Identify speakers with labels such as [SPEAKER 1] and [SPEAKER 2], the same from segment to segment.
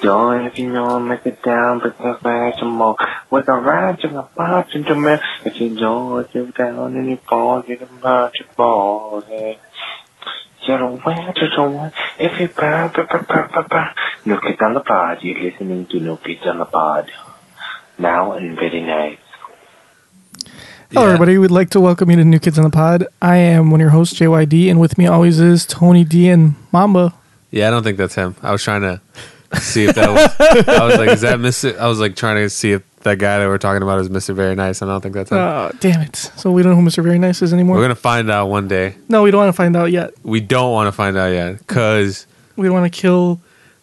[SPEAKER 1] Don't if you know I'll make it down, but that's my action more. With a ranch and a box and your man, if you know if you're down and you fall, you can punch your ball. Hey. You don't want to don't want if you pa pa pa pa pa pa. No kids on the pod, you're listening to No Kids on the Pod. Now and very nice.
[SPEAKER 2] Hello, everybody. We'd like to welcome you to New Kids on the Pod. I am one of your hosts, JYD, and with me always is Tony D and Mamba.
[SPEAKER 3] Yeah, I don't think that's him. I was trying to see if that was. I was like, is that Mister? I was like trying to see if that guy that we're talking about is Mister Very Nice. I don't think that's him.
[SPEAKER 2] Oh, damn it. So we don't know who Mr. Very Nice is anymore?
[SPEAKER 3] we're gonna find out one day.
[SPEAKER 2] no, we don't want to find out yet.
[SPEAKER 3] We don't want to find out yet, because
[SPEAKER 2] We want to kill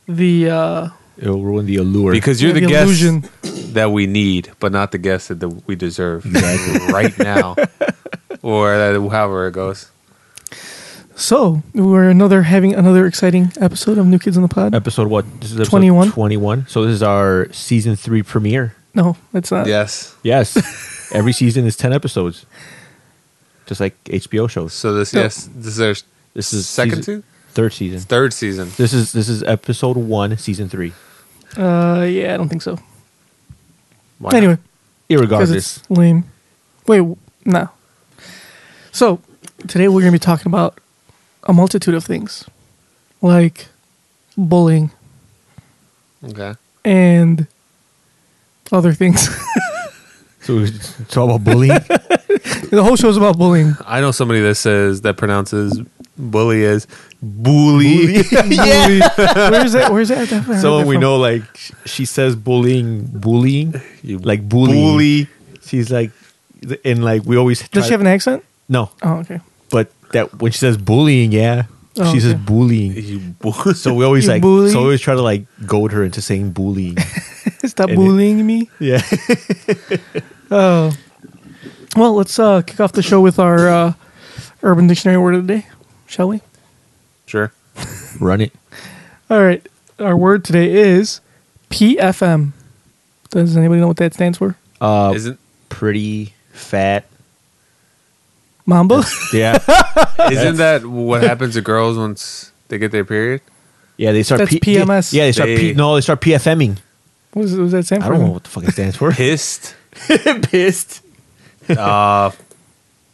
[SPEAKER 2] the, uh,
[SPEAKER 4] It'll ruin the allure.
[SPEAKER 3] because you're
[SPEAKER 2] the
[SPEAKER 3] the,
[SPEAKER 2] illusion.
[SPEAKER 3] guest that we need, but not the guest that the, we deserve right now, or that, however it goes.
[SPEAKER 2] So we're another having another exciting episode of New Kids on the Pod.
[SPEAKER 4] episode what? This is episode
[SPEAKER 2] 21.
[SPEAKER 4] 21. So this is our season three premiere.
[SPEAKER 2] no, it's not.
[SPEAKER 3] Yes.
[SPEAKER 4] Yes. Every season is 10 episodes. Just like HBO shows.
[SPEAKER 3] So this yes this is our
[SPEAKER 4] This is
[SPEAKER 3] second
[SPEAKER 4] season-
[SPEAKER 3] season,
[SPEAKER 4] Third season.
[SPEAKER 3] third season.
[SPEAKER 4] This is this is episode one, season three.
[SPEAKER 2] Uh, yeah, I don't think so.
[SPEAKER 3] Why not?
[SPEAKER 2] Anyway, because
[SPEAKER 4] Irregardless.
[SPEAKER 2] it's lame. Wait, w- no. So today we're going to be talking about a multitude of things, like bullying
[SPEAKER 3] okay.
[SPEAKER 2] and other things.
[SPEAKER 4] So it's it's all about bullying.
[SPEAKER 2] the whole show's about bullying.
[SPEAKER 3] I know somebody that says that pronounces bully as bully.
[SPEAKER 2] yeah. Where's that? Where's that? I've heard
[SPEAKER 4] Someone
[SPEAKER 2] that
[SPEAKER 4] we
[SPEAKER 2] from.
[SPEAKER 4] know, like, sh- she says bullying, bullying,
[SPEAKER 3] You
[SPEAKER 4] like bullying. She's like, and like, we always.
[SPEAKER 2] Does
[SPEAKER 4] try-
[SPEAKER 2] she have an accent?
[SPEAKER 4] No.
[SPEAKER 2] Oh, okay.
[SPEAKER 4] But that when she says bullying, yeah,
[SPEAKER 2] Oh,
[SPEAKER 4] she says
[SPEAKER 2] okay.
[SPEAKER 4] bullying.
[SPEAKER 3] You bully.
[SPEAKER 4] So we always
[SPEAKER 2] You
[SPEAKER 4] like,
[SPEAKER 2] bully?
[SPEAKER 4] so we always try to like goad her into saying bullying.
[SPEAKER 2] Stop
[SPEAKER 4] And it-
[SPEAKER 2] bullying me.
[SPEAKER 4] yeah,
[SPEAKER 2] Oh. Well, let's uh, kick off the show with our uh, Urban Dictionary word of the day, shall we?
[SPEAKER 3] sure.
[SPEAKER 4] run it.
[SPEAKER 2] All right. Our word today is PFM. Does anybody know what that stands for?
[SPEAKER 4] Uh,
[SPEAKER 3] Isn't
[SPEAKER 4] pretty fat.
[SPEAKER 2] Mamba?
[SPEAKER 4] Yeah,
[SPEAKER 3] isn't that what happens to girls once they get their period?
[SPEAKER 4] yeah. They start
[SPEAKER 2] That's
[SPEAKER 4] P-
[SPEAKER 2] PMS.
[SPEAKER 4] Yeah, they start.
[SPEAKER 3] They-
[SPEAKER 4] P- no, they start PFMing.
[SPEAKER 2] what, is, what does that stand
[SPEAKER 4] I
[SPEAKER 2] for?
[SPEAKER 4] don't know what the fuck it stands for.
[SPEAKER 3] Pissed,
[SPEAKER 4] Pissed.
[SPEAKER 3] uh,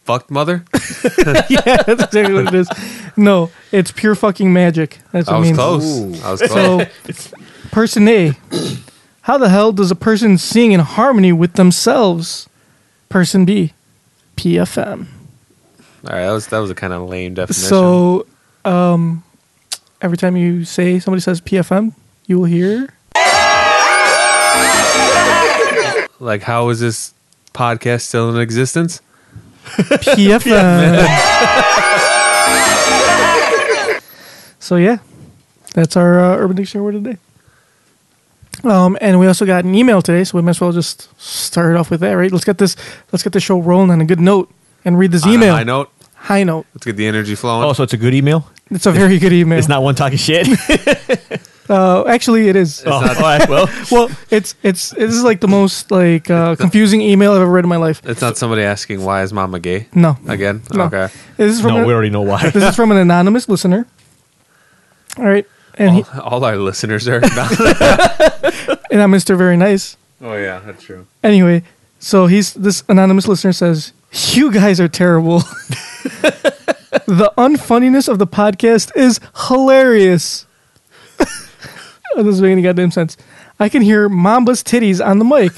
[SPEAKER 3] fucked mother.
[SPEAKER 2] yeah, that's exactly what it is. No, it's pure fucking magic. That's what
[SPEAKER 3] I
[SPEAKER 2] it
[SPEAKER 3] was
[SPEAKER 2] means.
[SPEAKER 3] close.
[SPEAKER 4] Ooh.
[SPEAKER 3] I was close.
[SPEAKER 2] So, person A. How the hell does a person sing in harmony with themselves? Person B. PFM.
[SPEAKER 3] All right, that was that was a kind of lame definition.
[SPEAKER 2] So, um, every time you say somebody says PFM, you will hear.
[SPEAKER 3] like, how is this podcast still in existence?
[SPEAKER 2] PFM. so yeah, that's our uh, Urban Dictionary word of the day. Um, and we also got an email today, so we might as well just start off with that, right? Let's get this, let's get the show rolling on a good note and read this
[SPEAKER 3] On a
[SPEAKER 2] email.
[SPEAKER 3] high note.
[SPEAKER 2] High note.
[SPEAKER 3] Let's get the energy flowing.
[SPEAKER 4] Oh, so it's a good email.
[SPEAKER 2] It's a very good email.
[SPEAKER 4] It's not one talking shit.
[SPEAKER 2] Uh, actually, it is.
[SPEAKER 4] oh, all right, well,
[SPEAKER 2] Well, it's it's this is like the most like uh, confusing email I've ever read in my life.
[SPEAKER 3] it's not somebody asking why is Mama gay
[SPEAKER 2] No,
[SPEAKER 3] again.
[SPEAKER 2] No.
[SPEAKER 3] Okay.
[SPEAKER 2] this is from
[SPEAKER 4] no,
[SPEAKER 2] a-
[SPEAKER 4] we already know why.
[SPEAKER 2] this is from an anonymous listener. All right, and he,
[SPEAKER 3] All, all our listeners are. oh
[SPEAKER 2] and I'm Mr. Very Nice.
[SPEAKER 3] yeah, that's true.
[SPEAKER 2] Anyway, so he's this anonymous listener says, "You guys are terrible. the unfunniness of the podcast is hilarious." oh, this is making any goddamn sense. I can hear Mamba's titties on the mic.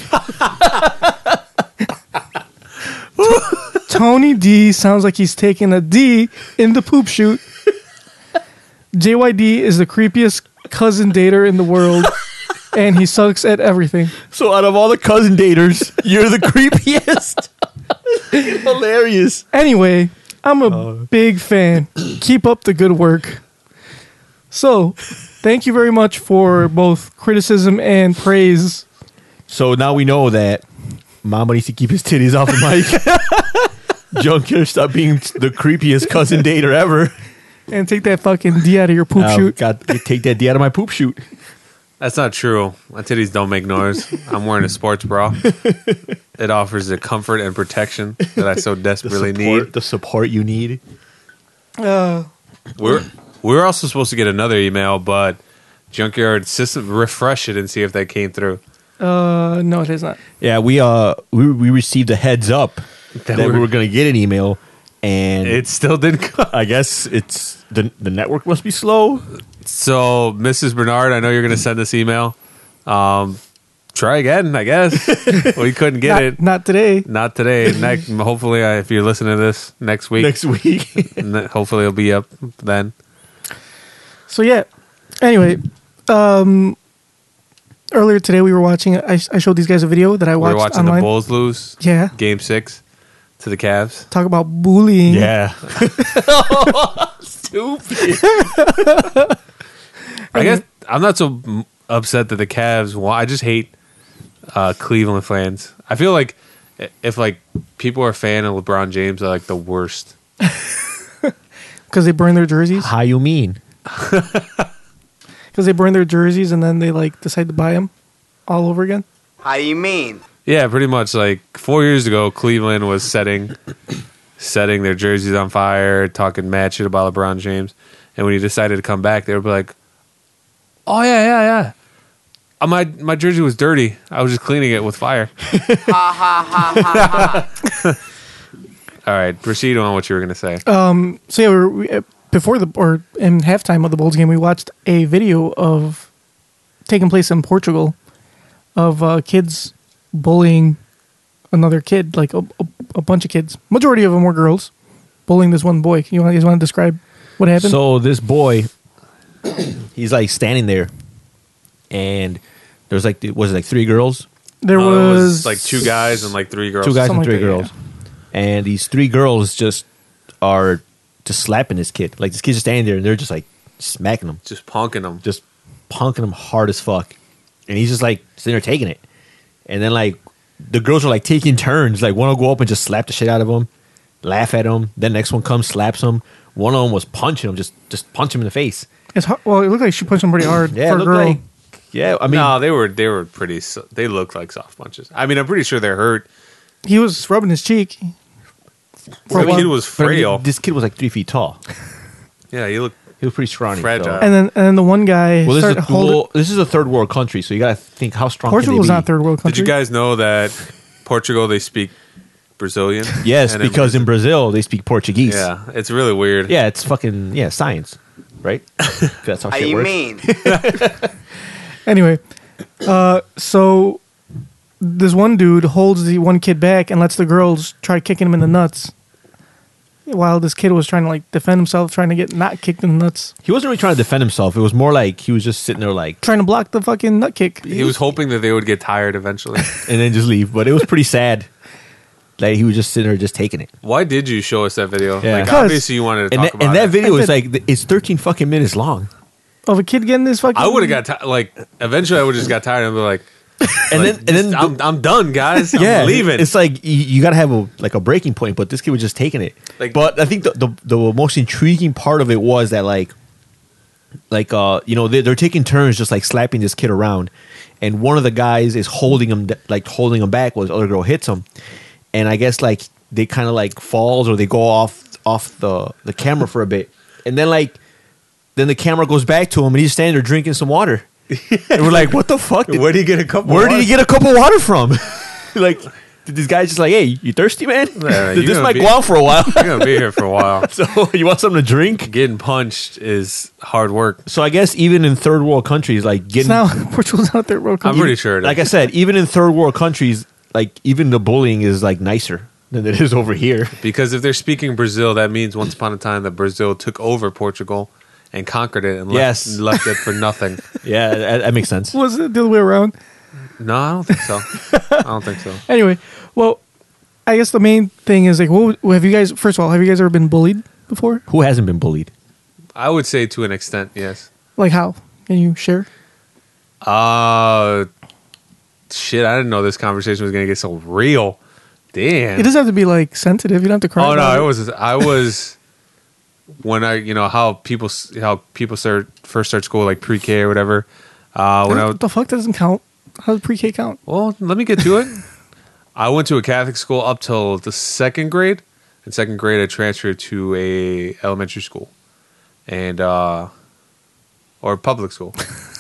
[SPEAKER 2] Tony D sounds like he's taking a D in the poop shoot. JYD is the creepiest cousin dater in the world, and he sucks at everything.
[SPEAKER 4] So out of all the cousin daters, you're the creepiest. Hilarious.
[SPEAKER 2] Anyway, I'm a
[SPEAKER 3] Uh,
[SPEAKER 2] big fan. Keep up the good work. So, thank you very much for both criticism and praise.
[SPEAKER 4] So now we know that Mama needs to keep his titties off the mic. Junkyard, stop being the creepiest cousin dater ever.
[SPEAKER 2] And take that fucking D out of your poop
[SPEAKER 3] Oh,
[SPEAKER 4] Um,
[SPEAKER 2] shoot.
[SPEAKER 4] Got, take that D out of my poop shoot.
[SPEAKER 3] That's not true. My titties don't make noise. I'm wearing a sports bra. It offers the comfort and protection that I so
[SPEAKER 4] The
[SPEAKER 3] desperately
[SPEAKER 4] support,
[SPEAKER 3] need.
[SPEAKER 4] the support you need.
[SPEAKER 2] Uh,
[SPEAKER 3] We're we were also supposed to get another email, but Junkyard System refresh it and see if that came through.
[SPEAKER 2] uh, no, it is not.
[SPEAKER 4] Yeah, we uh we, we received a heads up that,
[SPEAKER 3] we're-
[SPEAKER 4] we were going to get an email, and
[SPEAKER 3] It still didn't come.
[SPEAKER 4] I guess it's the the network must be slow.
[SPEAKER 3] So, Mrs. Bernard, I know you're going to send this email. Um, try again, I guess. we couldn't get
[SPEAKER 2] Not,
[SPEAKER 3] it.
[SPEAKER 2] not today.
[SPEAKER 3] Not today. Next, hopefully, I, if you're listening to this next week,
[SPEAKER 4] Next week,
[SPEAKER 3] n- hopefully it'll be up then.
[SPEAKER 2] So yeah. Anyway, um, earlier today we were watching. I, I showed these guys a video that I
[SPEAKER 3] We're
[SPEAKER 2] watched
[SPEAKER 3] watching
[SPEAKER 2] online.
[SPEAKER 3] the Bulls lose.
[SPEAKER 2] Yeah.
[SPEAKER 3] Game six to the Cavs.
[SPEAKER 2] Talk about bullying.
[SPEAKER 4] yeah,
[SPEAKER 3] I guess I'm not so m- upset that the Cavs won. I just hate uh, Cleveland fans. I feel like i- if like people are a fan of LeBron James, they're like the worst.
[SPEAKER 2] Because they burn their jerseys.
[SPEAKER 4] how you mean?
[SPEAKER 2] Because they burn their jerseys and then they like decide to buy them all over again.
[SPEAKER 5] How do you mean?
[SPEAKER 3] Yeah, pretty much. Like four years ago, Cleveland was setting setting their jerseys on fire, talking mad shit about LeBron James. And when he decided to come back, they were like, "Oh yeah, yeah, yeah." Uh, My my jersey was dirty. I was just cleaning it with fire. All right, proceed on what you were gonna say.
[SPEAKER 4] Uh,
[SPEAKER 2] So yeah, we were, we, uh, before the or in halftime of the Bulls game, we watched a video of taking place in Portugal of uh, kids bullying another kid, like a, a, a bunch of kids. Majority of them were girls bullying this one boy. You, want, you guys want to describe what happened?
[SPEAKER 4] So this boy, he's like standing there, and there's like was it like three girls,
[SPEAKER 2] there
[SPEAKER 3] No, uh, it
[SPEAKER 2] was,
[SPEAKER 3] like two guys and like three girls.
[SPEAKER 4] two guys
[SPEAKER 2] Something
[SPEAKER 4] and
[SPEAKER 2] like
[SPEAKER 4] three
[SPEAKER 2] that,
[SPEAKER 4] girls, and these three girls just are just slapping this kid. Like this kid's just standing there, and they're just like smacking him.
[SPEAKER 3] just punking them.
[SPEAKER 4] just punking him hard as fuck. And he's just like sitting there taking it. And then like the girls are like taking turns. Like one will go up and just slap the shit out of him, laugh at him. Then next one comes, slaps him. One of them was punching him, just just punch him in the face.
[SPEAKER 2] It's hard, well, it looked like she punched him pretty hard
[SPEAKER 4] Yeah, it
[SPEAKER 2] for a
[SPEAKER 4] looked
[SPEAKER 2] girl.
[SPEAKER 4] like yeah. I mean,
[SPEAKER 3] no, they were they were pretty. so- They looked like soft punches. I mean, I'm pretty sure they're hurt.
[SPEAKER 2] he was rubbing his cheek. For
[SPEAKER 3] The
[SPEAKER 2] a while.
[SPEAKER 3] kid was
[SPEAKER 4] but I mean,
[SPEAKER 3] frail.
[SPEAKER 4] this kid was like three feet tall.
[SPEAKER 3] Yeah, he looked
[SPEAKER 4] He was pretty scrawny. so-
[SPEAKER 3] Fragile.
[SPEAKER 2] and then and then the one guy
[SPEAKER 4] Well, this is,
[SPEAKER 2] started
[SPEAKER 4] a,
[SPEAKER 2] holding.
[SPEAKER 4] well, this is a third world country, so you gotta think how strong. can they
[SPEAKER 2] Portugal's
[SPEAKER 4] be?
[SPEAKER 2] not third world
[SPEAKER 3] Did
[SPEAKER 2] country.
[SPEAKER 3] you guys know that Portugal they speak Brazilian?
[SPEAKER 4] Yes,
[SPEAKER 3] And in-
[SPEAKER 4] because in Brazil they speak Portuguese.
[SPEAKER 3] yeah, it's really weird.
[SPEAKER 4] yeah, it's fucking yeah science, right? That's how
[SPEAKER 5] How
[SPEAKER 4] shit
[SPEAKER 5] do you
[SPEAKER 4] works.
[SPEAKER 5] mean?
[SPEAKER 2] Anyway, uh, so this one dude holds the one kid back and lets the girls try kicking him in the nuts, while this kid was trying to like defend himself, trying to get not kicked in the nuts,
[SPEAKER 4] He wasn't really trying to defend himself. It was more like he was just sitting there, like,
[SPEAKER 2] trying to block the fucking nut kick.
[SPEAKER 3] He was hoping that they would get tired eventually.
[SPEAKER 4] and then just leave. But it was pretty sad that he was just sitting there, just taking it.
[SPEAKER 3] Why did you show us that video?
[SPEAKER 4] Yeah.
[SPEAKER 3] Like
[SPEAKER 4] Because-
[SPEAKER 3] obviously you wanted to
[SPEAKER 4] And
[SPEAKER 3] talk
[SPEAKER 4] that,
[SPEAKER 3] about
[SPEAKER 4] and that
[SPEAKER 3] it.
[SPEAKER 4] video
[SPEAKER 2] I
[SPEAKER 4] is
[SPEAKER 2] said-
[SPEAKER 4] like it's thirteen fucking minutes long.
[SPEAKER 2] of a kid getting this fucking.
[SPEAKER 3] I would have got ti like eventually I would have just got tired and be like,
[SPEAKER 4] And
[SPEAKER 3] like,
[SPEAKER 4] then and then
[SPEAKER 3] just- I'm, I'm done, guys.
[SPEAKER 4] yeah,
[SPEAKER 3] I'm leaving.
[SPEAKER 4] It's like you, you gotta have a like a breaking point, but this kid was just taking it.
[SPEAKER 3] Like-
[SPEAKER 4] but I think the, the the most intriguing part of it was that like like uh you know they, they're taking turns just like slapping this kid around, and one of the guys is holding him th- like holding him back while this other girl hits him, and I guess like they kind of like falls or they go off off the the camera for a bit, and then like then the camera goes back to him and he's standing there drinking some water. and we're like, what the fuck? did-
[SPEAKER 3] where do you get a cup? of
[SPEAKER 4] where did
[SPEAKER 3] water?
[SPEAKER 4] he get a cup of water from? like, did these guys just like, hey, you thirsty, man?
[SPEAKER 3] Yeah,
[SPEAKER 4] Did
[SPEAKER 3] you
[SPEAKER 4] this
[SPEAKER 3] gonna
[SPEAKER 4] might
[SPEAKER 3] be-
[SPEAKER 4] go on for a while.
[SPEAKER 3] You're gonna be here for a while.
[SPEAKER 4] so you want something to drink?
[SPEAKER 3] Getting punched is hard work.
[SPEAKER 4] So I guess even in third world countries, like
[SPEAKER 2] It's
[SPEAKER 4] getting,
[SPEAKER 2] now Portugal's not a third world
[SPEAKER 3] I'm
[SPEAKER 2] country.
[SPEAKER 3] pretty sure. It is.
[SPEAKER 4] like I said, even in third world countries, like even the bullying is like nicer than it is over here.
[SPEAKER 3] Because if they're speaking Brazil, that means once upon a time that Brazil took over Portugal and conquered it and
[SPEAKER 4] Yes.
[SPEAKER 3] left, left it for nothing.
[SPEAKER 4] Yeah, that, that makes sense.
[SPEAKER 2] Was it the other way around?
[SPEAKER 3] No, I don't think so. I don't think so.
[SPEAKER 2] Anyway, well, I guess the main thing is like, what have you guys? First of all, have you guys ever been bullied before?
[SPEAKER 4] Who hasn't been bullied?
[SPEAKER 3] I would say to an extent, yes.
[SPEAKER 2] Like how? Can you share?
[SPEAKER 3] Uh shit, I didn't know this conversation was going to get so real. Damn.
[SPEAKER 2] It doesn't have to be like sensitive. You don't have to cry.
[SPEAKER 3] Oh no,
[SPEAKER 2] about
[SPEAKER 3] I was I was when I you know how people s- how people start first start school like pre K or whatever. Uh, when I was,
[SPEAKER 2] What the fuck? That doesn't count. How does pre-K count?
[SPEAKER 3] well, let me get to it. I went to a Catholic school up till the second grade. In second grade, I transferred to a elementary school, and uh, or public school.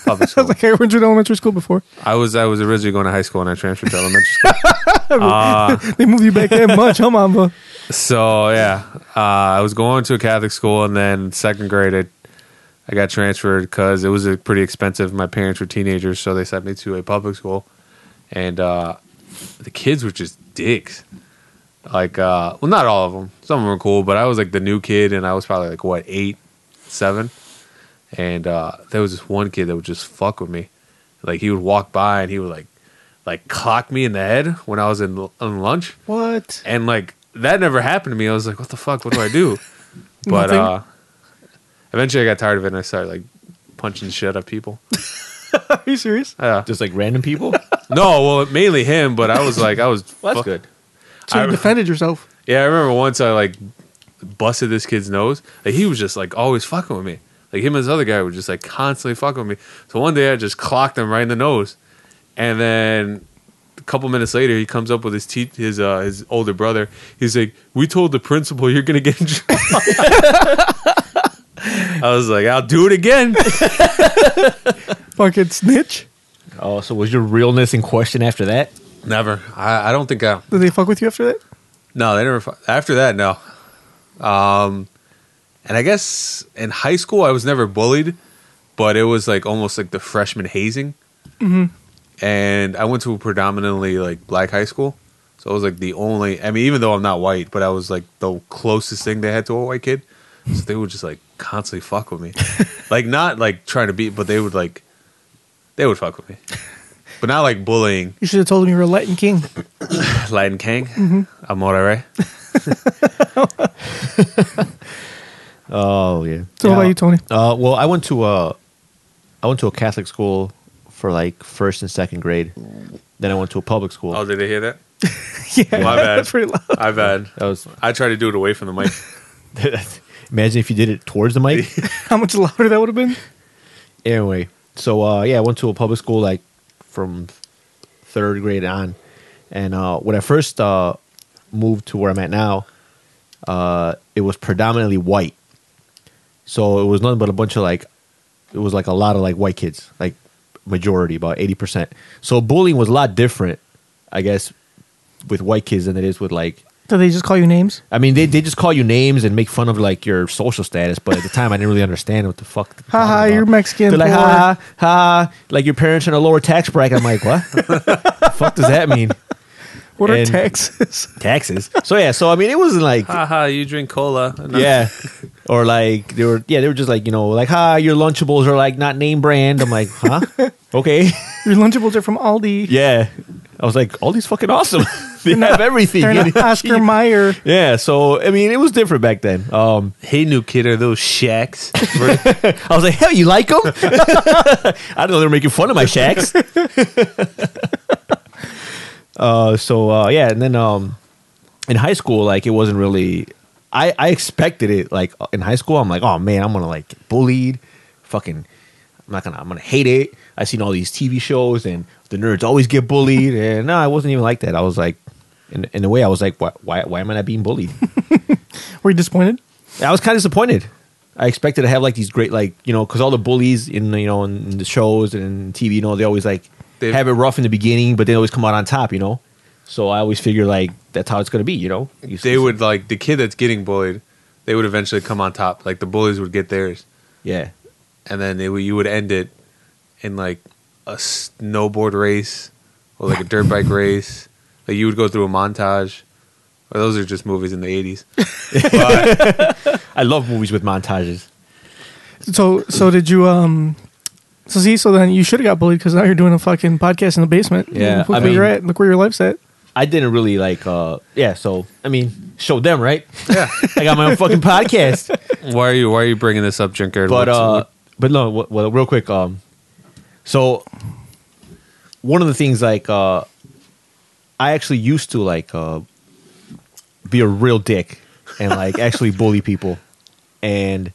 [SPEAKER 3] Public
[SPEAKER 2] I
[SPEAKER 3] school.
[SPEAKER 2] was like, I went to elementary school before.
[SPEAKER 3] I was I was originally going to high school and I transferred to elementary school.
[SPEAKER 2] They moved you back that much, huh, Mamba?
[SPEAKER 3] So yeah, uh, I was going to a Catholic school, and then second grade, I, I got transferred because it was uh, pretty expensive. My parents were teenagers, so they sent me to a public school, and uh, the kids were just dicks. Like, uh, well, not all of them. Some of them were cool, but I was like the new kid, and I was probably like what eight, seven, and uh, there was this one kid that would just fuck with me. Like he would walk by and he would like, like clock me in the head when I was in, in lunch.
[SPEAKER 2] What?
[SPEAKER 3] And like that never happened to me. I was like, what the fuck? What do I do? but
[SPEAKER 2] Nothing.
[SPEAKER 3] uh eventually I got tired of it and I started like punching shit at people. Uh,
[SPEAKER 2] Are you serious?
[SPEAKER 4] Just like random people.
[SPEAKER 3] no, well mainly him, but I was like I was fuck-
[SPEAKER 2] So you
[SPEAKER 3] I-
[SPEAKER 2] defended yourself.
[SPEAKER 3] Yeah, I remember once I like busted this kid's nose. Like he was just like always fucking with me. Like him and this other guy were just like constantly fucking with me. So one day I just clocked him right in the nose, and then a couple minutes later he comes up with his te- his uh, his older brother. He's like, "We told the principal you're gonna get in trouble." I was like, "I'll do it again."
[SPEAKER 2] Fucking snitch.
[SPEAKER 4] Oh, so was your realness in question after that?
[SPEAKER 3] Never. I, I don't think I.
[SPEAKER 2] Did they fuck with you after that?
[SPEAKER 3] No, they never. fu- After that, no. Um, and I guess in high school I was never bullied, but it was like almost like the freshman hazing. Mm-hmm. And I went to a predominantly like black high school, so I was like the only. I mean, even though I'm not white, but I was like the closest thing they had to a white kid. So they would just like constantly fuck with me, like not like trying to beat, but they would like they would fuck with me, but not like bullying.
[SPEAKER 2] You should have told him you were a Latin king.
[SPEAKER 3] Lion King, Amore Ray.
[SPEAKER 2] So
[SPEAKER 4] Oh yeah. yeah.
[SPEAKER 2] what about you, Tony?
[SPEAKER 4] Uh, well, I went to a, I went to a Catholic school for like first and second grade. Then I went to a public school.
[SPEAKER 3] Oh, did they hear that?
[SPEAKER 2] yeah,
[SPEAKER 3] My bad.
[SPEAKER 2] that's pretty loud.
[SPEAKER 3] I've had.
[SPEAKER 4] that was.
[SPEAKER 3] I try to do it away from the mic.
[SPEAKER 4] imagine if you did it towards the mic.
[SPEAKER 2] How much louder that would have been?
[SPEAKER 4] anyway, so uh, yeah, I went to a public school like from third grade on, and uh, when I first uh, moved to where I'm at now, uh, it was predominantly white. So it was nothing but a bunch of like, it was like a lot of like white kids, like majority, about eighty percent. So bullying was a lot different, I guess, with white kids than it is with like
[SPEAKER 2] Did they just call you names?
[SPEAKER 4] I mean, they, they just call you names and make fun of like your social status, but at the time I didn't really understand what the fuck. they were
[SPEAKER 2] Ha ha,
[SPEAKER 4] talking about.
[SPEAKER 2] you're Mexican,
[SPEAKER 4] They're like,
[SPEAKER 2] poor.
[SPEAKER 4] ha ha, ha, like your parents are in a lower tax bracket. I'm like, what? the fuck does that mean?
[SPEAKER 2] What are
[SPEAKER 4] And-
[SPEAKER 2] taxes?
[SPEAKER 4] Taxes. So yeah, so I mean, it wasn't like,
[SPEAKER 3] Haha, you drink cola. And I'm-
[SPEAKER 4] yeah, or like they were, yeah, they were just like, you know, like, ha, your Lunchables are like not name brand. I'm like, huh? Okay.
[SPEAKER 2] Your Lunchables are from Aldi.
[SPEAKER 4] yeah. I was like, all these fucking awesome. they have everything.
[SPEAKER 2] They're not Oscar Mayer.
[SPEAKER 4] Yeah, so I mean, it was different back then. Um,
[SPEAKER 3] Hey, new kid, are those shacks?
[SPEAKER 4] I was like, hell, you like them? I didn't know they were making fun of my shacks. uh, so uh, yeah, and then um, in high school, like it wasn't really. I I expected it. Like in high school, I'm like, oh man, I'm gonna like get bullied. Fucking, I'm not gonna. I'm gonna hate it. I seen all these TV shows, and the nerds always get bullied. And no, I wasn't even like that. I was like, in in a way, I was like, why why why am I not being bullied?
[SPEAKER 2] Were you disappointed?
[SPEAKER 4] I was kind of disappointed. I expected to have like these great, like you know, because all the bullies in you know in the shows and in TV, you know, they always like
[SPEAKER 3] They-
[SPEAKER 4] have it rough in the beginning, but they always come out on top, you know. So I always figure like that's how it's gonna be, you know. You-
[SPEAKER 3] they would like the kid that's getting bullied. They would eventually come on top. Like the bullies would get theirs,
[SPEAKER 4] yeah,
[SPEAKER 3] and then they would, you would end it in like a snowboard race or like a dirt bike race. Like you would go through a montage. Or those are just movies in the eighties.
[SPEAKER 4] I love movies with montages.
[SPEAKER 2] So so did you um so see so then you should have got bullied because now you're doing a fucking podcast in the basement.
[SPEAKER 4] Yeah,
[SPEAKER 2] look where
[SPEAKER 4] I
[SPEAKER 2] you're
[SPEAKER 4] mean-
[SPEAKER 2] at. Look where your life's at.
[SPEAKER 4] I didn't really like, uh yeah. So I mean, show them right.
[SPEAKER 3] Yeah.
[SPEAKER 4] I got my own fucking podcast.
[SPEAKER 3] Why are you Why are you bringing this up, Junker?
[SPEAKER 4] but
[SPEAKER 3] What's-
[SPEAKER 4] uh, but no, well, real quick. Um, so one of the things like uh, I actually used to like uh, be a real dick and like actually bully people, and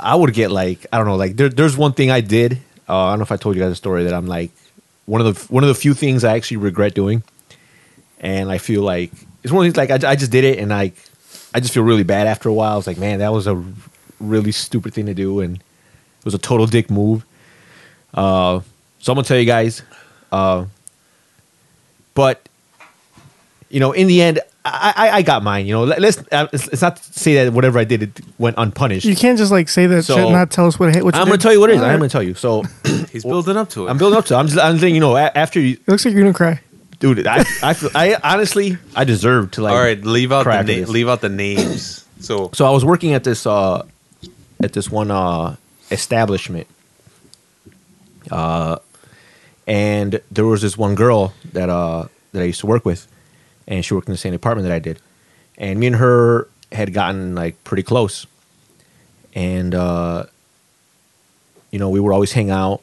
[SPEAKER 4] I would get like I don't know like there, there's one thing I did uh, I don't know if I told you guys a story that I'm like one of the one of the few things I actually regret doing, and I feel like it's one of these like I, I just did it and I I just feel really bad after a while. I was like man that was a really stupid thing to do and it was a total dick move. Uh, so I'm gonna tell you guys. Uh, but you know, in the end, I, I, I got mine. You know, Let- let's uh, let's let's not say that whatever I did it went unpunished.
[SPEAKER 2] You can't just like say that
[SPEAKER 4] So-
[SPEAKER 2] shit and not tell us what. What you
[SPEAKER 4] I'm gonna
[SPEAKER 2] did.
[SPEAKER 4] tell you what it is.
[SPEAKER 2] All
[SPEAKER 4] I'm
[SPEAKER 2] right.
[SPEAKER 4] gonna tell you. So
[SPEAKER 3] He's building up to it.
[SPEAKER 4] I'm building up to. it. I'm just I'm letting you know a- after you,
[SPEAKER 2] It looks like you're gonna cry.
[SPEAKER 4] dude. I I, feel, I honestly I deserve to like.
[SPEAKER 3] All right, leave out
[SPEAKER 4] crack
[SPEAKER 3] the
[SPEAKER 4] with
[SPEAKER 3] na-
[SPEAKER 4] this.
[SPEAKER 3] leave out the names. So
[SPEAKER 4] So I was working at this uh at this one uh establishment. Uh and there was this one girl that uh that I used to work with and she worked in the same department that I did. And me and her had gotten like pretty close. And uh you know, we would always hang out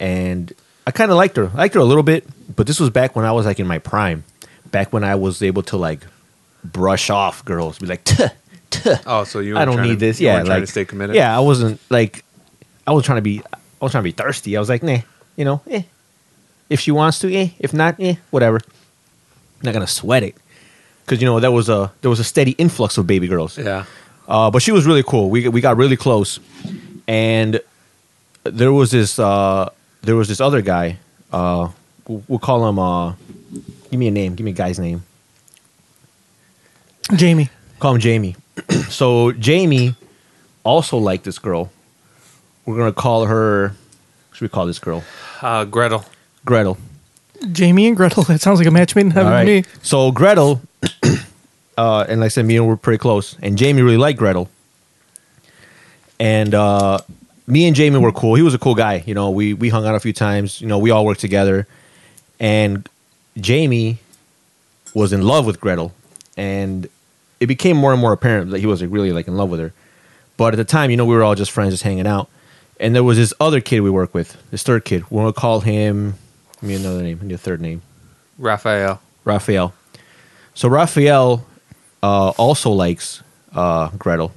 [SPEAKER 4] and I kind of liked her. I liked her a little bit, but this was back when I was like in my prime. Back when I was able to like brush off girls, be like, tuh, tuh.
[SPEAKER 3] oh, so you
[SPEAKER 4] I
[SPEAKER 3] were
[SPEAKER 4] don't
[SPEAKER 3] trying
[SPEAKER 4] need
[SPEAKER 3] to-
[SPEAKER 4] this.
[SPEAKER 3] you
[SPEAKER 4] Yeah,
[SPEAKER 3] were trying
[SPEAKER 4] like
[SPEAKER 3] to stay committed.
[SPEAKER 4] Yeah, I wasn't like I was trying to be I was trying to be thirsty. I was like, nah, you know, eh. If she wants to, eh. If not, eh, whatever. not gonna sweat it because you know there was a there was a steady influx of baby girls.
[SPEAKER 3] yeah.
[SPEAKER 4] Uh, but she was really cool. We we got really close, and there was this uh, there was this other guy. Uh, we'll, we'll call him. Uh, give me a name. Give me a guy's name.
[SPEAKER 2] Jamie,
[SPEAKER 4] Call him Jamie. so Jamie also liked this girl. We're gonna call her. what Should we call this girl
[SPEAKER 3] Uh, Gretel.
[SPEAKER 4] Gretel?
[SPEAKER 2] Jamie and Gretel. That sounds like a match made in heaven
[SPEAKER 4] All right.
[SPEAKER 2] to me.
[SPEAKER 4] So Gretel, uh, and like I said, me and her were pretty close, and Jamie really liked Gretel. And uh, me and Jamie were cool. He was a cool guy. You know, we we hung out a few times. You know, we all worked together, and Jamie was in love with Gretel, and it became more and more apparent that he was like, really like in love with her. But at the time, you know, we were all just friends, just hanging out. And there was this other kid we work with, this third kid. We're gonna call him. Give me another name. Give me a third name.
[SPEAKER 3] Raphael.
[SPEAKER 4] Raphael. So Raphael uh, also likes uh, Gretel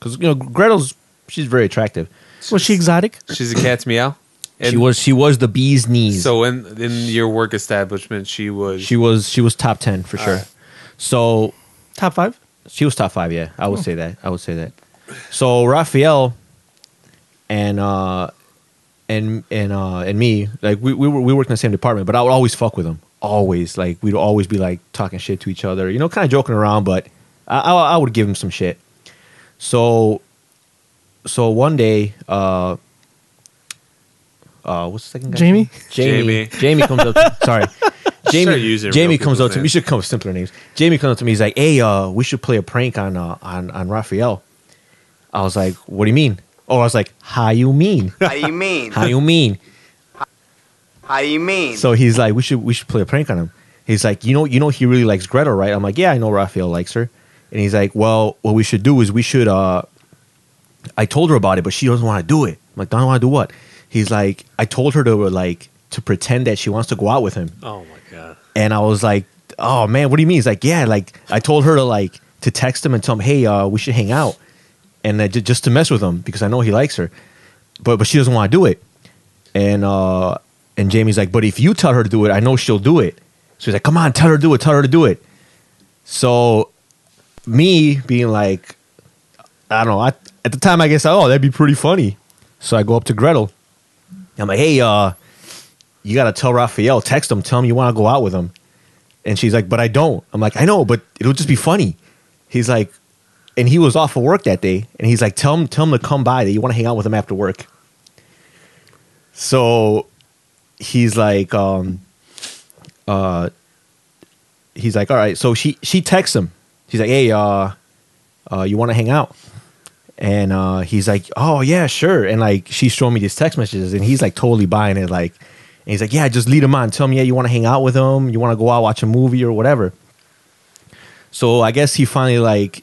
[SPEAKER 4] because you know Gretel's she's very attractive.
[SPEAKER 2] Was she exotic?
[SPEAKER 3] She's a cat's meow.
[SPEAKER 4] she was she was the bee's knees.
[SPEAKER 3] So in in your work establishment, she was.
[SPEAKER 4] she was she was top ten for sure. So
[SPEAKER 2] Top five. Oh.
[SPEAKER 4] she was top five. Yeah, I would say that. I would say that. So Raphael and uh, and and uh, and me, like we we were, we worked in the same department, but I would always fuck with him. Always, like we'd always be like talking shit to each other, you know, kind of joking around, but I, I I would give him some shit. So so one day, uh, uh, what's the second guy?
[SPEAKER 2] Jamie?
[SPEAKER 4] Jamie.
[SPEAKER 3] Jamie.
[SPEAKER 4] Jamie comes up. To, sorry. Jamie,
[SPEAKER 3] Start using real
[SPEAKER 4] Jamie comes up
[SPEAKER 3] people's
[SPEAKER 4] to me. You
[SPEAKER 3] names.
[SPEAKER 4] should come with simpler names. Jamie comes up to me. He's like, "Hey, uh, we should play a prank on uh, on on Raphael." I was like, "What do you mean?" Oh, I was like, "How you mean?
[SPEAKER 5] How you mean?
[SPEAKER 4] How you mean?"
[SPEAKER 5] How you mean?
[SPEAKER 4] So he's like, "We should we should play a prank on him." He's like, "You know you know he really likes Gretel, right?" I'm like, "Yeah, I know Raphael likes her." And he's like, "Well, what we should do is we should uh I told her about it, but she doesn't want to do it." I'm like, "Don't want to do what?" He's like, "I told her to like to pretend that she wants to go out with him."
[SPEAKER 3] oh my god.
[SPEAKER 4] and I was like, "Oh man, what do you mean?" He's like, "Yeah, like I told her to like to text him and tell him, hey, uh, we should hang out, and that, ju- just to mess with him because I know he likes her, but but she doesn't want to do it." And uh, and Jamie's like, "But if you tell her to do it, I know she'll do it." So he's like, "Come on, tell her to do it. Tell her to do it." So me being like, I don't know. I, at the time, I guess, oh, that'd be pretty funny. So I go up to Gretel. I'm like, hey, uh, you gotta tell Raphael, text him, tell him you want to go out with him. And she's like, but I don't. I'm like, I know, but it'll just be funny. He's like, and he was off of work that day, and he's like, tell him, tell him to come by that you want to hang out with him after work. So he's like, um, uh, he's like, all right. So she she texts him. She's like, hey, uh, uh, you want to hang out? And uh, he's like, oh yeah, sure. And like she's showing me these text messages, and he's like totally buying it. Like, and he's like, yeah, just lead him on. Tell him, yeah, you want to hang out with him, you want to go out watch a movie or whatever. So I guess he finally like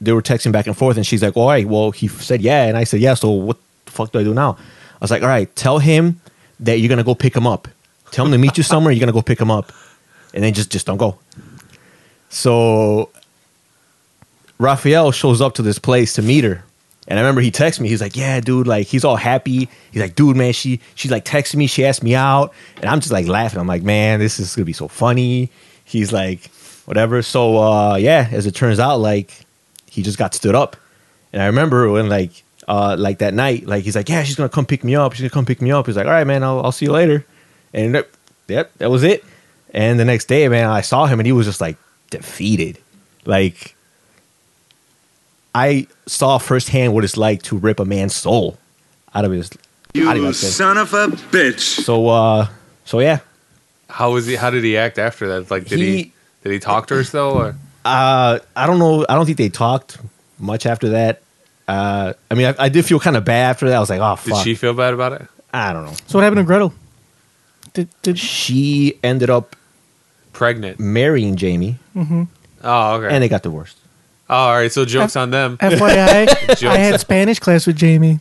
[SPEAKER 4] they were texting back and forth, and she's like, all right, well he said yeah, and I said yeah. So what the fuck do I do now? I was like, all right, tell him that you're gonna go pick him up. Tell him to meet you somewhere. You're gonna go pick him up, and then just just don't go. So Raphael shows up to this place to meet her. And I remember he texted me. He's like, "Yeah, dude. Like, he's all happy. He's like, dude, man. She she's like texting me. She asked me out, and I'm just like laughing. I'm like, man, this is gonna be so funny. He's like, whatever. So uh, yeah, as it turns out, like, he just got stood up. And I remember when like uh like that night, like he's like, yeah, she's gonna come pick me up. She's gonna come pick me up. He's like, all right, man. I'll I'll see you later. And that- yep, that was it. And the next day, man, I saw him, and he was just like defeated, like. I saw firsthand what it's like to rip a man's soul out of his. out of
[SPEAKER 6] You
[SPEAKER 4] his
[SPEAKER 6] son of a bitch.
[SPEAKER 4] so uh, so yeah,
[SPEAKER 3] How was he? How did he act after that? Like, did he,
[SPEAKER 4] He-
[SPEAKER 3] did he talk to her still? Or
[SPEAKER 4] uh, I don't know. I don't think they talked much after that. Uh, I mean, I, I did feel kind of bad after that. I was like, oh
[SPEAKER 3] did
[SPEAKER 4] fuck,
[SPEAKER 3] she feel bad about it?
[SPEAKER 4] I don't know.
[SPEAKER 2] So what happened to Gretel? Did did
[SPEAKER 4] She ended up
[SPEAKER 3] Pregnant?
[SPEAKER 4] marrying Jamie,
[SPEAKER 3] Oh, okay.
[SPEAKER 4] and they got divorced.
[SPEAKER 3] oh, all right. So jokes on them.
[SPEAKER 2] FYI, I had Spanish class with Jamie.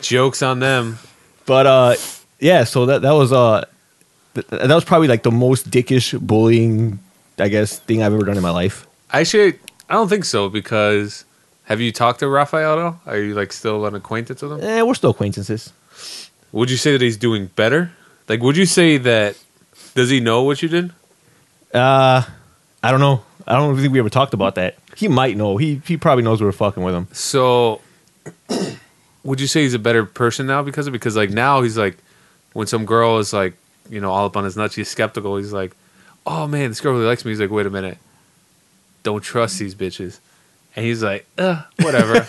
[SPEAKER 3] Jokes on them.
[SPEAKER 4] But uh, yeah, so that that was uh, th- that was probably like the most dickish bullying, I guess, thing I've ever done in my life.
[SPEAKER 3] Actually, I don't think so because have you talked to Raphael? at all? Are you like still an acquaintance with him?
[SPEAKER 4] Eh, we're still acquaintances.
[SPEAKER 3] Would you say that he's doing better? Like, would you say that? Does he know what you did?
[SPEAKER 4] Uh, I don't know. I don't think we ever talked about that. He might know. He he probably knows we were fucking with him.
[SPEAKER 3] So, would you say he's a better person now because of because like now he's like when some girl is like you know all up on his nuts, he's skeptical. He's like, oh man, this girl really likes me. He's like, wait a minute, don't trust these bitches. And he's like, uh, whatever.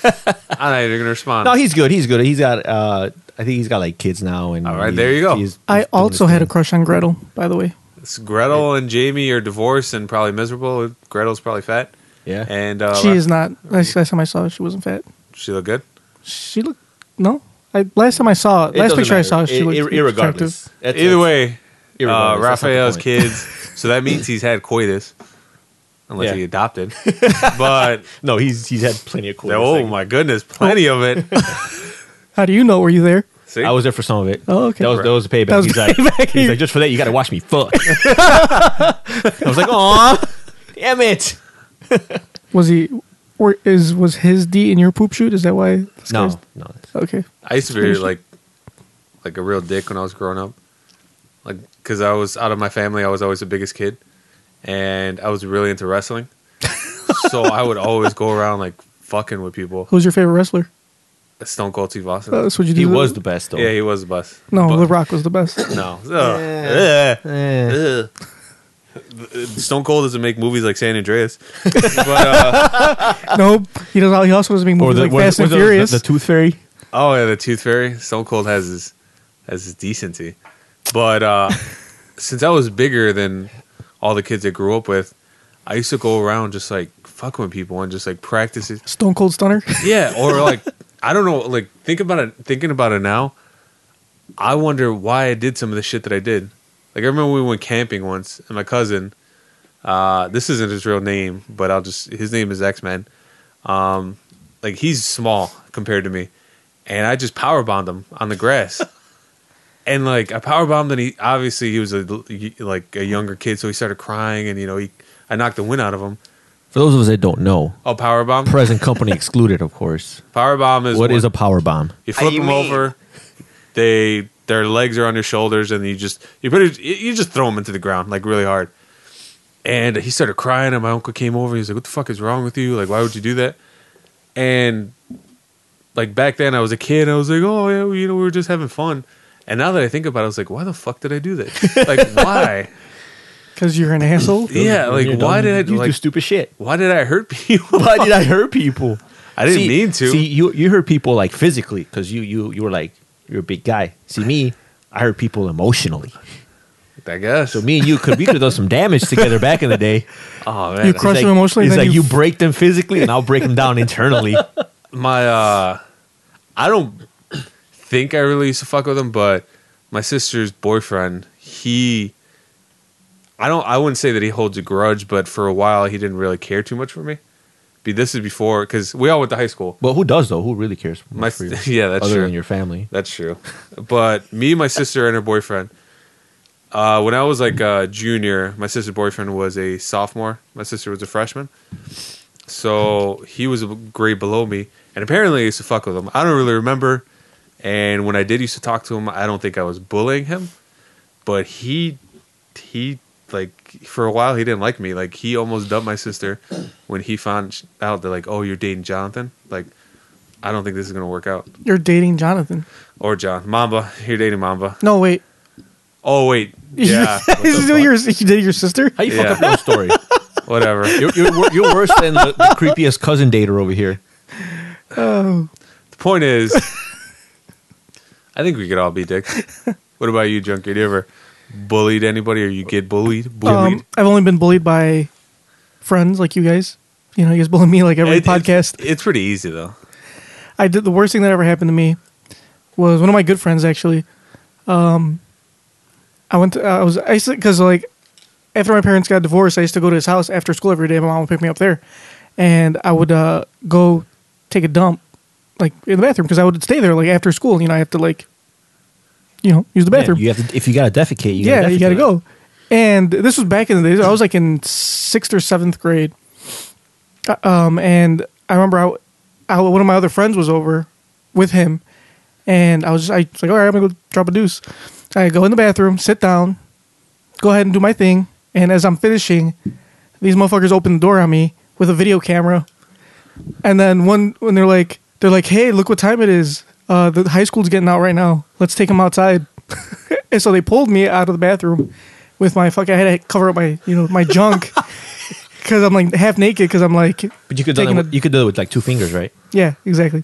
[SPEAKER 3] I'm not even gonna respond.
[SPEAKER 4] No, he's good. He's good. He's got. Uh, I think he's got like kids now. And
[SPEAKER 3] All right,
[SPEAKER 4] he-
[SPEAKER 3] there you go.
[SPEAKER 4] he's-
[SPEAKER 2] I
[SPEAKER 4] he's doing
[SPEAKER 2] also
[SPEAKER 4] his
[SPEAKER 2] had a
[SPEAKER 4] thing.
[SPEAKER 2] crush on Gretel, by the way.
[SPEAKER 3] It's Gretel and Jamie are divorced and probably miserable. Gretel's probably fat,
[SPEAKER 4] Yeah.
[SPEAKER 3] and uh,
[SPEAKER 2] she is not. Last, last time I saw her, she wasn't fat.
[SPEAKER 3] She look good.
[SPEAKER 2] She looked no. I, last time I saw,
[SPEAKER 4] It
[SPEAKER 2] last
[SPEAKER 4] doesn't
[SPEAKER 2] picture I saw,
[SPEAKER 4] matter.
[SPEAKER 2] she
[SPEAKER 4] It-
[SPEAKER 2] looked
[SPEAKER 4] it-
[SPEAKER 2] attractive.
[SPEAKER 4] irregardless. That's-
[SPEAKER 3] Either
[SPEAKER 4] that's-
[SPEAKER 3] way, uh,
[SPEAKER 4] irregardless. That's not the
[SPEAKER 3] Raphael's
[SPEAKER 4] point.
[SPEAKER 3] kids. So that means he's had coitus, unless
[SPEAKER 4] Yeah.
[SPEAKER 3] he adopted. But
[SPEAKER 4] No, he's he's had plenty of cool.
[SPEAKER 3] oh my goodness, plenty of it.
[SPEAKER 2] How do you know? Were you there?
[SPEAKER 3] See,
[SPEAKER 4] I was there for some of it.
[SPEAKER 2] Oh, okay.
[SPEAKER 4] That was that was a payback.
[SPEAKER 2] That was
[SPEAKER 4] he's, like,
[SPEAKER 2] payback.
[SPEAKER 4] he's like, just for that, you got to watch me fuck. I was like, aw, damn it.
[SPEAKER 2] Was he? Or is was his D in your poop shoot? Is that why? this
[SPEAKER 4] No,
[SPEAKER 2] guy's-
[SPEAKER 4] no.
[SPEAKER 2] Okay.
[SPEAKER 3] I used to be like, like a real dick when I was growing up, like because I was out of my family. I was always the biggest kid, and I was really into wrestling. so I would always go around like fucking with people.
[SPEAKER 2] Who's your favorite wrestler?
[SPEAKER 3] Stone Cold Steve Austin.
[SPEAKER 2] That's what you did.
[SPEAKER 4] Uh, He was the best though.
[SPEAKER 3] yeah, he was the best.
[SPEAKER 2] No,
[SPEAKER 3] But-
[SPEAKER 2] The Rock was the best.
[SPEAKER 3] No. Ugh. Ugh. Ugh. Stone Cold doesn't make movies like San Andreas. but, uh,
[SPEAKER 2] nope. He does. He also doesn't make movies like Fast and
[SPEAKER 4] the-
[SPEAKER 2] Furious.
[SPEAKER 4] the, the Tooth Fairy.
[SPEAKER 3] oh yeah, the Tooth Fairy. Stone Cold has his has his decency. But uh, since I was bigger than all the kids I grew up with, I used to go around just like fucking with people and just like practice it.
[SPEAKER 2] Stone Cold Stunner.
[SPEAKER 3] Yeah, or like I don't know. Like think about it. Thinking about it now, I wonder why I did some of the shit that I did. Like I remember we went camping once, and my cousin. Uh, this isn't his real name, but I'll just his name is X Men. Um, like he's small compared to me, and I just power bombed him on the grass. And like I power bombed, and he obviously he was a like a younger kid, so he started crying, and you know he I knocked the wind out of him.
[SPEAKER 4] For those of us that don't know,
[SPEAKER 3] Oh, power bomb!
[SPEAKER 4] present company excluded, of course.
[SPEAKER 3] Power bomb is
[SPEAKER 4] What
[SPEAKER 3] when-
[SPEAKER 4] is a power bomb?
[SPEAKER 3] You flip
[SPEAKER 5] How you
[SPEAKER 3] them
[SPEAKER 5] mean?
[SPEAKER 3] over. They their legs are on your shoulders, and you just you pretty you just throw them into the ground like really hard. And he started crying, and my uncle came over. He was like, "What the fuck is wrong with you? Like, why would you do that?" And like back then, I was a kid. I was like, "Oh yeah, well, you know, we were just having fun." And now that I think about it, I was like, "Why the fuck did I do that? Like, why?
[SPEAKER 2] Because you're an asshole.
[SPEAKER 3] yeah,
[SPEAKER 4] When
[SPEAKER 3] like
[SPEAKER 4] you're
[SPEAKER 3] why
[SPEAKER 4] dumb,
[SPEAKER 3] did I
[SPEAKER 4] you do
[SPEAKER 3] like
[SPEAKER 4] stupid shit?
[SPEAKER 3] why did I hurt people?
[SPEAKER 4] Why did I hurt people?
[SPEAKER 3] I didn't
[SPEAKER 4] See-
[SPEAKER 3] mean to.
[SPEAKER 4] See, you you hurt people like physically because you you you were like you're a big guy. See me, I hurt people emotionally.
[SPEAKER 3] I guess.
[SPEAKER 4] So me and you could we could have done some damage together back in the day.
[SPEAKER 3] oh man,
[SPEAKER 2] You crush them emotionally,
[SPEAKER 4] It's
[SPEAKER 2] then
[SPEAKER 4] like
[SPEAKER 2] you-
[SPEAKER 4] you break them physically, and I'll break them down internally.
[SPEAKER 3] my uh I don't think I really used to fuck with him, but my sister's boyfriend, he I don't I wouldn't say that he holds a grudge, but for a while he didn't really care too much for me. Be this is before cuz we all went to high school.
[SPEAKER 4] But who does though? Who really cares? much
[SPEAKER 3] My
[SPEAKER 4] for you,
[SPEAKER 3] s- yeah, that's
[SPEAKER 4] other
[SPEAKER 3] true.
[SPEAKER 4] than your family.
[SPEAKER 3] That's true. But me, my sister, and her boyfriend, Uh, when I was like a junior, my sister's boyfriend was a sophomore. My sister was a freshman. So he was a grade below me. And apparently I used to fuck with him. I don't really remember. And when I did used to talk to him, I don't think I was bullying him. But he, he, like, for a while he didn't like me. Like, he almost dumped my sister when he found out that, like, oh, you're dating Jonathan. Like, I don't think this is going to work out.
[SPEAKER 2] You're dating Jonathan.
[SPEAKER 3] Or John. Mamba. You're dating Mamba.
[SPEAKER 2] No, wait.
[SPEAKER 3] Oh, wait. Yeah. What the
[SPEAKER 2] Is this
[SPEAKER 3] fuck?
[SPEAKER 2] your, you dated your sister?
[SPEAKER 4] How you
[SPEAKER 3] Yeah.
[SPEAKER 4] fuck up your story?
[SPEAKER 3] Whatever.
[SPEAKER 4] You're, you're, wor- you're worse than the, the creepiest cousin dater over here.
[SPEAKER 3] The point is, I think we could all be dicks. What about you, Junkie? Do you ever bullied anybody or you get bullied? Bullied?
[SPEAKER 2] Um, I've only been bullied by friends like you guys. You know, you guys bully me like every
[SPEAKER 3] It- it's-
[SPEAKER 2] podcast.
[SPEAKER 3] It's, pretty easy, though.
[SPEAKER 2] I did the worst thing that ever happened to me was one of my good friends actually. Um, I went to uh, I was I used because like after my parents got divorced, I used to go to his house after school every day. My mom would pick me up there, and I would uh, go take a dump like in the bathroom because I would stay there like after school. You know, I have to like you know use the bathroom.
[SPEAKER 4] you have to, if you gotta defecate, you
[SPEAKER 2] yeah,
[SPEAKER 4] gotta
[SPEAKER 2] you
[SPEAKER 4] defecate.
[SPEAKER 2] got to go. And this was back in the days. I was like in sixth or seventh grade. Uh, Um, and I remember I, I, one of my other friends was over with him, and I was just I was like, all right, I'm gonna go drop a deuce. I go in the bathroom, sit down, go ahead and do my thing. And as I'm finishing, these motherfuckers open the door on me with a video camera. And then one when they're like they're like, "Hey, look what time it is. Uh, the high school's getting out right now. Let's take them outside." and so they pulled me out of the bathroom with my fuck. I had to cover up my you know my junk because I'm like half naked because I'm like
[SPEAKER 4] But you could do
[SPEAKER 2] Taking
[SPEAKER 4] that,
[SPEAKER 2] a-
[SPEAKER 4] you could do it with like two fingers, right?
[SPEAKER 2] yeah exactly.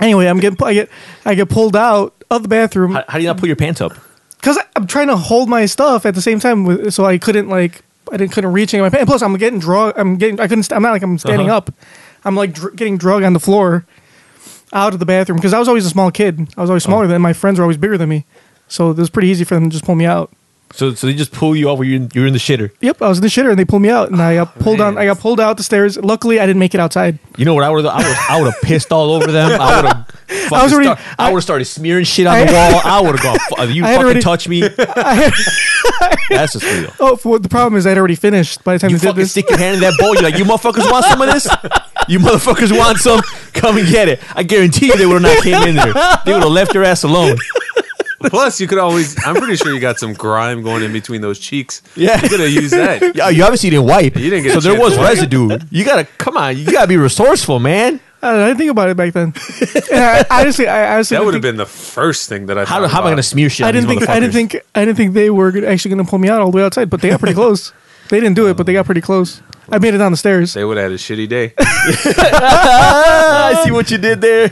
[SPEAKER 2] anyway, I'm getting pu- I get I get pulled out of the bathroom
[SPEAKER 4] How, how do you not pull your pants up?
[SPEAKER 2] because I'm trying to hold my stuff at the same time, with, so I couldn't like I didn't couldn't reach any of my pants. Plus, I'm getting drug. I'm getting I couldn't. st- I'm not like I'm standing
[SPEAKER 4] Uh-huh.
[SPEAKER 2] up. I'm like dr- getting drug on the floor, out of the bathroom because I was always a small kid. I was always smaller than my friends were always bigger than me, so it was pretty easy for them to just pull me out.
[SPEAKER 4] So so they just pull you off when you're in, you're in the shitter.
[SPEAKER 2] Yep, I was in the shitter and they pulled me out and I got
[SPEAKER 4] Oh,
[SPEAKER 2] pulled
[SPEAKER 3] man.
[SPEAKER 2] on. I got pulled out the stairs. Luckily, I didn't make it outside.
[SPEAKER 4] You know what I would I would I would have pissed all over them. I would have. I
[SPEAKER 2] was already-
[SPEAKER 4] Start, I,
[SPEAKER 2] I-
[SPEAKER 4] would have started smearing shit on the
[SPEAKER 2] I-
[SPEAKER 4] wall. I would have gone. "Fu- You
[SPEAKER 2] I had
[SPEAKER 4] fucking
[SPEAKER 2] already-
[SPEAKER 4] touch me. That's just real.
[SPEAKER 2] Oh, for, the problem is I'd already finished by the time
[SPEAKER 4] You
[SPEAKER 2] they did
[SPEAKER 4] fucking
[SPEAKER 2] this.
[SPEAKER 4] stick your hand in that bowl. You're like, you motherfuckers want some of this? You motherfuckers want some? Come and get it. I guarantee you they would have not came in there. They would have left your ass alone.
[SPEAKER 3] Plus, you could always, I'm pretty sure you got some grime going in between those cheeks.
[SPEAKER 4] Yeah.
[SPEAKER 3] You could have used that.
[SPEAKER 4] Yeah, you obviously didn't wipe.
[SPEAKER 3] You didn't get
[SPEAKER 4] so
[SPEAKER 3] a
[SPEAKER 4] there
[SPEAKER 3] chance
[SPEAKER 4] was
[SPEAKER 3] to wipe.
[SPEAKER 4] residue. You gotta come on. You gotta be resourceful, man.
[SPEAKER 2] I, don't know, I didn't think about it back then. and I, honestly, I honestly
[SPEAKER 3] That
[SPEAKER 2] didn't think-
[SPEAKER 3] would have been the first thing that I
[SPEAKER 4] How,
[SPEAKER 3] thought
[SPEAKER 4] how am I
[SPEAKER 3] about.
[SPEAKER 4] gonna smear shit?
[SPEAKER 2] I
[SPEAKER 4] on
[SPEAKER 2] didn't
[SPEAKER 4] these
[SPEAKER 2] think I didn't
[SPEAKER 4] motherfuckers?
[SPEAKER 2] think I didn't think they were actually going to pull me out all the way outside, but they got pretty close. They didn't do it, but they got pretty close. I made it down the stairs.
[SPEAKER 3] They would have had a shitty day.
[SPEAKER 4] Ah, I see what you did there.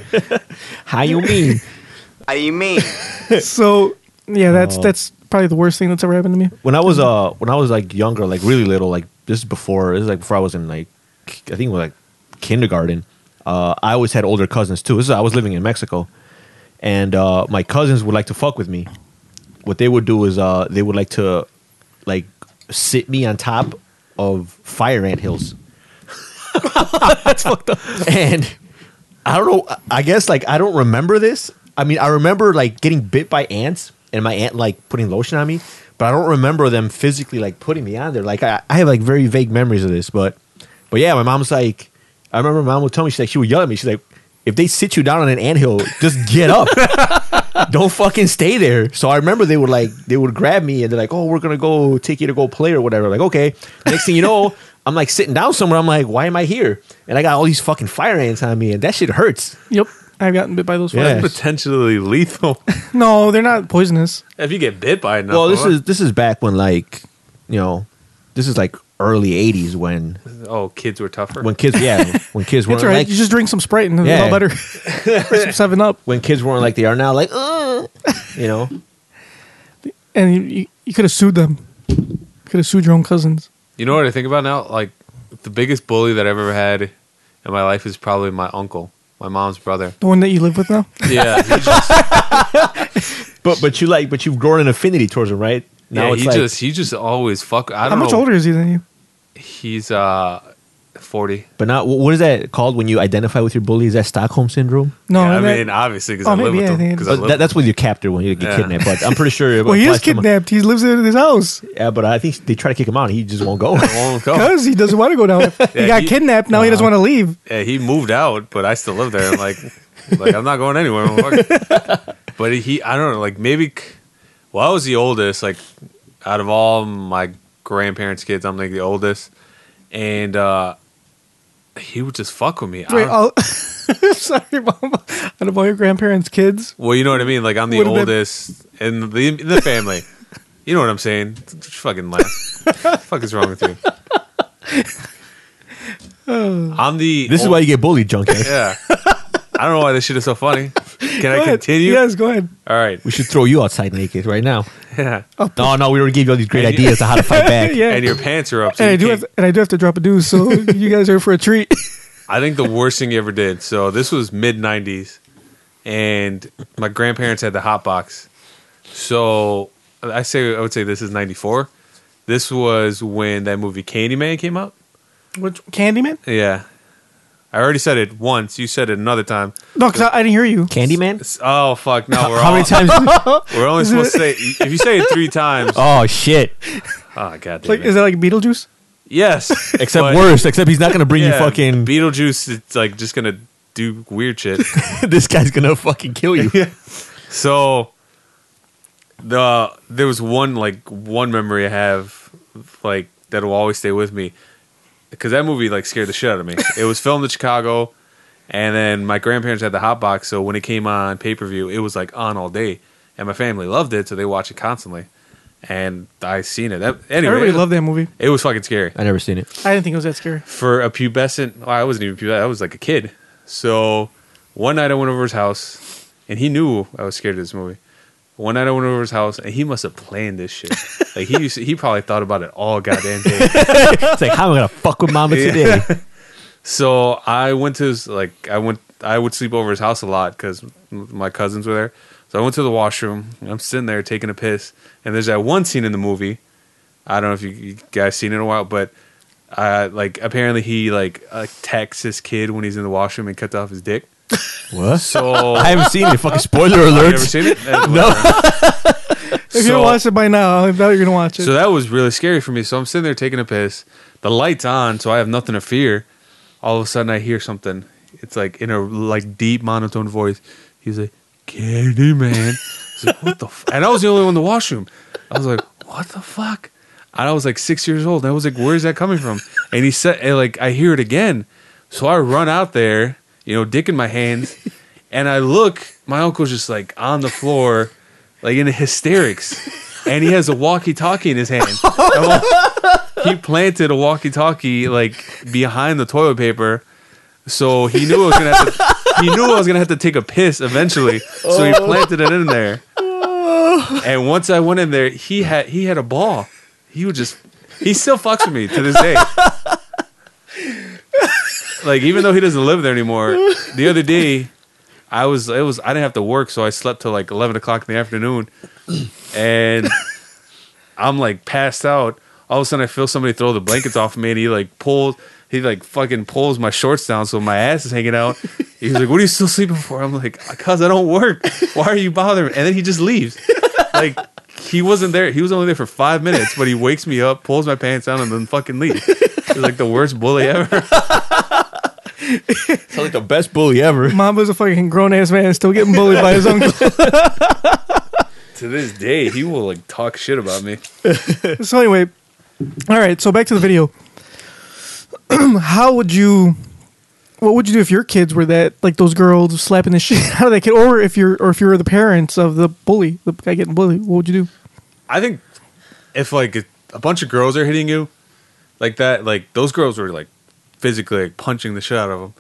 [SPEAKER 4] how you mean?
[SPEAKER 5] I mean.
[SPEAKER 2] So yeah, that's
[SPEAKER 4] Oh.
[SPEAKER 2] that's probably the worst thing that's ever happened to me.
[SPEAKER 4] When I was uh when I was like younger, like really little, like this is before this is like before I was in like I think it was like kindergarten. Uh, I always had older cousins too. This is I was living in Mexico, and uh, my cousins would like to fuck with me. What they would do is uh they would like to like sit me on top of fire ant hills. and I don't know. I guess like I don't remember this. I mean, I remember like getting bit by ants and my aunt like putting lotion on me, but I don't remember them physically like putting me on there. Like I, I have like very vague memories of this, but but yeah, my mom's like, I remember my mom would tell me she's like she would yell at me. She's like, if they sit you down on an anthill, just get up. don't fucking stay there. So I remember they would like they would grab me and they're like, oh, we're gonna go take you to go play or whatever. Like okay, next thing you know, I'm like sitting down somewhere. I'm like, why am I here? And I got all these fucking fire ants on me, and that shit hurts.
[SPEAKER 2] Yep, I've gotten bit by those.
[SPEAKER 4] Yeah.
[SPEAKER 2] Yeah.
[SPEAKER 3] Potentially lethal.
[SPEAKER 2] No, they're not poisonous.
[SPEAKER 3] If you get bit by enough.
[SPEAKER 4] Well, this
[SPEAKER 3] huh?
[SPEAKER 4] is this is back when like you know, this is like early '80s when
[SPEAKER 3] Oh, kids were tougher.
[SPEAKER 4] when kids yeah when kids weren't
[SPEAKER 2] It's all right.
[SPEAKER 4] like
[SPEAKER 2] you just drink some Sprite and it's
[SPEAKER 4] Yeah.
[SPEAKER 2] all better. Some Seven Up,
[SPEAKER 4] when kids weren't like they are now like uh, you know
[SPEAKER 2] and you, you, you could have sued them. You could have sued your own cousins.
[SPEAKER 3] You know what I think about now? Like the biggest bully that I've ever had in my life is probably my uncle, my mom's brother.
[SPEAKER 2] The one that you live with now.
[SPEAKER 3] Yeah, he just,
[SPEAKER 4] but but you like but you've grown an affinity towards them right
[SPEAKER 3] yeah, he just he just always fuck. I
[SPEAKER 2] How
[SPEAKER 3] don't
[SPEAKER 2] much
[SPEAKER 3] know.
[SPEAKER 2] older is he than you?
[SPEAKER 3] He's uh 40.
[SPEAKER 4] But not what is that called when you identify with your bully? Is that Stockholm syndrome?
[SPEAKER 2] No,
[SPEAKER 3] yeah, I
[SPEAKER 2] that-
[SPEAKER 3] mean, obviously, because
[SPEAKER 2] Oh,
[SPEAKER 3] I live
[SPEAKER 2] maybe,
[SPEAKER 3] with
[SPEAKER 2] yeah, I
[SPEAKER 3] them.
[SPEAKER 2] think it
[SPEAKER 3] 'cause I
[SPEAKER 4] Uh,
[SPEAKER 3] live-
[SPEAKER 4] that- that's when you capture when you get
[SPEAKER 3] Yeah.
[SPEAKER 4] kidnapped. But I'm pretty sure. it
[SPEAKER 2] well, he is
[SPEAKER 4] applies to my-
[SPEAKER 2] kidnapped. He lives in his house
[SPEAKER 4] yeah, but I think they try to kick him out. He just won't go.
[SPEAKER 3] I won't go.
[SPEAKER 2] because he doesn't want to go down. he
[SPEAKER 3] Oh. Yeah,
[SPEAKER 2] got
[SPEAKER 3] he- Uh-huh.
[SPEAKER 2] kidnapped. Now he doesn't want to leave.
[SPEAKER 3] Yeah, he moved out, but I still live there. I'm like, like I'm not going anywhere. motherfucker. but he, I don't know, like maybe. c- Well, I was the oldest. Like out of all my grandparents' kids, I'm like the oldest, and uh he would just fuck with me. I
[SPEAKER 2] Wait, oh.
[SPEAKER 3] don't-
[SPEAKER 2] I'll, sorry, mom. Out of all your grandparents' kids,
[SPEAKER 3] well, you know what I mean. Like I'm the
[SPEAKER 2] Would've been-
[SPEAKER 3] oldest in the in the family. you know what I'm saying? Just fucking laugh. fuck is wrong with you? I'm the.
[SPEAKER 4] this is
[SPEAKER 3] ol-
[SPEAKER 4] why you get bullied, junkie.
[SPEAKER 3] Yeah. I don't know why this shit is so funny. Can
[SPEAKER 2] Go
[SPEAKER 3] I
[SPEAKER 2] ahead.
[SPEAKER 3] continue?
[SPEAKER 2] Yes, go ahead.
[SPEAKER 3] All right.
[SPEAKER 4] we should throw you outside naked right now.
[SPEAKER 3] Yeah.
[SPEAKER 4] No, no, we already gave you all these great
[SPEAKER 3] And you-
[SPEAKER 4] ideas on how to fight back.
[SPEAKER 2] Oh. Yeah,
[SPEAKER 3] And your pants are up. So
[SPEAKER 2] and I
[SPEAKER 3] you
[SPEAKER 2] do
[SPEAKER 3] can't-
[SPEAKER 2] have and I do have to drop a deuce, so you guys are for a treat.
[SPEAKER 3] I think the worst thing you ever did. So this was mid '90s, and my grandparents had the hot box. So I say I would say this is '94. This was when that movie Candyman came out.
[SPEAKER 2] Which Candyman?
[SPEAKER 3] Yeah, I already said it once. You said it another time.
[SPEAKER 2] No, because I, I didn't hear you.
[SPEAKER 4] Candyman.
[SPEAKER 3] It's- oh fuck! No, we're
[SPEAKER 4] How
[SPEAKER 3] all,
[SPEAKER 4] many times?
[SPEAKER 3] We're only supposed to say if you say it three times. Oh,
[SPEAKER 4] oh shit!
[SPEAKER 3] god damn
[SPEAKER 2] Like,
[SPEAKER 3] it.
[SPEAKER 2] is that like Beetlejuice?
[SPEAKER 3] yes,
[SPEAKER 4] Except
[SPEAKER 3] but-
[SPEAKER 4] worse. Except he's not gonna bring
[SPEAKER 3] yeah,
[SPEAKER 4] you fucking.
[SPEAKER 3] Beetlejuice. It's like just gonna do weird shit.
[SPEAKER 4] this guy's gonna fucking kill you.
[SPEAKER 3] So the there was one like one memory I have like that will always stay with me because that movie like scared the shit out of me. it was filmed in Chicago, and then my grandparents had the hot box, so when it came on pay per view, it was like on all day, and my family loved it, so they watch it constantly. And I seen it. That, anyway,
[SPEAKER 2] Everybody
[SPEAKER 3] it,
[SPEAKER 2] loved that movie.
[SPEAKER 3] it. Was fucking scary
[SPEAKER 4] I never seen it.
[SPEAKER 2] I didn't think it was that scary.
[SPEAKER 3] for a pubescent. Well, I wasn't even pubescent. I was like a kid. So one night I went over his house, and he knew I was scared of this movie. One night I went over his house, and he must have planned this shit. like he used to- he probably thought about it all goddamn day.
[SPEAKER 4] It's like how am I gonna fuck with mama today?
[SPEAKER 3] so I went to his like I went I would sleep over his house a lot because my cousins were there. So I went to the washroom. and I'm sitting there taking a piss, and there's that one scene in the movie. I don't know if you, you guys seen it in a while, but uh, like apparently he like attacks his kid when he's in the washroom and cuts off his dick.
[SPEAKER 4] What?
[SPEAKER 2] Oh.
[SPEAKER 3] So
[SPEAKER 4] I haven't seen it. Fucking spoiler
[SPEAKER 3] you ever
[SPEAKER 4] alert.
[SPEAKER 3] seen it?
[SPEAKER 4] No.
[SPEAKER 2] If you
[SPEAKER 3] So-
[SPEAKER 2] haven't watched it by now, I doubt you're gonna watch it.
[SPEAKER 3] So that was really scary for me. So I'm sitting there taking a piss. The light's on, so I have nothing to fear. All of a sudden, I hear something. It's like in a like deep monotone voice. He's like, "Candy man." I was like, "What the?" F-? And I was the only one in the washroom. I was like, "What the fuck?" And I was like six years old. And I was like, "Where's that coming from?" And he said, and "Like I hear it again." So I run out there, you know, dick in my hands, and I look. My uncle's just like on the floor, like in hysterics, and he has a walkie-talkie in his hand. I'm like, he planted a walkie-talkie like behind the toilet paper, so he knew I was gonna. Have to, he knew I was gonna have to take a piss eventually, so he planted it in there. And once I went in there, he had he had a ball. He would just. He still fucks with me to this day. Like even though he doesn't live there anymore, the other day I was it was I didn't have to work, so I slept till like eleven o'clock in the afternoon, and I'm like passed out. All of a sudden, I feel somebody throw the blankets off me, and he like pulls he like fucking pulls my shorts down, so my ass is hanging out. He's like, "What are you still sleeping for?" I'm like, "Cause I don't work. Why are you bothering?" me?" And then he just leaves. Like he wasn't there. He was only there for five minutes, but he wakes me up, pulls my pants down, and then fucking leaves. It was like the worst bully ever.
[SPEAKER 4] Sounds like the best bully ever.
[SPEAKER 2] Mamba's a fucking grown ass man still getting bullied by his uncle.
[SPEAKER 3] to this day, he will like talk shit about me.
[SPEAKER 2] so anyway, all right. So back to the video. How would you? What would you do if your kids were that like those girls slapping the shit out of that kid, or if you're or if you were the parents of the bully, the guy getting bullied? What would you do?
[SPEAKER 3] I think if like a- a bunch of girls are hitting you like that, like those girls were like physically like punching the shit out of them.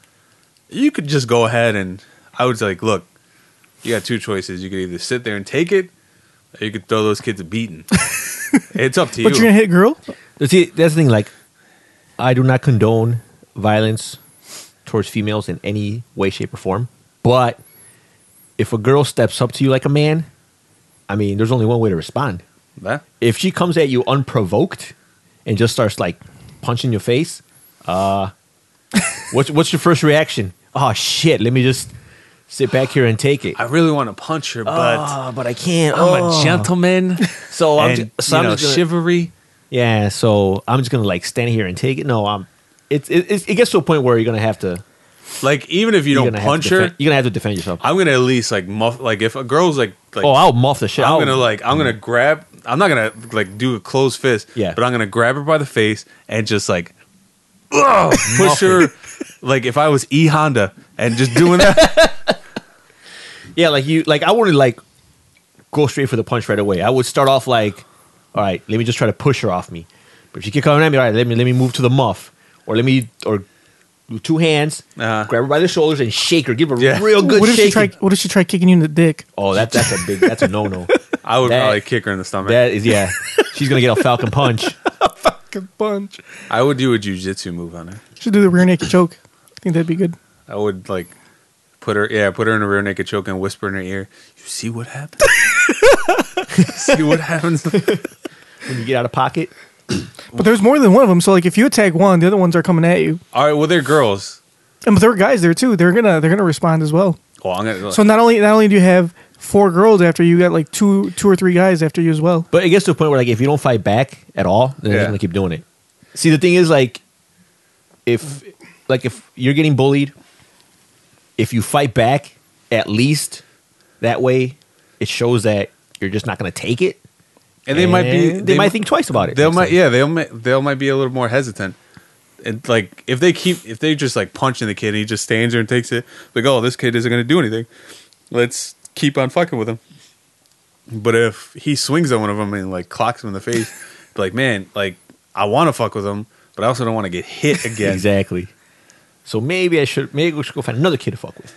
[SPEAKER 3] You could just go ahead and I would say, like, look, you got two choices. You could either sit there and take it, or you could throw those kids a beating. it's up to you.
[SPEAKER 2] But you're gonna hit a girl.
[SPEAKER 4] See, that's the thing. Like, I do not condone violence towards females in any way, shape, or form. But if a girl steps up to you like a man, I mean, there's only one way to respond.
[SPEAKER 3] That-
[SPEAKER 4] If she comes at you unprovoked and just starts like punching your face, uh, What's what's your first reaction? Oh shit! Let me just sit back here and take it.
[SPEAKER 3] I really want to punch her, but
[SPEAKER 4] Ah, but I can't.
[SPEAKER 3] I'm
[SPEAKER 4] Oh.
[SPEAKER 3] a gentleman.
[SPEAKER 4] So I'm
[SPEAKER 3] and,
[SPEAKER 4] just, so
[SPEAKER 3] you
[SPEAKER 4] I'm
[SPEAKER 3] know,
[SPEAKER 4] just gonna-
[SPEAKER 3] chivalry.
[SPEAKER 4] yeah. So I'm just gonna like stand here and take it. No, I'm. It's it, it, it gets to a point where you're gonna have to.
[SPEAKER 3] Like even if you
[SPEAKER 4] are
[SPEAKER 3] don't
[SPEAKER 4] gonna
[SPEAKER 3] punch
[SPEAKER 4] have to
[SPEAKER 3] her,
[SPEAKER 4] defend, You're gonna have to defend yourself.
[SPEAKER 3] I'm gonna at least like muff. Like if a girl's like, like
[SPEAKER 4] oh, I'll muff the shit.
[SPEAKER 3] I'm
[SPEAKER 4] I'll-
[SPEAKER 3] gonna like I'm gonna grab. I'm not gonna like do a closed fist.
[SPEAKER 4] Yeah.
[SPEAKER 3] But I'm gonna grab her by the face and just like, ugh, push her. Like if I was E Honda and just doing that.
[SPEAKER 4] Yeah, like you, like I wouldn't like go straight for the punch right away. I would start off like, all right, let me just try to push her off me. But if she keep coming at me, all right, let me let me move to the muff, or let me or do two hands,
[SPEAKER 3] Uh-huh.
[SPEAKER 4] grab her by the shoulders and shake her, give her
[SPEAKER 3] Yeah.
[SPEAKER 4] a real good
[SPEAKER 2] what if she
[SPEAKER 4] shake.
[SPEAKER 2] try? What if she try kicking you in the dick?
[SPEAKER 4] oh, that that's a big, that's a no no.
[SPEAKER 3] I would
[SPEAKER 4] That-
[SPEAKER 3] probably kick her in the stomach.
[SPEAKER 4] That is yeah, she's gonna get a falcon punch.
[SPEAKER 2] Good punch.
[SPEAKER 3] I would do a jujitsu move on her.
[SPEAKER 2] Should do the rear naked choke. I think that'd be good.
[SPEAKER 3] I would like put her, yeah, put her in a rear naked choke and whisper in her ear. You see what happens? see what happens?
[SPEAKER 4] When you get out of pocket,
[SPEAKER 2] But there's more than one of them. So like, if you attack one, the other ones are coming at you.
[SPEAKER 3] All right. Well, they're girls.
[SPEAKER 2] And but there are guys there too. They're gonna they're gonna respond as well.
[SPEAKER 3] Oh, I'm gonna.
[SPEAKER 2] So not only not only do you have four girls after you, you got like two two or three guys after you as well.
[SPEAKER 4] but it gets to a point where like if you don't fight back at all, then they're
[SPEAKER 3] Yeah.
[SPEAKER 4] just gonna keep doing it. See, the thing is like, if like if you're getting bullied, if you fight back, at least that way, it shows that you're just not gonna take it.
[SPEAKER 3] and they might be.
[SPEAKER 4] And they, might think twice about it.
[SPEAKER 3] They'll
[SPEAKER 4] next
[SPEAKER 3] might
[SPEAKER 4] time.
[SPEAKER 3] yeah they'll might they'll might be a little more hesitant. And like if they keep if they just like punching the kid and he just stands there and takes it like oh this kid isn't gonna do anything, let's keep on fucking with him. But if he swings on one of them and like clocks him in the face, be like man like I want to fuck with him, but I also don't want to get hit again.
[SPEAKER 4] exactly. So maybe I should maybe we should go find another kid to fuck with.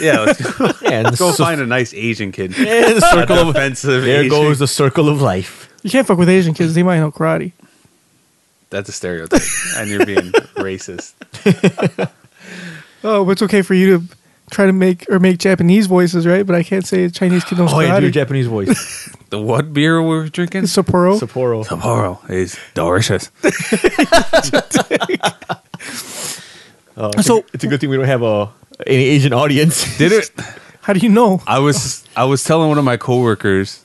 [SPEAKER 3] Yeah, let's go,
[SPEAKER 4] Yeah, and
[SPEAKER 3] go
[SPEAKER 4] so-
[SPEAKER 3] find a nice Asian kid.
[SPEAKER 4] yeah, the
[SPEAKER 3] A
[SPEAKER 4] circle of
[SPEAKER 3] defensive.
[SPEAKER 4] there
[SPEAKER 3] Asian-
[SPEAKER 4] goes the circle of life.
[SPEAKER 2] You can't fuck with Asian kids. They might know karate.
[SPEAKER 3] That's a stereotype, and you're being racist.
[SPEAKER 2] Oh, but it's okay for you to try to make or make Japanese voices, right? But I can't say a Chinese kid knows
[SPEAKER 4] Oh, yeah, do your
[SPEAKER 2] karate.
[SPEAKER 4] Japanese voice.
[SPEAKER 3] The what beer we were drinking?
[SPEAKER 2] Sapporo.
[SPEAKER 4] Sapporo.
[SPEAKER 3] Tomorrow is delicious.
[SPEAKER 4] so Uh, it's a good thing we don't have a an Asian audience.
[SPEAKER 3] Did it?
[SPEAKER 2] How do you know?
[SPEAKER 3] I was I was telling one of my coworkers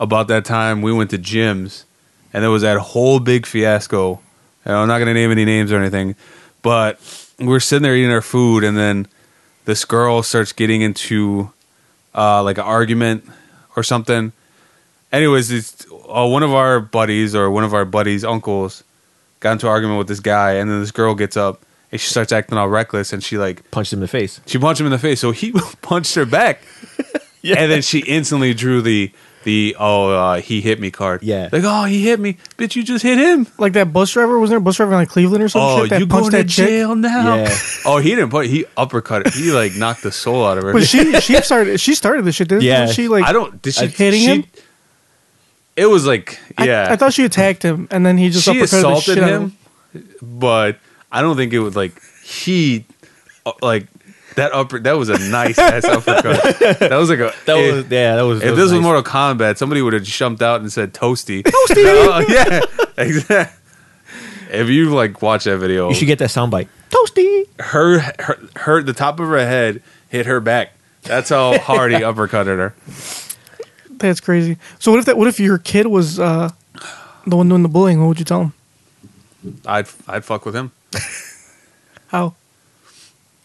[SPEAKER 3] about that time we went to gyms, and there was that whole big fiasco. And I'm not gonna name any names or anything, but we're sitting there eating our food, and then this girl starts getting into uh, like an argument or something. Anyways, it's uh, one of our buddies or one of our buddies' uncles got into an argument with this guy, and then this girl gets up and she starts acting all reckless, and she like
[SPEAKER 4] Punched him in the face.
[SPEAKER 3] she punched him in the face, so he punched her back, and then she instantly drew the the oh uh, he hit me card.
[SPEAKER 4] Yeah.
[SPEAKER 3] like oh he hit me, bitch, you just hit him.
[SPEAKER 2] Like that bus driver was there? A bus driver in like Cleveland or something?
[SPEAKER 3] oh,
[SPEAKER 2] shit, that
[SPEAKER 3] you
[SPEAKER 2] punched
[SPEAKER 3] going to
[SPEAKER 2] that chick.
[SPEAKER 3] jail now?
[SPEAKER 4] Yeah.
[SPEAKER 3] Oh, he didn't punch. He uppercut. It. He like knocked the soul out of her.
[SPEAKER 2] But she she started she started the shit. Didn't
[SPEAKER 4] Yeah.
[SPEAKER 2] she like
[SPEAKER 3] I don't. Did she
[SPEAKER 2] like, hitting
[SPEAKER 3] she-
[SPEAKER 2] him?
[SPEAKER 3] It was like
[SPEAKER 2] I-
[SPEAKER 3] yeah.
[SPEAKER 2] I, thought she attacked him, and then he just
[SPEAKER 3] she
[SPEAKER 2] uppercutted the shit
[SPEAKER 3] assaulted
[SPEAKER 2] out of
[SPEAKER 3] him, but I don't think it was like he uh, like that upper. That was a nice ass uppercut. That was like a
[SPEAKER 4] That
[SPEAKER 3] it-
[SPEAKER 4] was yeah. That was. that
[SPEAKER 3] If this was
[SPEAKER 4] nice.
[SPEAKER 3] Mortal Kombat, somebody would have jumped out and said "Toasty." Toasty. yeah, exactly. If you like watch that video,
[SPEAKER 4] you should get that soundbite. Toasty.
[SPEAKER 3] her, her her the top of her head hit her back. That's how hard he uppercutted her.
[SPEAKER 2] That's crazy. So what if that? What if your kid was uh, the one doing the bullying? What would you tell him?
[SPEAKER 3] I'd I'd fuck with him.
[SPEAKER 2] How?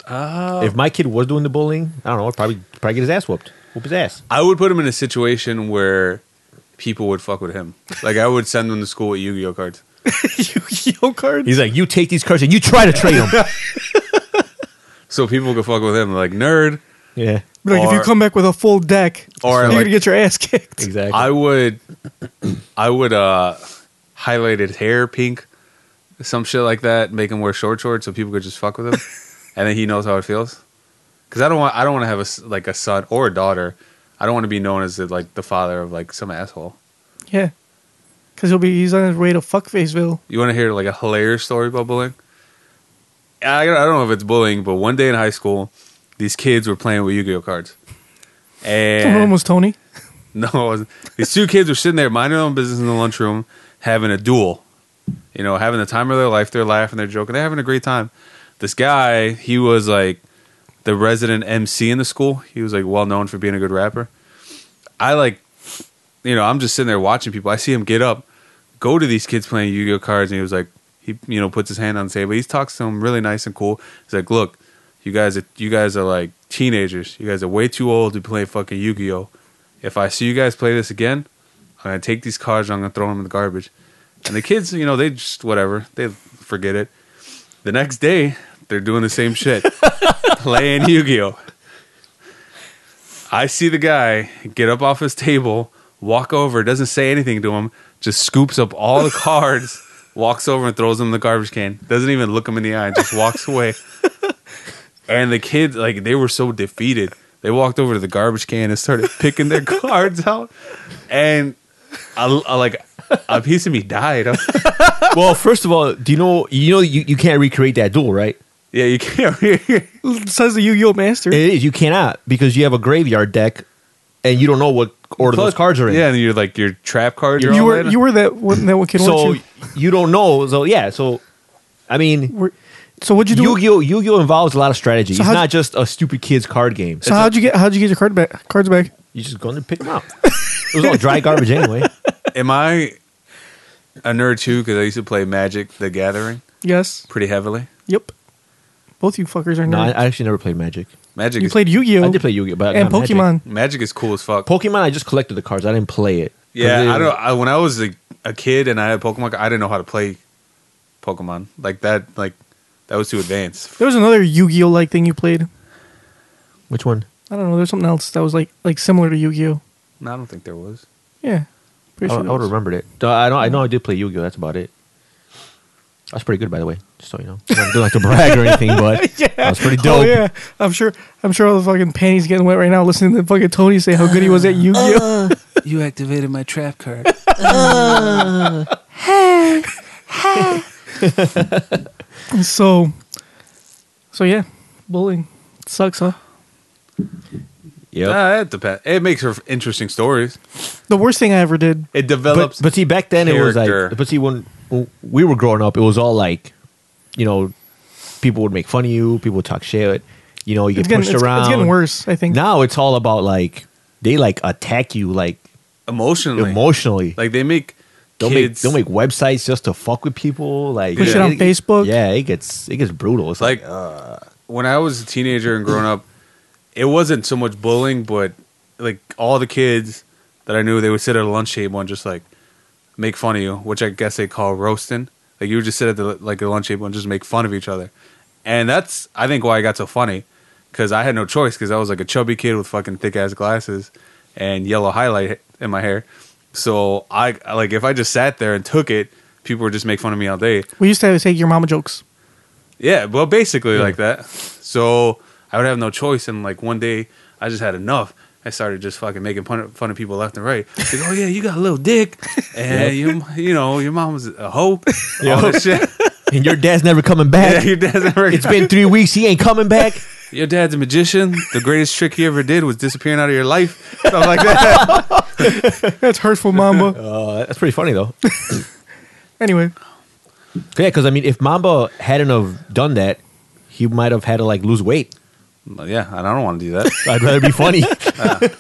[SPEAKER 4] If my kid was doing the bullying, I don't know. I'd probably probably get his ass whooped. Whoop his ass.
[SPEAKER 3] I would put him in a situation where people would fuck with him. Like I would send him to school with Yu-Gi-Oh cards.
[SPEAKER 2] Yu-Gi-Oh card.
[SPEAKER 4] He's like, you take these cards and you try to trade them.
[SPEAKER 3] So people could fuck with him, like nerd.
[SPEAKER 4] yeah,
[SPEAKER 2] Like if you
[SPEAKER 3] Or-
[SPEAKER 2] come back with a full deck,
[SPEAKER 3] Or,
[SPEAKER 2] you're
[SPEAKER 3] like-
[SPEAKER 2] gonna get your ass kicked.
[SPEAKER 4] exactly.
[SPEAKER 3] I would, I would uh, highlight his hair pink, some shit like that, make him wear short shorts so people could just fuck with him, and then he knows how it feels. Because I don't want, I don't want to have a s- like a son or a daughter. I don't want to be known as the, like the father of like some asshole.
[SPEAKER 2] Yeah, because he'll be he's on his way to fuckfaceville.
[SPEAKER 3] You want to hear like a hilarious story about bullying? I, I don't know if it's bullying, but one day in high school, these kids were playing with Yu-Gi-Oh cards,
[SPEAKER 2] One of them
[SPEAKER 3] and
[SPEAKER 2] was Tony.
[SPEAKER 3] No, it wasn't. These two kids were sitting there minding their own business in the lunchroom, having a duel. You know, having the time of their life. They're laughing, they're joking, they're having a great time. this guy, he was like the resident MC in the school. He was like well known for being a good rapper. I like, you know, I'm just sitting there watching people. I see him get up, go to these kids playing Yu Gi Oh cards, and he was like, he you know puts his hand on the table. He talks to them really nice and cool. He's like, look, you guys are you guys are like teenagers. You guys are way too old to play fucking Yu Gi Oh. If I see you guys play this again, I'm gonna take these cards and I'm gonna throw them in the garbage. And the kids, you know, they just whatever, they forget it. The next day, they're doing the same shit, playing Yu Gi Oh. I see the guy get up off his table, walk over, doesn't say anything to him, just scoops up all the cards, walks over and throws them in the garbage can. Doesn't even look him in the eye, just walks away. And the kids, like, they were so defeated. They walked over to the garbage can and started picking their cards out. And I, I, like, a piece of me died. I'm-
[SPEAKER 4] well, first of all, do you know you know you, you can't recreate that duel, right?
[SPEAKER 3] yeah, you can't.
[SPEAKER 2] Says the Yu-Gi-Oh master.
[SPEAKER 4] It is you cannot because you have a graveyard deck, and you don't know what order those cards are in.
[SPEAKER 3] Yeah, and you're like your trap cards. are
[SPEAKER 2] you
[SPEAKER 3] all
[SPEAKER 2] were
[SPEAKER 3] in.
[SPEAKER 2] you were that one that one kid.
[SPEAKER 4] So
[SPEAKER 2] So
[SPEAKER 4] you? don't know. So yeah. So I mean,
[SPEAKER 2] were, so what'd you do?
[SPEAKER 4] Yu-Gi-Oh! Yu-Gi-Oh! involves a lot of strategy.
[SPEAKER 2] So
[SPEAKER 4] it's
[SPEAKER 2] how'd-
[SPEAKER 4] not just a stupid kids card game.
[SPEAKER 2] so how'd you get how'd you get your card back? Cards back?
[SPEAKER 4] you just go in and pick them up. it was all dry garbage anyway.
[SPEAKER 3] Am I a nerd too? Because I used to play Magic: The Gathering
[SPEAKER 2] Yes.
[SPEAKER 3] pretty heavily.
[SPEAKER 2] Yep. Both you fuckers are
[SPEAKER 4] No, I,
[SPEAKER 2] nerds.
[SPEAKER 4] I actually never played Magic.
[SPEAKER 3] Magic
[SPEAKER 2] you
[SPEAKER 3] is,
[SPEAKER 2] played Yu-Gi-Oh.
[SPEAKER 4] I did play Yu-Gi-Oh! But
[SPEAKER 2] and
[SPEAKER 4] not Magic.
[SPEAKER 2] Pokemon.
[SPEAKER 3] Magic is cool as fuck.
[SPEAKER 4] Pokemon, I just collected the cards. I didn't play it. 'Cause it-
[SPEAKER 3] yeah, I don't. I, when I was a, a kid and I had Pokemon, I didn't know how to play Pokemon like that. Like that was too advanced.
[SPEAKER 2] There was another Yu-Gi-Oh like thing you played.
[SPEAKER 4] Which one?
[SPEAKER 2] I don't know. There's something else that was like like similar to Yu-Gi-Oh.
[SPEAKER 3] No, I don't think there was.
[SPEAKER 2] Yeah.
[SPEAKER 4] I,
[SPEAKER 2] Pretty sure
[SPEAKER 4] I
[SPEAKER 2] there
[SPEAKER 4] would
[SPEAKER 2] was.
[SPEAKER 4] remembered it. No, I don't. I know I did play Yu-Gi-Oh. That's about it. I was pretty good, by the way. Just so you know, I don't like to brag or anything, but I was pretty
[SPEAKER 2] Oh
[SPEAKER 4] dope.
[SPEAKER 2] yeah, I'm sure. I'm sure all the fucking panties getting wet right now listening to fucking Tony say how good he was at Yu-Gi-Oh.
[SPEAKER 3] Uh, You activated my trap card.
[SPEAKER 2] Uh, so, so yeah, bullying sucks, huh?
[SPEAKER 4] Yep.
[SPEAKER 3] Nah, it depends. It makes for interesting stories.
[SPEAKER 2] The worst thing I ever did.
[SPEAKER 3] It
[SPEAKER 4] but,
[SPEAKER 3] develops.
[SPEAKER 4] but see, back then it was
[SPEAKER 3] character.
[SPEAKER 4] like, but see, when, when we were growing up, it was all like, you know, people would make fun of you, people would talk shit, you know, you
[SPEAKER 2] It's
[SPEAKER 4] get
[SPEAKER 2] getting,
[SPEAKER 4] pushed
[SPEAKER 2] it's-
[SPEAKER 4] around.
[SPEAKER 2] it's getting worse. I think.
[SPEAKER 4] Now it's all about like they like attack you like
[SPEAKER 3] emotionally,
[SPEAKER 4] emotionally.
[SPEAKER 3] like they make
[SPEAKER 4] don't
[SPEAKER 3] kids
[SPEAKER 4] make don't make websites just to fuck with people. Like
[SPEAKER 2] Put
[SPEAKER 3] shit
[SPEAKER 2] on Facebook.
[SPEAKER 4] Yeah, it gets it gets brutal. It's like,
[SPEAKER 3] like uh, when I was a teenager and growing up, it wasn't so much bullying, but like all the kids that I knew, they would sit at a lunch table and just like make fun of you, which I guess they call roasting. Like you would just sit at the like a lunch table and just make fun of each other, and that's I think why I got so funny because I had no choice because I was like a chubby kid with fucking thick ass glasses and yellow highlight in my hair. So I like if I just sat there and took it, people would just make fun of me all day.
[SPEAKER 2] We used to always take your mama jokes.
[SPEAKER 3] Yeah, well, basically like that. So I would have no choice, and like one day I just had enough. I started just fucking making fun of, fun of people left and right. Like, oh yeah, you got a little dick, and you you know your mom was a hoe, all this shit.
[SPEAKER 4] and your dad's never coming
[SPEAKER 3] Yeah,
[SPEAKER 4] back.
[SPEAKER 3] your dad's never.
[SPEAKER 4] it's been three weeks. He ain't coming back.
[SPEAKER 3] your dad's a magician. The greatest trick he ever did was disappearing out of your life, stuff like that.
[SPEAKER 2] That's hurtful, mama.
[SPEAKER 4] Uh, that's pretty funny though.
[SPEAKER 2] anyway,
[SPEAKER 4] Yeah, because I mean, if Mamba hadn't have done that, he might have had to like lose weight.
[SPEAKER 3] yeah, and I don't want to do that.
[SPEAKER 4] I'd rather be funny.
[SPEAKER 2] and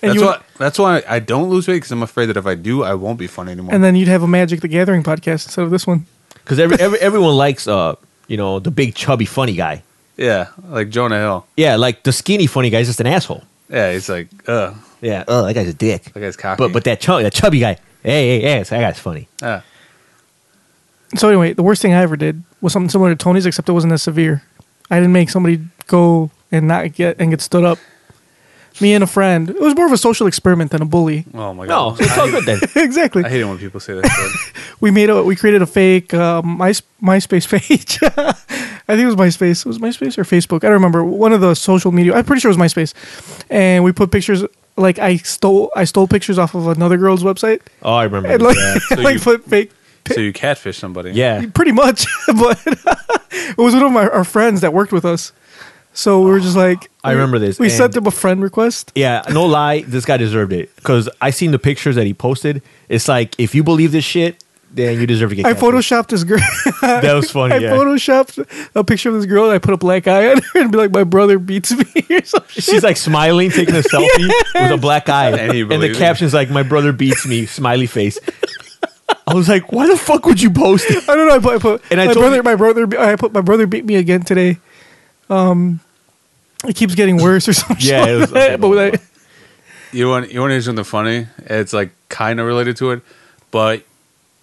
[SPEAKER 3] That's
[SPEAKER 2] you
[SPEAKER 3] why. That's why I don't lose weight because I'm afraid that if I do, I won't be funny anymore.
[SPEAKER 2] and then you'd have a Magic the Gathering podcast instead of this one.
[SPEAKER 4] Because every, every everyone likes uh you know the big chubby funny guy.
[SPEAKER 3] yeah, like Jonah Hill.
[SPEAKER 4] Yeah, like the skinny funny guy is just an asshole.
[SPEAKER 3] Yeah, he's like, uh,
[SPEAKER 4] Yeah, oh that guy's a dick.
[SPEAKER 3] that guy's cocky.
[SPEAKER 4] But but that chubby that chubby guy, hey hey hey, that guy's funny.
[SPEAKER 3] Yeah.
[SPEAKER 2] So anyway, the worst thing I ever did was something similar to Tony's, except it wasn't as severe. I didn't make somebody go and not get and get stood up. Me and a friend. It was more of a social experiment than a bully.
[SPEAKER 3] Oh my
[SPEAKER 4] No,
[SPEAKER 3] god.
[SPEAKER 4] it's all good then.
[SPEAKER 2] exactly.
[SPEAKER 3] I hate it when people say that. Shit.
[SPEAKER 2] we made a we created a fake uh, My, MySpace page. I think it was MySpace. Was it MySpace or Facebook? I don't remember. One of the social media. I'm pretty sure it was MySpace. And we put pictures. Like I stole I stole pictures off of another girl's website
[SPEAKER 4] Oh, I remember.
[SPEAKER 2] and like,
[SPEAKER 4] that.
[SPEAKER 3] So
[SPEAKER 2] like
[SPEAKER 3] you-
[SPEAKER 2] put fake
[SPEAKER 3] so you catfish somebody.
[SPEAKER 4] Yeah,
[SPEAKER 2] pretty much. but it was one of my, our friends that worked with us. So we were
[SPEAKER 4] Ah.
[SPEAKER 2] just like,
[SPEAKER 4] I remember this,
[SPEAKER 2] We
[SPEAKER 4] and-
[SPEAKER 2] sent them a friend request.
[SPEAKER 4] yeah. No lie, this guy deserved it because I seen the pictures that he posted. It's like if you believe this shit, Then you deserve to get.
[SPEAKER 2] I
[SPEAKER 4] canceled.
[SPEAKER 2] photoshopped this girl.
[SPEAKER 4] That was funny.
[SPEAKER 2] I
[SPEAKER 4] yeah.
[SPEAKER 2] photoshopped a picture of this girl and I put a black eye on her and be like, my brother beats me or something.
[SPEAKER 4] She's like smiling, taking a selfie with a black eye,
[SPEAKER 3] And he
[SPEAKER 4] and, the
[SPEAKER 3] believed it.
[SPEAKER 4] caption's like, "My brother beats me," smiley face. I was like, "Why the fuck would you post it?"
[SPEAKER 2] I don't know. I put, I put
[SPEAKER 4] And I
[SPEAKER 2] my
[SPEAKER 4] told
[SPEAKER 2] brother,
[SPEAKER 4] you-
[SPEAKER 2] my brother, be- I put my brother beat me again today. Um, it keeps getting worse or something.
[SPEAKER 4] Yeah, it was-
[SPEAKER 2] but with I,
[SPEAKER 3] You want you want to hear something funny? It's like kind of related to it, but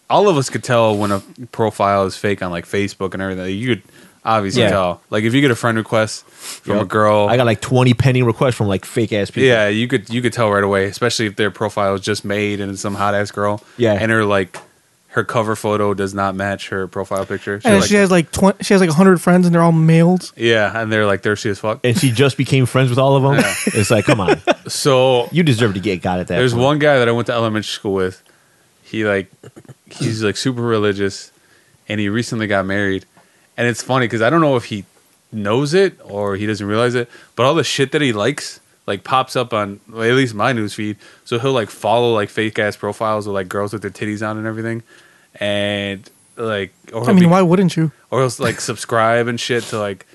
[SPEAKER 3] all of us could tell when a profile is fake on like Facebook and everything. You could obviously
[SPEAKER 4] Yeah.
[SPEAKER 3] tell. Like if you get a friend request from
[SPEAKER 4] Yep.
[SPEAKER 3] a girl,
[SPEAKER 4] I got like twenty pending requests from like fake ass people.
[SPEAKER 3] yeah, you could you could tell right away, especially if their profile is just made and it's some hot ass girl.
[SPEAKER 4] Yeah.
[SPEAKER 3] and her like her cover photo does not match her profile picture. She
[SPEAKER 2] and
[SPEAKER 3] like-
[SPEAKER 2] she has like twenty. She has like hundred friends and they're all males.
[SPEAKER 3] yeah, and they're like thirsty as fuck.
[SPEAKER 4] and she just became friends with all of them. It's like, come on,
[SPEAKER 3] So
[SPEAKER 4] you deserve to get got at that.
[SPEAKER 3] There's
[SPEAKER 4] point.
[SPEAKER 3] one guy that I went to elementary school with. He like he's like super religious, and he recently got married. And it's funny because I don't know if he knows it or he doesn't realize it, but all the shit that he likes like pops up on well, at least my news feed. So he'll like follow like fake ass profiles of like girls with their titties on and everything, and like or
[SPEAKER 2] I
[SPEAKER 3] he'll
[SPEAKER 2] mean,
[SPEAKER 3] be-
[SPEAKER 2] why wouldn't you?
[SPEAKER 3] or else like subscribe and shit to like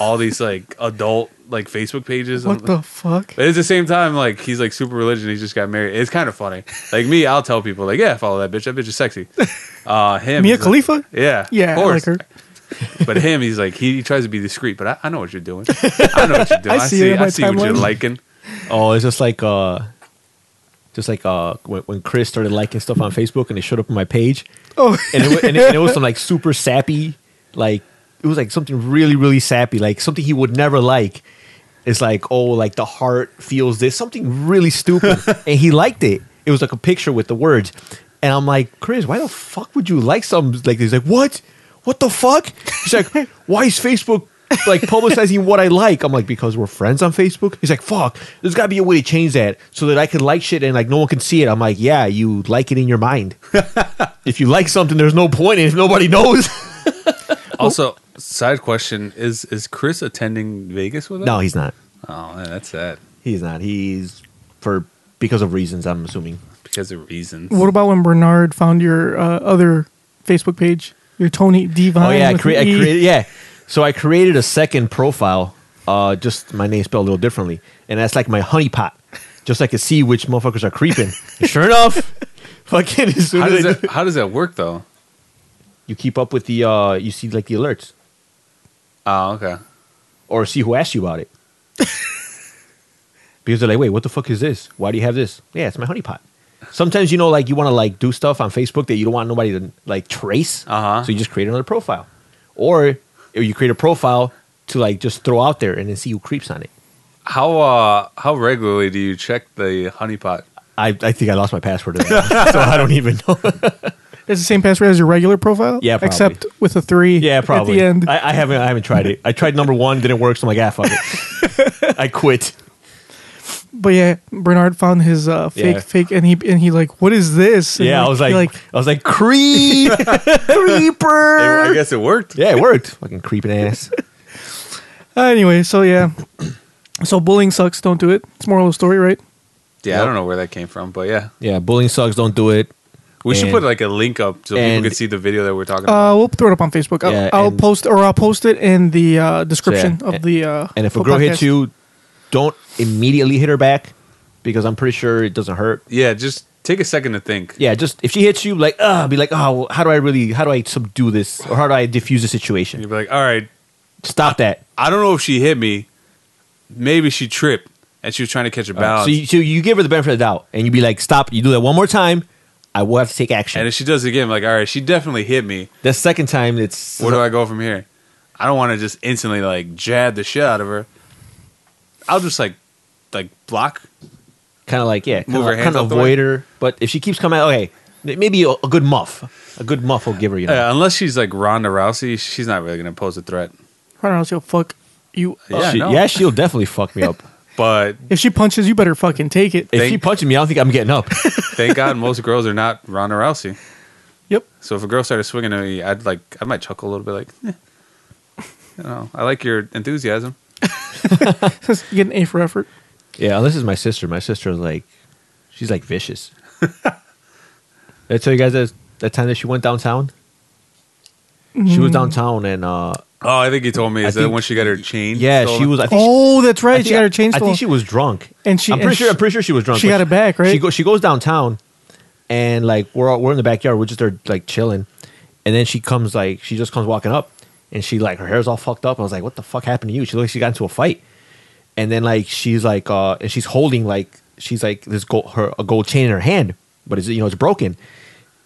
[SPEAKER 3] all these like adult like Facebook pages. I'm
[SPEAKER 2] What the fuck?
[SPEAKER 3] but at the same time, like he's like super religious. and He just got married. It's kind of funny. Like me, I'll tell people like, yeah, follow that bitch. That bitch is sexy. Uh, him,
[SPEAKER 2] Mia
[SPEAKER 3] he's like-
[SPEAKER 2] Khalifa?
[SPEAKER 3] yeah,
[SPEAKER 2] Yeah,
[SPEAKER 3] of
[SPEAKER 2] I like
[SPEAKER 3] course.
[SPEAKER 2] her.
[SPEAKER 3] But him, he's like he, he tries to be discreet. But I, I know what you're doing. I know what you're doing. I,
[SPEAKER 2] see it
[SPEAKER 3] see.
[SPEAKER 2] in my
[SPEAKER 3] I see what you're
[SPEAKER 2] timeline.
[SPEAKER 3] liking.
[SPEAKER 4] Oh, it's just like uh, just like uh, when, when Chris started liking stuff on Facebook and it showed up on my page,
[SPEAKER 2] Oh,
[SPEAKER 4] and it, wa- and, it, and it was some like super sappy, like it was like something really really sappy, like something he would never like. It's like oh, like the heart feels this something really stupid, and he liked it. It was like a picture with the words, and I'm like, Chris, why the fuck would you like something like this? He's like what? What the fuck? He's like, why is Facebook like publicizing what I like? I'm like, because we're friends on Facebook. He's like, fuck, there's got to be a way to change that so that I can like shit and like no one can see it. I'm like, yeah, you like it in your mind if you like something, there's no point if nobody knows.
[SPEAKER 2] Oh.
[SPEAKER 3] Also, side question is is Chris attending Vegas with us?
[SPEAKER 4] no, he's not.
[SPEAKER 3] Oh man, that's sad
[SPEAKER 4] He's not. He's for because of reasons. I'm assuming.
[SPEAKER 3] because of reasons.
[SPEAKER 2] What about when Bernard found your uh, other Facebook page? Your Tony Divine.
[SPEAKER 4] oh yeah, I,
[SPEAKER 2] with
[SPEAKER 4] crea-
[SPEAKER 2] an
[SPEAKER 4] I
[SPEAKER 2] E.
[SPEAKER 4] created. Yeah, so I created a second profile. Uh, just my name spelled a little differently, and that's like my honeypot. Just so I could see which motherfuckers are creeping. And sure enough, fucking as soon
[SPEAKER 3] How
[SPEAKER 4] as I
[SPEAKER 3] does
[SPEAKER 4] do-
[SPEAKER 3] that How does that work though?
[SPEAKER 4] you keep up with the, uh, you see like the alerts
[SPEAKER 3] Oh okay.
[SPEAKER 4] or see who asked you about it. because they're like, wait, what the fuck is this? Why do you have this? Yeah, it's my honeypot. Sometimes you know, like you want to like do stuff on Facebook that you don't want nobody to like trace.
[SPEAKER 3] Uh-huh.
[SPEAKER 4] So you just create another profile, or or you create a profile to like just throw out there and then see who creeps on it.
[SPEAKER 3] How uh how regularly do you check the honeypot?
[SPEAKER 4] I, I think I lost my password, to that, so I don't even know.
[SPEAKER 2] It's the same password as your regular profile.
[SPEAKER 4] Yeah, probably.
[SPEAKER 2] except with a three.
[SPEAKER 4] yeah, probably.
[SPEAKER 2] At the end.
[SPEAKER 4] I, I haven't I haven't tried it. I tried number one, didn't work, so I'm like, ah, fuck it. I quit.
[SPEAKER 2] But yeah, Bernard found his uh, fake,
[SPEAKER 4] Yeah.
[SPEAKER 2] fake, and he and he like, what is this? And,
[SPEAKER 4] Yeah, I was
[SPEAKER 2] he,
[SPEAKER 4] like, I was like, creep, creeper.
[SPEAKER 3] It-
[SPEAKER 2] Er.
[SPEAKER 3] I guess it worked.
[SPEAKER 4] Yeah, it worked. Fucking creeping ass.
[SPEAKER 2] uh, anyway. So yeah, so bullying sucks. Don't do it. It's moral of the story, right?
[SPEAKER 3] Yeah, I
[SPEAKER 4] Yep.
[SPEAKER 3] don't know where that came from, but yeah.
[SPEAKER 4] Yeah, bullying sucks. Don't do it.
[SPEAKER 3] We should
[SPEAKER 4] And-
[SPEAKER 3] put like a link up so
[SPEAKER 4] and-
[SPEAKER 3] people can see the video that we're talking
[SPEAKER 2] Uh,
[SPEAKER 3] about.
[SPEAKER 2] we'll throw it up on Facebook. I'll,
[SPEAKER 4] Yeah,
[SPEAKER 2] I'll
[SPEAKER 4] and-
[SPEAKER 2] post or I'll post it in the uh, description
[SPEAKER 4] So, yeah,
[SPEAKER 2] of the. Uh,
[SPEAKER 4] And if a
[SPEAKER 2] po-
[SPEAKER 4] girl
[SPEAKER 2] podcast.
[SPEAKER 4] hits you, don't immediately hit her back because I'm pretty sure it doesn't hurt.
[SPEAKER 3] Yeah, just take a second to think.
[SPEAKER 4] Yeah, just if she hits you, like, ah, be like, oh, well, how do I really, how do I subdue this, or how do I diffuse the
[SPEAKER 3] You'd
[SPEAKER 4] situation?
[SPEAKER 3] be like, all right,
[SPEAKER 4] Stop that.
[SPEAKER 3] I don't know if she hit me. Maybe she tripped and she was trying to catch a balance.
[SPEAKER 4] So, you, so you give her the benefit of the doubt, and you be like, stop. You do that one more time, I will have to take action.
[SPEAKER 3] and if she does it again, like, all right, she definitely hit me.
[SPEAKER 4] the second time, it's
[SPEAKER 3] Where do I go from here? I don't want to just instantly like jab the shit out of her. I'll just like like block.
[SPEAKER 4] kind of like yeah, kind
[SPEAKER 3] Move her
[SPEAKER 4] of,
[SPEAKER 3] hands
[SPEAKER 4] kind of
[SPEAKER 3] out the
[SPEAKER 4] avoid
[SPEAKER 3] way.
[SPEAKER 4] her. But if she keeps coming, out, okay, m- maybe a, a good muff, a good muff will give her. You know,
[SPEAKER 3] Uh, unless she's like Ronda Rousey, she's not really gonna pose a threat.
[SPEAKER 2] I don't know, she'll fuck you. up.
[SPEAKER 3] Yeah,
[SPEAKER 4] She-
[SPEAKER 3] no.
[SPEAKER 4] yeah, she'll definitely fuck me up.
[SPEAKER 3] But
[SPEAKER 2] If she punches, you better fucking take it.
[SPEAKER 4] If
[SPEAKER 3] Thank-
[SPEAKER 4] she punches me, I don't think I'm getting up.
[SPEAKER 3] thank God most girls are not Ronda Rousey.
[SPEAKER 2] Yep.
[SPEAKER 3] So if a girl started swinging at me, I'd like I might chuckle a little bit, like, eh. you know, I like your enthusiasm.
[SPEAKER 2] you get an A for effort.
[SPEAKER 4] yeah, unless it's my sister. My sister is like, she's like vicious. Did I tell you guys that That time that she went downtown. She
[SPEAKER 2] Mm-hmm.
[SPEAKER 4] was downtown and uh
[SPEAKER 3] Oh, I think you told me.
[SPEAKER 4] I
[SPEAKER 3] Is that
[SPEAKER 4] think-
[SPEAKER 3] when she got her chain?
[SPEAKER 4] yeah, she
[SPEAKER 3] stolen?
[SPEAKER 4] was. I think she,
[SPEAKER 2] Oh, that's
[SPEAKER 4] I
[SPEAKER 2] right.
[SPEAKER 4] think-
[SPEAKER 2] She got her chain
[SPEAKER 4] I
[SPEAKER 2] stolen.
[SPEAKER 4] think she was drunk,
[SPEAKER 2] And she-
[SPEAKER 4] I'm pretty
[SPEAKER 2] and
[SPEAKER 4] sure.
[SPEAKER 2] she-
[SPEAKER 4] I'm pretty sure she was drunk.
[SPEAKER 2] she
[SPEAKER 4] but
[SPEAKER 2] got it back, right?
[SPEAKER 4] She goes. She goes downtown, and like we're all, we're in the backyard. We're just there like chilling, and then she comes like she just comes walking up, and she like her hair's all fucked up. I was like, what the fuck happened to you? She looks like she got into a fight, and then like she's like uh and she's holding like she's like this gold her a gold chain in her hand, but it's you know it's broken,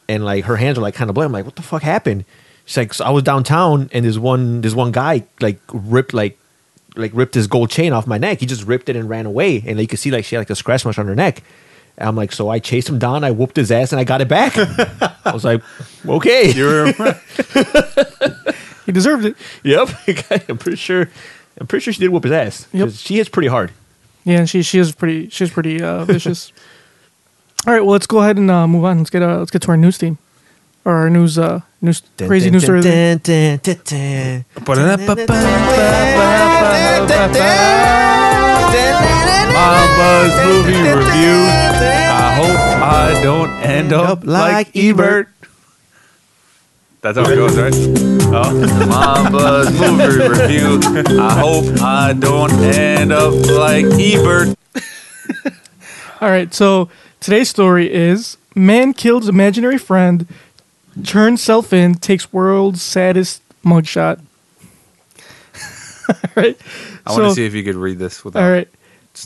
[SPEAKER 4] and like her hands are like kind of bloody. I'm like, what the fuck happened? She's like, so I was downtown and this one this one guy like ripped like like ripped his gold chain off my neck. He just ripped it and ran away, and you could see like she had like a scratch mark on her neck. And I'm like, so I chased him down, I whooped his ass, and I got it back. I was like, okay,
[SPEAKER 2] he deserved it.
[SPEAKER 4] yep. I'm pretty sure. I'm pretty sure she did whoop his ass.
[SPEAKER 2] Yep.
[SPEAKER 4] 'Cause She hits pretty hard.
[SPEAKER 2] Yeah, and she she is pretty she's pretty uh, vicious. All right, well let's go ahead and uh, move on. Let's get uh, let's get to our news team or our news uh, news crazy news story. of the-
[SPEAKER 3] Mamba's movie review. I hope I don't end up like Ebert. That's how it goes, right? Oh. Mamba's movie review. I hope I don't end up like Ebert.
[SPEAKER 2] All right, so today's story is man kills imaginary friend, turns self in, takes world's saddest mugshot. All right.
[SPEAKER 3] I want
[SPEAKER 2] So-
[SPEAKER 3] to see if you could read this without.
[SPEAKER 2] All right.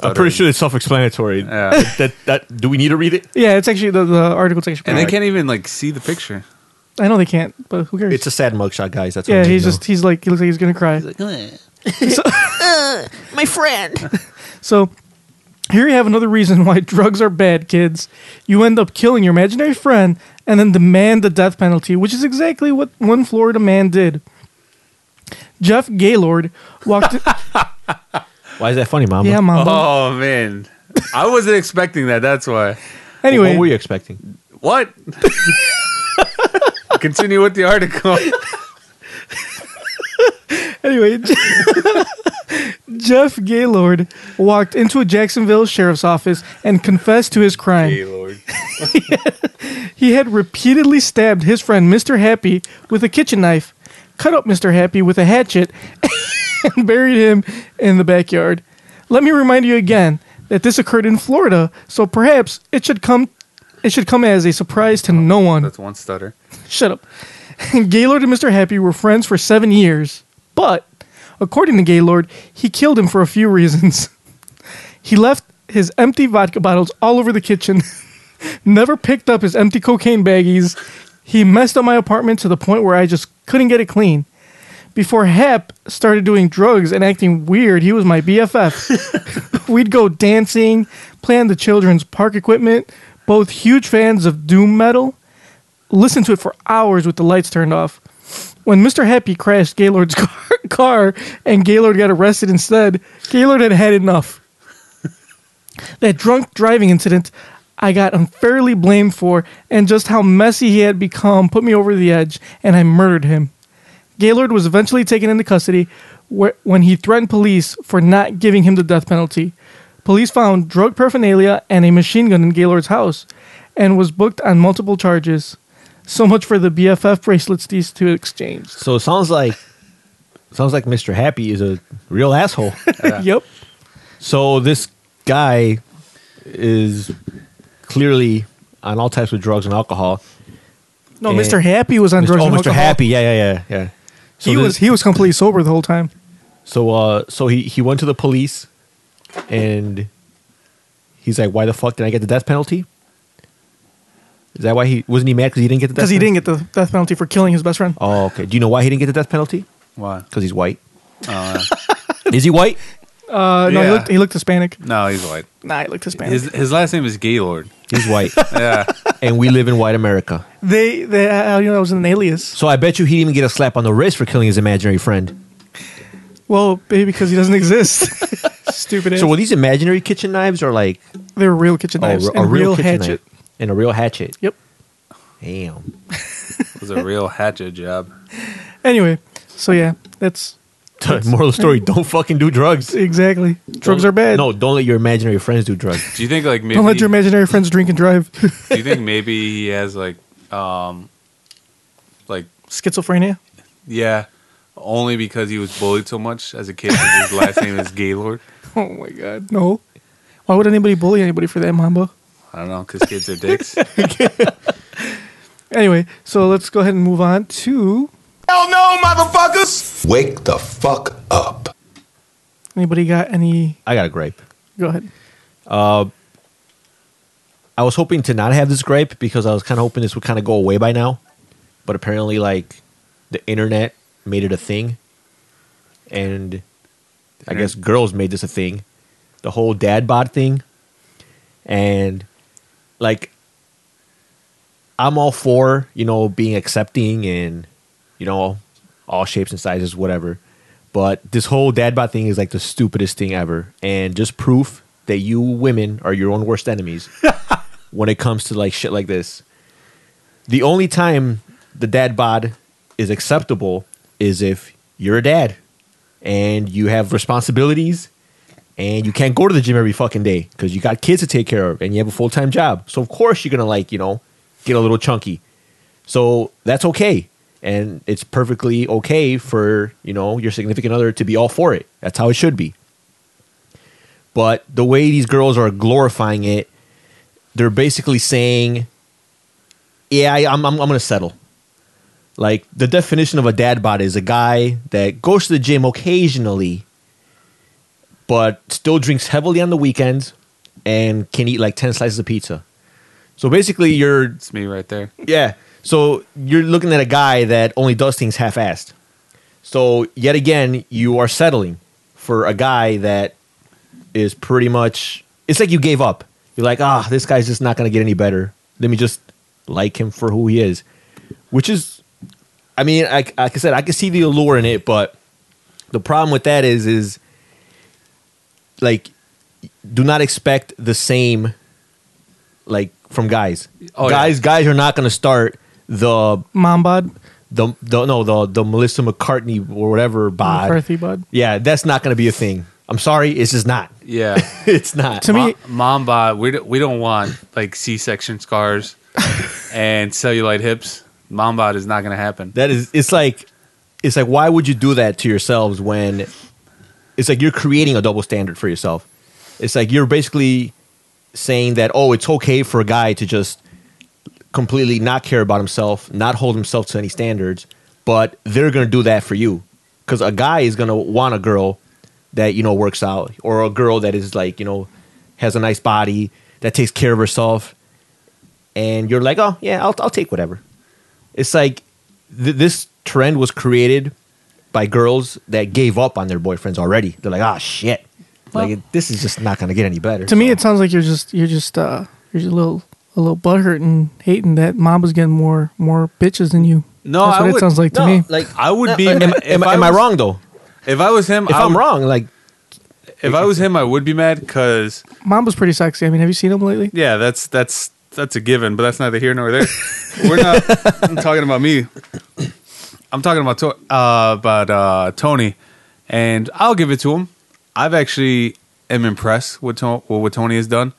[SPEAKER 4] I'm pretty sure it's self-explanatory.
[SPEAKER 3] Yeah.
[SPEAKER 4] that that do we need to read it?
[SPEAKER 2] Yeah, it's actually the, the article's actually. Pretty
[SPEAKER 3] And they
[SPEAKER 2] hard.
[SPEAKER 3] can't even like see the picture.
[SPEAKER 2] I know they can't, but who cares?
[SPEAKER 4] It's a sad mugshot, guys. That's
[SPEAKER 2] yeah,
[SPEAKER 4] what
[SPEAKER 2] he's just he's like he looks like he's gonna cry.
[SPEAKER 6] my friend.
[SPEAKER 2] So here you have another reason why drugs are bad, kids. You end up killing your imaginary friend and then demand the death penalty, which is exactly what one Florida man did. Jeff Gaylord walked.
[SPEAKER 4] Why is that funny, Mama?
[SPEAKER 2] yeah, mom.
[SPEAKER 3] Oh man, I wasn't expecting that. That's why.
[SPEAKER 6] Oh.
[SPEAKER 2] anyway,
[SPEAKER 4] what were you expecting?
[SPEAKER 3] What? Continue with the article.
[SPEAKER 2] anyway, Jeff Gaylord walked into a Jacksonville sheriff's office and confessed to his crime.
[SPEAKER 3] Lord.
[SPEAKER 2] He had repeatedly stabbed his friend Mr. Happy with a kitchen knife, cut up Mr. Happy with a hatchet, and buried him in the backyard. Let me remind you again that this occurred in Florida, so perhaps it should come it should come as a surprise to no one.
[SPEAKER 3] That's one stutter.
[SPEAKER 2] Shut up. Gaylord and Mr. Happy were friends for seven years, but according to Gaylord, he killed him for a few reasons. He left his empty vodka bottles all over the kitchen, never picked up his empty cocaine baggies. He messed up my apartment to the point where I just couldn't get it clean. Before Hap started doing drugs and acting weird, he was my BFF. We'd go dancing, play on the children's park equipment, both huge fans of doom metal listened to it for hours with the lights turned off. When Mr. Happy crashed Gaylord's car, car and Gaylord got arrested instead, Gaylord had had enough. that drunk driving incident I got unfairly blamed for, and just how messy he had become put me over the edge, and I murdered him. Gaylord was eventually taken into custody where, when he threatened police for not giving him the death penalty. Police found drug paraphernalia and a machine gun in Gaylord's house and was booked on multiple charges. So much for the BFF bracelets these two exchanged.
[SPEAKER 4] So it sounds like sounds like Mr. Happy is a real asshole.
[SPEAKER 2] yep.
[SPEAKER 4] So this guy is clearly on all types of drugs and alcohol.
[SPEAKER 2] No,
[SPEAKER 4] And-
[SPEAKER 2] Mr. Happy was on drugs.
[SPEAKER 4] oh,
[SPEAKER 2] and
[SPEAKER 4] Mr.
[SPEAKER 2] alcohol.
[SPEAKER 4] Happy, yeah, yeah, yeah, yeah. So
[SPEAKER 2] he
[SPEAKER 4] this-
[SPEAKER 2] was he was completely sober the whole time.
[SPEAKER 4] so uh, so he he went to the police, and he's like, "Why the fuck did I get the death penalty?" Is that why he wasn't he mad because he didn't get the death?
[SPEAKER 2] Because he
[SPEAKER 4] penalty?
[SPEAKER 2] didn't get the death penalty for killing his best friend.
[SPEAKER 4] Oh, okay. Do you know why he didn't get the death penalty?
[SPEAKER 3] Why?
[SPEAKER 4] Because he's white. is he white?
[SPEAKER 2] Uh, no, he
[SPEAKER 3] Yeah.
[SPEAKER 2] looked he looked Hispanic.
[SPEAKER 3] No, he's white.
[SPEAKER 2] Nah, he looked Hispanic.
[SPEAKER 3] His his last name is Gaylord.
[SPEAKER 4] He's white,
[SPEAKER 3] Yeah.
[SPEAKER 4] and we live in white America.
[SPEAKER 2] they they uh, you know that was an alias.
[SPEAKER 4] So I bet you he didn't even get a slap on the wrist for killing his imaginary friend.
[SPEAKER 2] Well, baby, because he doesn't exist. Stupid. ass.
[SPEAKER 4] So were these imaginary kitchen knives or like
[SPEAKER 2] They're real kitchen knives
[SPEAKER 4] Oh, a, a
[SPEAKER 2] and real,
[SPEAKER 4] kitchen
[SPEAKER 2] hatchet.
[SPEAKER 4] knife and a real hatchet?
[SPEAKER 2] Yep.
[SPEAKER 4] Damn.
[SPEAKER 3] It was a real hatchet job.
[SPEAKER 2] Anyway, so yeah, that's
[SPEAKER 4] Moral of the story: Don't fucking do drugs.
[SPEAKER 2] exactly. Drugs
[SPEAKER 4] Don't-
[SPEAKER 2] are bad.
[SPEAKER 4] No, don't let your imaginary friends do drugs.
[SPEAKER 3] Do you think like maybe
[SPEAKER 2] Don't let your imaginary friends drink and drive.
[SPEAKER 3] do you think maybe he has like um
[SPEAKER 2] schizophrenia?
[SPEAKER 3] Yeah, only because he was bullied so much as a kid. 'cause His last name is Gaylord.
[SPEAKER 2] Oh my god, no. Why would anybody bully anybody for that, Mambo?
[SPEAKER 3] I don't know because kids are dicks.
[SPEAKER 2] Anyway, so let's go ahead and move on to
[SPEAKER 5] Hell no, motherfuckers!
[SPEAKER 6] Wake the fuck up.
[SPEAKER 2] anybody got any?
[SPEAKER 4] I got a gripe.
[SPEAKER 2] Go ahead.
[SPEAKER 4] I was hoping to not have this gripe because I was kind of hoping this would kind of go away by now, but apparently, like the internet made it a thing, and I guess girls made this a thing, the whole dad bod thing, and like I'm all for you know being accepting and you know all shapes and sizes whatever, but this whole dad bod thing is like the stupidest thing ever, and just proof that you women are your own worst enemies when it comes to like shit like this. The only time the dad bod is acceptable is if you're a dad and you have responsibilities and you can't go to the gym every fucking day because you got kids to take care of and you have a full time job. So of course you're gonna like you know get a little chunky. So that's okay. And it's perfectly okay for, you know, your significant other to be all for it. That's how it should be. But the way these girls are glorifying it, they're basically saying, Yeah, I, I'm, I'm, I'm going to settle. Like the definition of a dad bod is a guy that goes to the gym occasionally, but still drinks heavily on the weekends and can eat like 10 slices of pizza. So basically, you're
[SPEAKER 3] It's me right there.
[SPEAKER 4] yeah. So you're looking at a guy that only does things half assed. So yet again, you are settling for a guy that is pretty much it's like you gave up. You're like, ah, this guy's just not gonna get any better. Let me just like him for who he is. Which is I mean, I, like I said, I can see the allure in it, but the problem with that is is like do not expect the same like from guys.
[SPEAKER 3] Oh,
[SPEAKER 4] guys guys are not going to start the
[SPEAKER 2] Mom bod,
[SPEAKER 4] the the no the the Melissa McCartney or whatever bod.
[SPEAKER 2] McCarthy bod.
[SPEAKER 4] Yeah, that's not going to be a thing. I'm sorry, it's just not.
[SPEAKER 3] Yeah.
[SPEAKER 4] It's not.
[SPEAKER 2] To me,
[SPEAKER 3] mom bod. We don't, we don't want like C-section scars and cellulite hips. Mom bod is not going to happen.
[SPEAKER 4] That is, it's like, it's like, why would you do that to yourselves when it's like you're creating a double standard for yourself? It's like you're basically saying that, oh, it's okay for a guy to just completely not care about himself, not hold himself to any standards, but they're going to do that for you. Because a guy is going to want a girl that, you know, works out or a girl that is like, you know, has a nice body, that takes care of herself. And you're like, oh, yeah, I'll, I'll take whatever. It's like th- this trend was created by girls that gave up on their boyfriends already. They're like, ah, shit. like it- this is just not gonna get any better.
[SPEAKER 2] to me, it sounds like you're just you're just uh you're just a little a little butthurt and hating that mom was getting more more bitches than you.
[SPEAKER 3] No,
[SPEAKER 2] that's
[SPEAKER 3] I
[SPEAKER 2] what it
[SPEAKER 3] would-
[SPEAKER 2] sounds like to me.
[SPEAKER 4] like
[SPEAKER 3] I would be-
[SPEAKER 4] Am,
[SPEAKER 3] if
[SPEAKER 4] am-
[SPEAKER 3] I
[SPEAKER 4] am I
[SPEAKER 3] was-
[SPEAKER 4] wrong though?
[SPEAKER 3] If I was him,
[SPEAKER 4] If
[SPEAKER 3] I
[SPEAKER 4] I'm
[SPEAKER 3] would-
[SPEAKER 4] wrong, like
[SPEAKER 3] If I was him, I would be mad because
[SPEAKER 2] mom was pretty sexy. I mean, have you seen him lately?
[SPEAKER 3] yeah, that's that's that's a given. But that's neither here nor there. We're not I'm talking about me. I'm talking about to- uh, about uh, Tony, and I'll give it to him. I've actually am impressed with to- with what Tony has done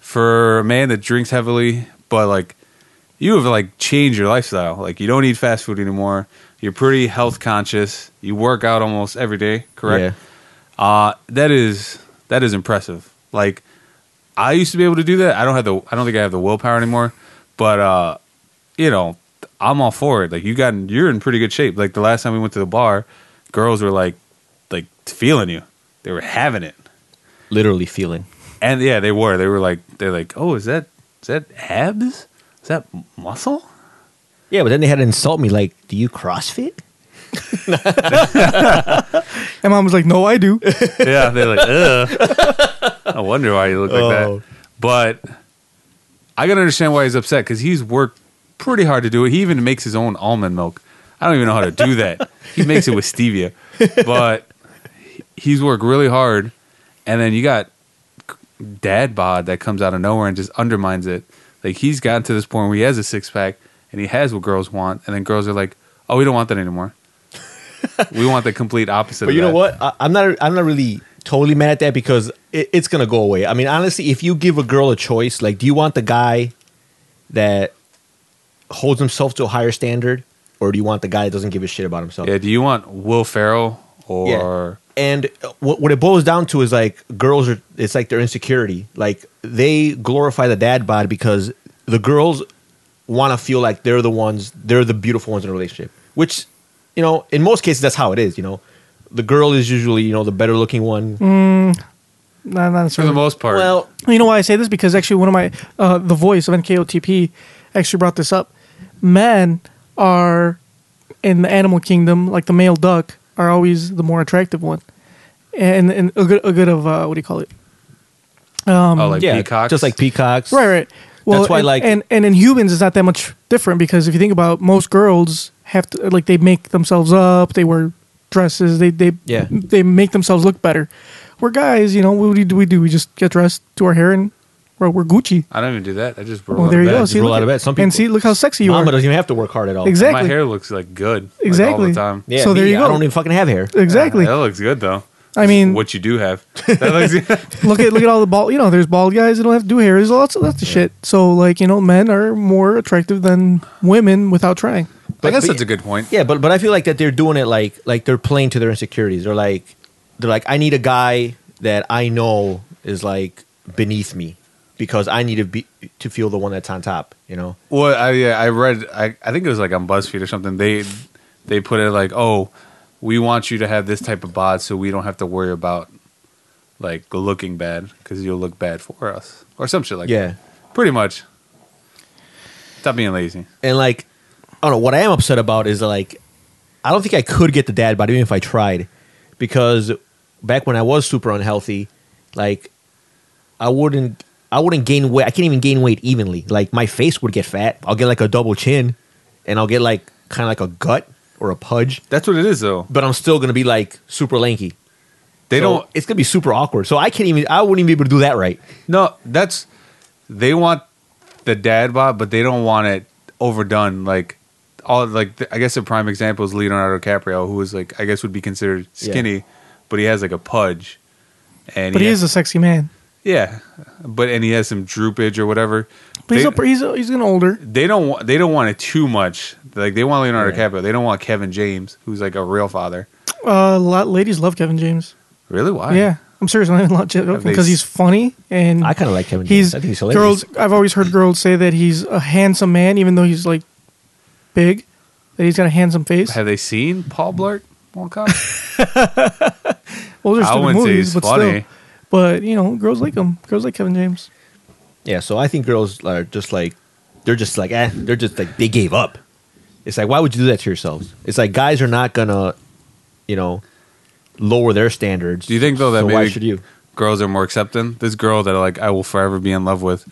[SPEAKER 3] for a man that drinks heavily, but like you have like changed your lifestyle. Like you don't eat fast food anymore. You're pretty health conscious. You work out almost every day, correct?
[SPEAKER 4] yeah,
[SPEAKER 3] Uh, that is that is impressive. Like I used to be able to do that. I don't have the I don't think I have the willpower anymore. But uh, you know, I'm all for it. Like you got you're in pretty good shape. Like the last time we went to the bar, girls were like like feeling you. They were having it.
[SPEAKER 4] literally feeling.
[SPEAKER 3] And yeah, they were. They were like they're like, "Oh, is that is that abs? Is that muscle?"
[SPEAKER 4] Yeah, but then they had to insult me. Like, do you CrossFit?
[SPEAKER 2] And mom was like, "No, I do."
[SPEAKER 3] yeah, they're like, ugh. I wonder why you look like
[SPEAKER 4] Oh.
[SPEAKER 3] that. But I can understand why he's upset because he's worked pretty hard to do it. He even makes his own almond milk. I don't even know how to do that. he makes it with stevia, but he's worked really hard. And then you got dad bod that comes out of nowhere and just undermines it. Like he's gotten to this point where he has a six pack and he has what girls want, and then girls are like, "Oh, we don't want that anymore. we want the complete opposite."
[SPEAKER 4] But
[SPEAKER 3] of
[SPEAKER 4] you know
[SPEAKER 3] that."
[SPEAKER 4] what? I, I'm not. I'm not really totally mad at that because it, it's gonna go away. I mean, honestly, if you give a girl a choice, like, do you want the guy that holds himself to a higher standard, or do you want the guy that doesn't give a shit about himself?
[SPEAKER 3] Yeah. Do you want Will Ferrell or
[SPEAKER 4] And what, what it boils down to is like girls are, it's like their insecurity. Like they glorify the dad bod because the girls want to feel like they're the ones, they're the beautiful ones in a relationship, which, you know, in most cases, that's how it is, you know. The girl is usually, you know, the better looking one.
[SPEAKER 2] Not, not
[SPEAKER 3] for the
[SPEAKER 2] necessarily.
[SPEAKER 3] most part?
[SPEAKER 4] Well,
[SPEAKER 2] You know why I say this? Because actually, one of my uh, the voice of NKOTP actually brought this up. Men are in the animal kingdom, like the male duck, are always the more attractive one, and and a good a good of uh, what do you call it?
[SPEAKER 3] oh, like
[SPEAKER 4] yeah,
[SPEAKER 3] peacocks.
[SPEAKER 4] just like peacocks.
[SPEAKER 2] Right, right. Well,
[SPEAKER 4] That's why,
[SPEAKER 2] and,
[SPEAKER 4] like-
[SPEAKER 2] and and in humans, it's not that much different because if you think about, it, most girls have to like they make themselves up, they wear dresses, they they
[SPEAKER 4] Yeah.
[SPEAKER 2] they make themselves look better. We're guys, you know. What do we do? We just get dressed, do our hair, and we're, we're Gucci.
[SPEAKER 3] I don't even do that. I just roll
[SPEAKER 2] Well,
[SPEAKER 3] out
[SPEAKER 2] there
[SPEAKER 3] of
[SPEAKER 2] you
[SPEAKER 3] bed.
[SPEAKER 2] go.
[SPEAKER 4] just
[SPEAKER 2] See,
[SPEAKER 4] roll
[SPEAKER 2] look
[SPEAKER 4] out of
[SPEAKER 2] at-
[SPEAKER 4] bed. Some people-
[SPEAKER 2] and see, look how sexy you
[SPEAKER 4] Mama
[SPEAKER 2] are.
[SPEAKER 4] doesn't even have to work hard at all.
[SPEAKER 2] Exactly.
[SPEAKER 3] My hair looks like good. like, all
[SPEAKER 2] Exactly.
[SPEAKER 3] the time.
[SPEAKER 4] Yeah,
[SPEAKER 2] So there
[SPEAKER 4] me,
[SPEAKER 2] you
[SPEAKER 4] I
[SPEAKER 2] go.
[SPEAKER 4] don't even fucking have hair.
[SPEAKER 2] Exactly.
[SPEAKER 3] That looks good though.
[SPEAKER 2] I mean,
[SPEAKER 3] Uh, what you do have. That looks,
[SPEAKER 2] look at look at all the bald. You know, there's bald guys that don't have to do hair. There's lots of lots of shit. So like, you know, men are more attractive than women without trying.
[SPEAKER 3] I guess
[SPEAKER 4] but-
[SPEAKER 3] that's a good point.
[SPEAKER 4] Yeah, but but I feel like that they're doing it like like they're playing to their insecurities. They're like they're like I need a guy that I know is like beneath me because I need to be to feel the one that's on top. You know,
[SPEAKER 3] Well, I, yeah, I read. I, I think it was like on BuzzFeed or something. They they put it like, oh, we want you to have this type of bod, so we don't have to worry about like looking bad because you'll look bad for us or some shit like that.
[SPEAKER 4] yeah,
[SPEAKER 3] Pretty much. Stop being lazy.
[SPEAKER 4] and like I don't know what I am upset about is like I don't think I could get the dad bod even if I tried because back when I was super unhealthy, like I wouldn't I wouldn't gain weight. I can't even gain weight evenly. Like my face would get fat. I'll get like a double chin, and I'll get like kind of like a gut or a pudge.
[SPEAKER 3] That's what it is, though.
[SPEAKER 4] But I'm still gonna be like super lanky.
[SPEAKER 3] They
[SPEAKER 4] So
[SPEAKER 3] don't.
[SPEAKER 4] It's gonna be super awkward. So I can't even. I wouldn't even be able to do that right.
[SPEAKER 3] No, that's they want the dad bod, but they don't want it overdone. Like all, like th- I guess a prime example is Leonardo DiCaprio, who is like I guess would be considered skinny, but he has like a pudge, and
[SPEAKER 2] But he
[SPEAKER 3] ha-
[SPEAKER 2] is a sexy man.
[SPEAKER 3] yeah, but and he has some droopage or whatever.
[SPEAKER 2] But he's
[SPEAKER 3] They-
[SPEAKER 2] a, he's a, he's an older.
[SPEAKER 3] they don't want they don't want it too much. Like they want Leonardo
[SPEAKER 4] Yeah.
[SPEAKER 3] DiCaprio, they don't want Kevin James, who's like a real father.
[SPEAKER 2] Uh, lot ladies love Kevin James.
[SPEAKER 3] Really? Why?
[SPEAKER 2] yeah, I'm serious. I'm not even joking
[SPEAKER 3] they
[SPEAKER 2] because
[SPEAKER 3] s-
[SPEAKER 2] he's funny and
[SPEAKER 4] I kind of like Kevin.
[SPEAKER 2] he's,
[SPEAKER 4] James. I think he's hilarious.
[SPEAKER 2] girls. I've always heard girls say that he's a handsome man, even though he's like big. That he's got a handsome face.
[SPEAKER 3] Have they seen Paul Blart? Mall Cop?
[SPEAKER 2] Well, there's
[SPEAKER 3] I
[SPEAKER 2] stupid
[SPEAKER 3] wouldn't say
[SPEAKER 2] movies,
[SPEAKER 3] he's
[SPEAKER 2] but
[SPEAKER 3] funny.
[SPEAKER 2] still. But you know, girls like him. Girls like Kevin James.
[SPEAKER 4] Yeah, so I think girls are just like they're just like eh, they're just like they gave up. It's like why would you do that to yourselves? It's like guys are not gonna, you know, lower their standards.
[SPEAKER 3] Do you think though that
[SPEAKER 4] so
[SPEAKER 3] maybe
[SPEAKER 4] why should you?
[SPEAKER 3] girls are more accepting. This girl that like I will forever be in love with,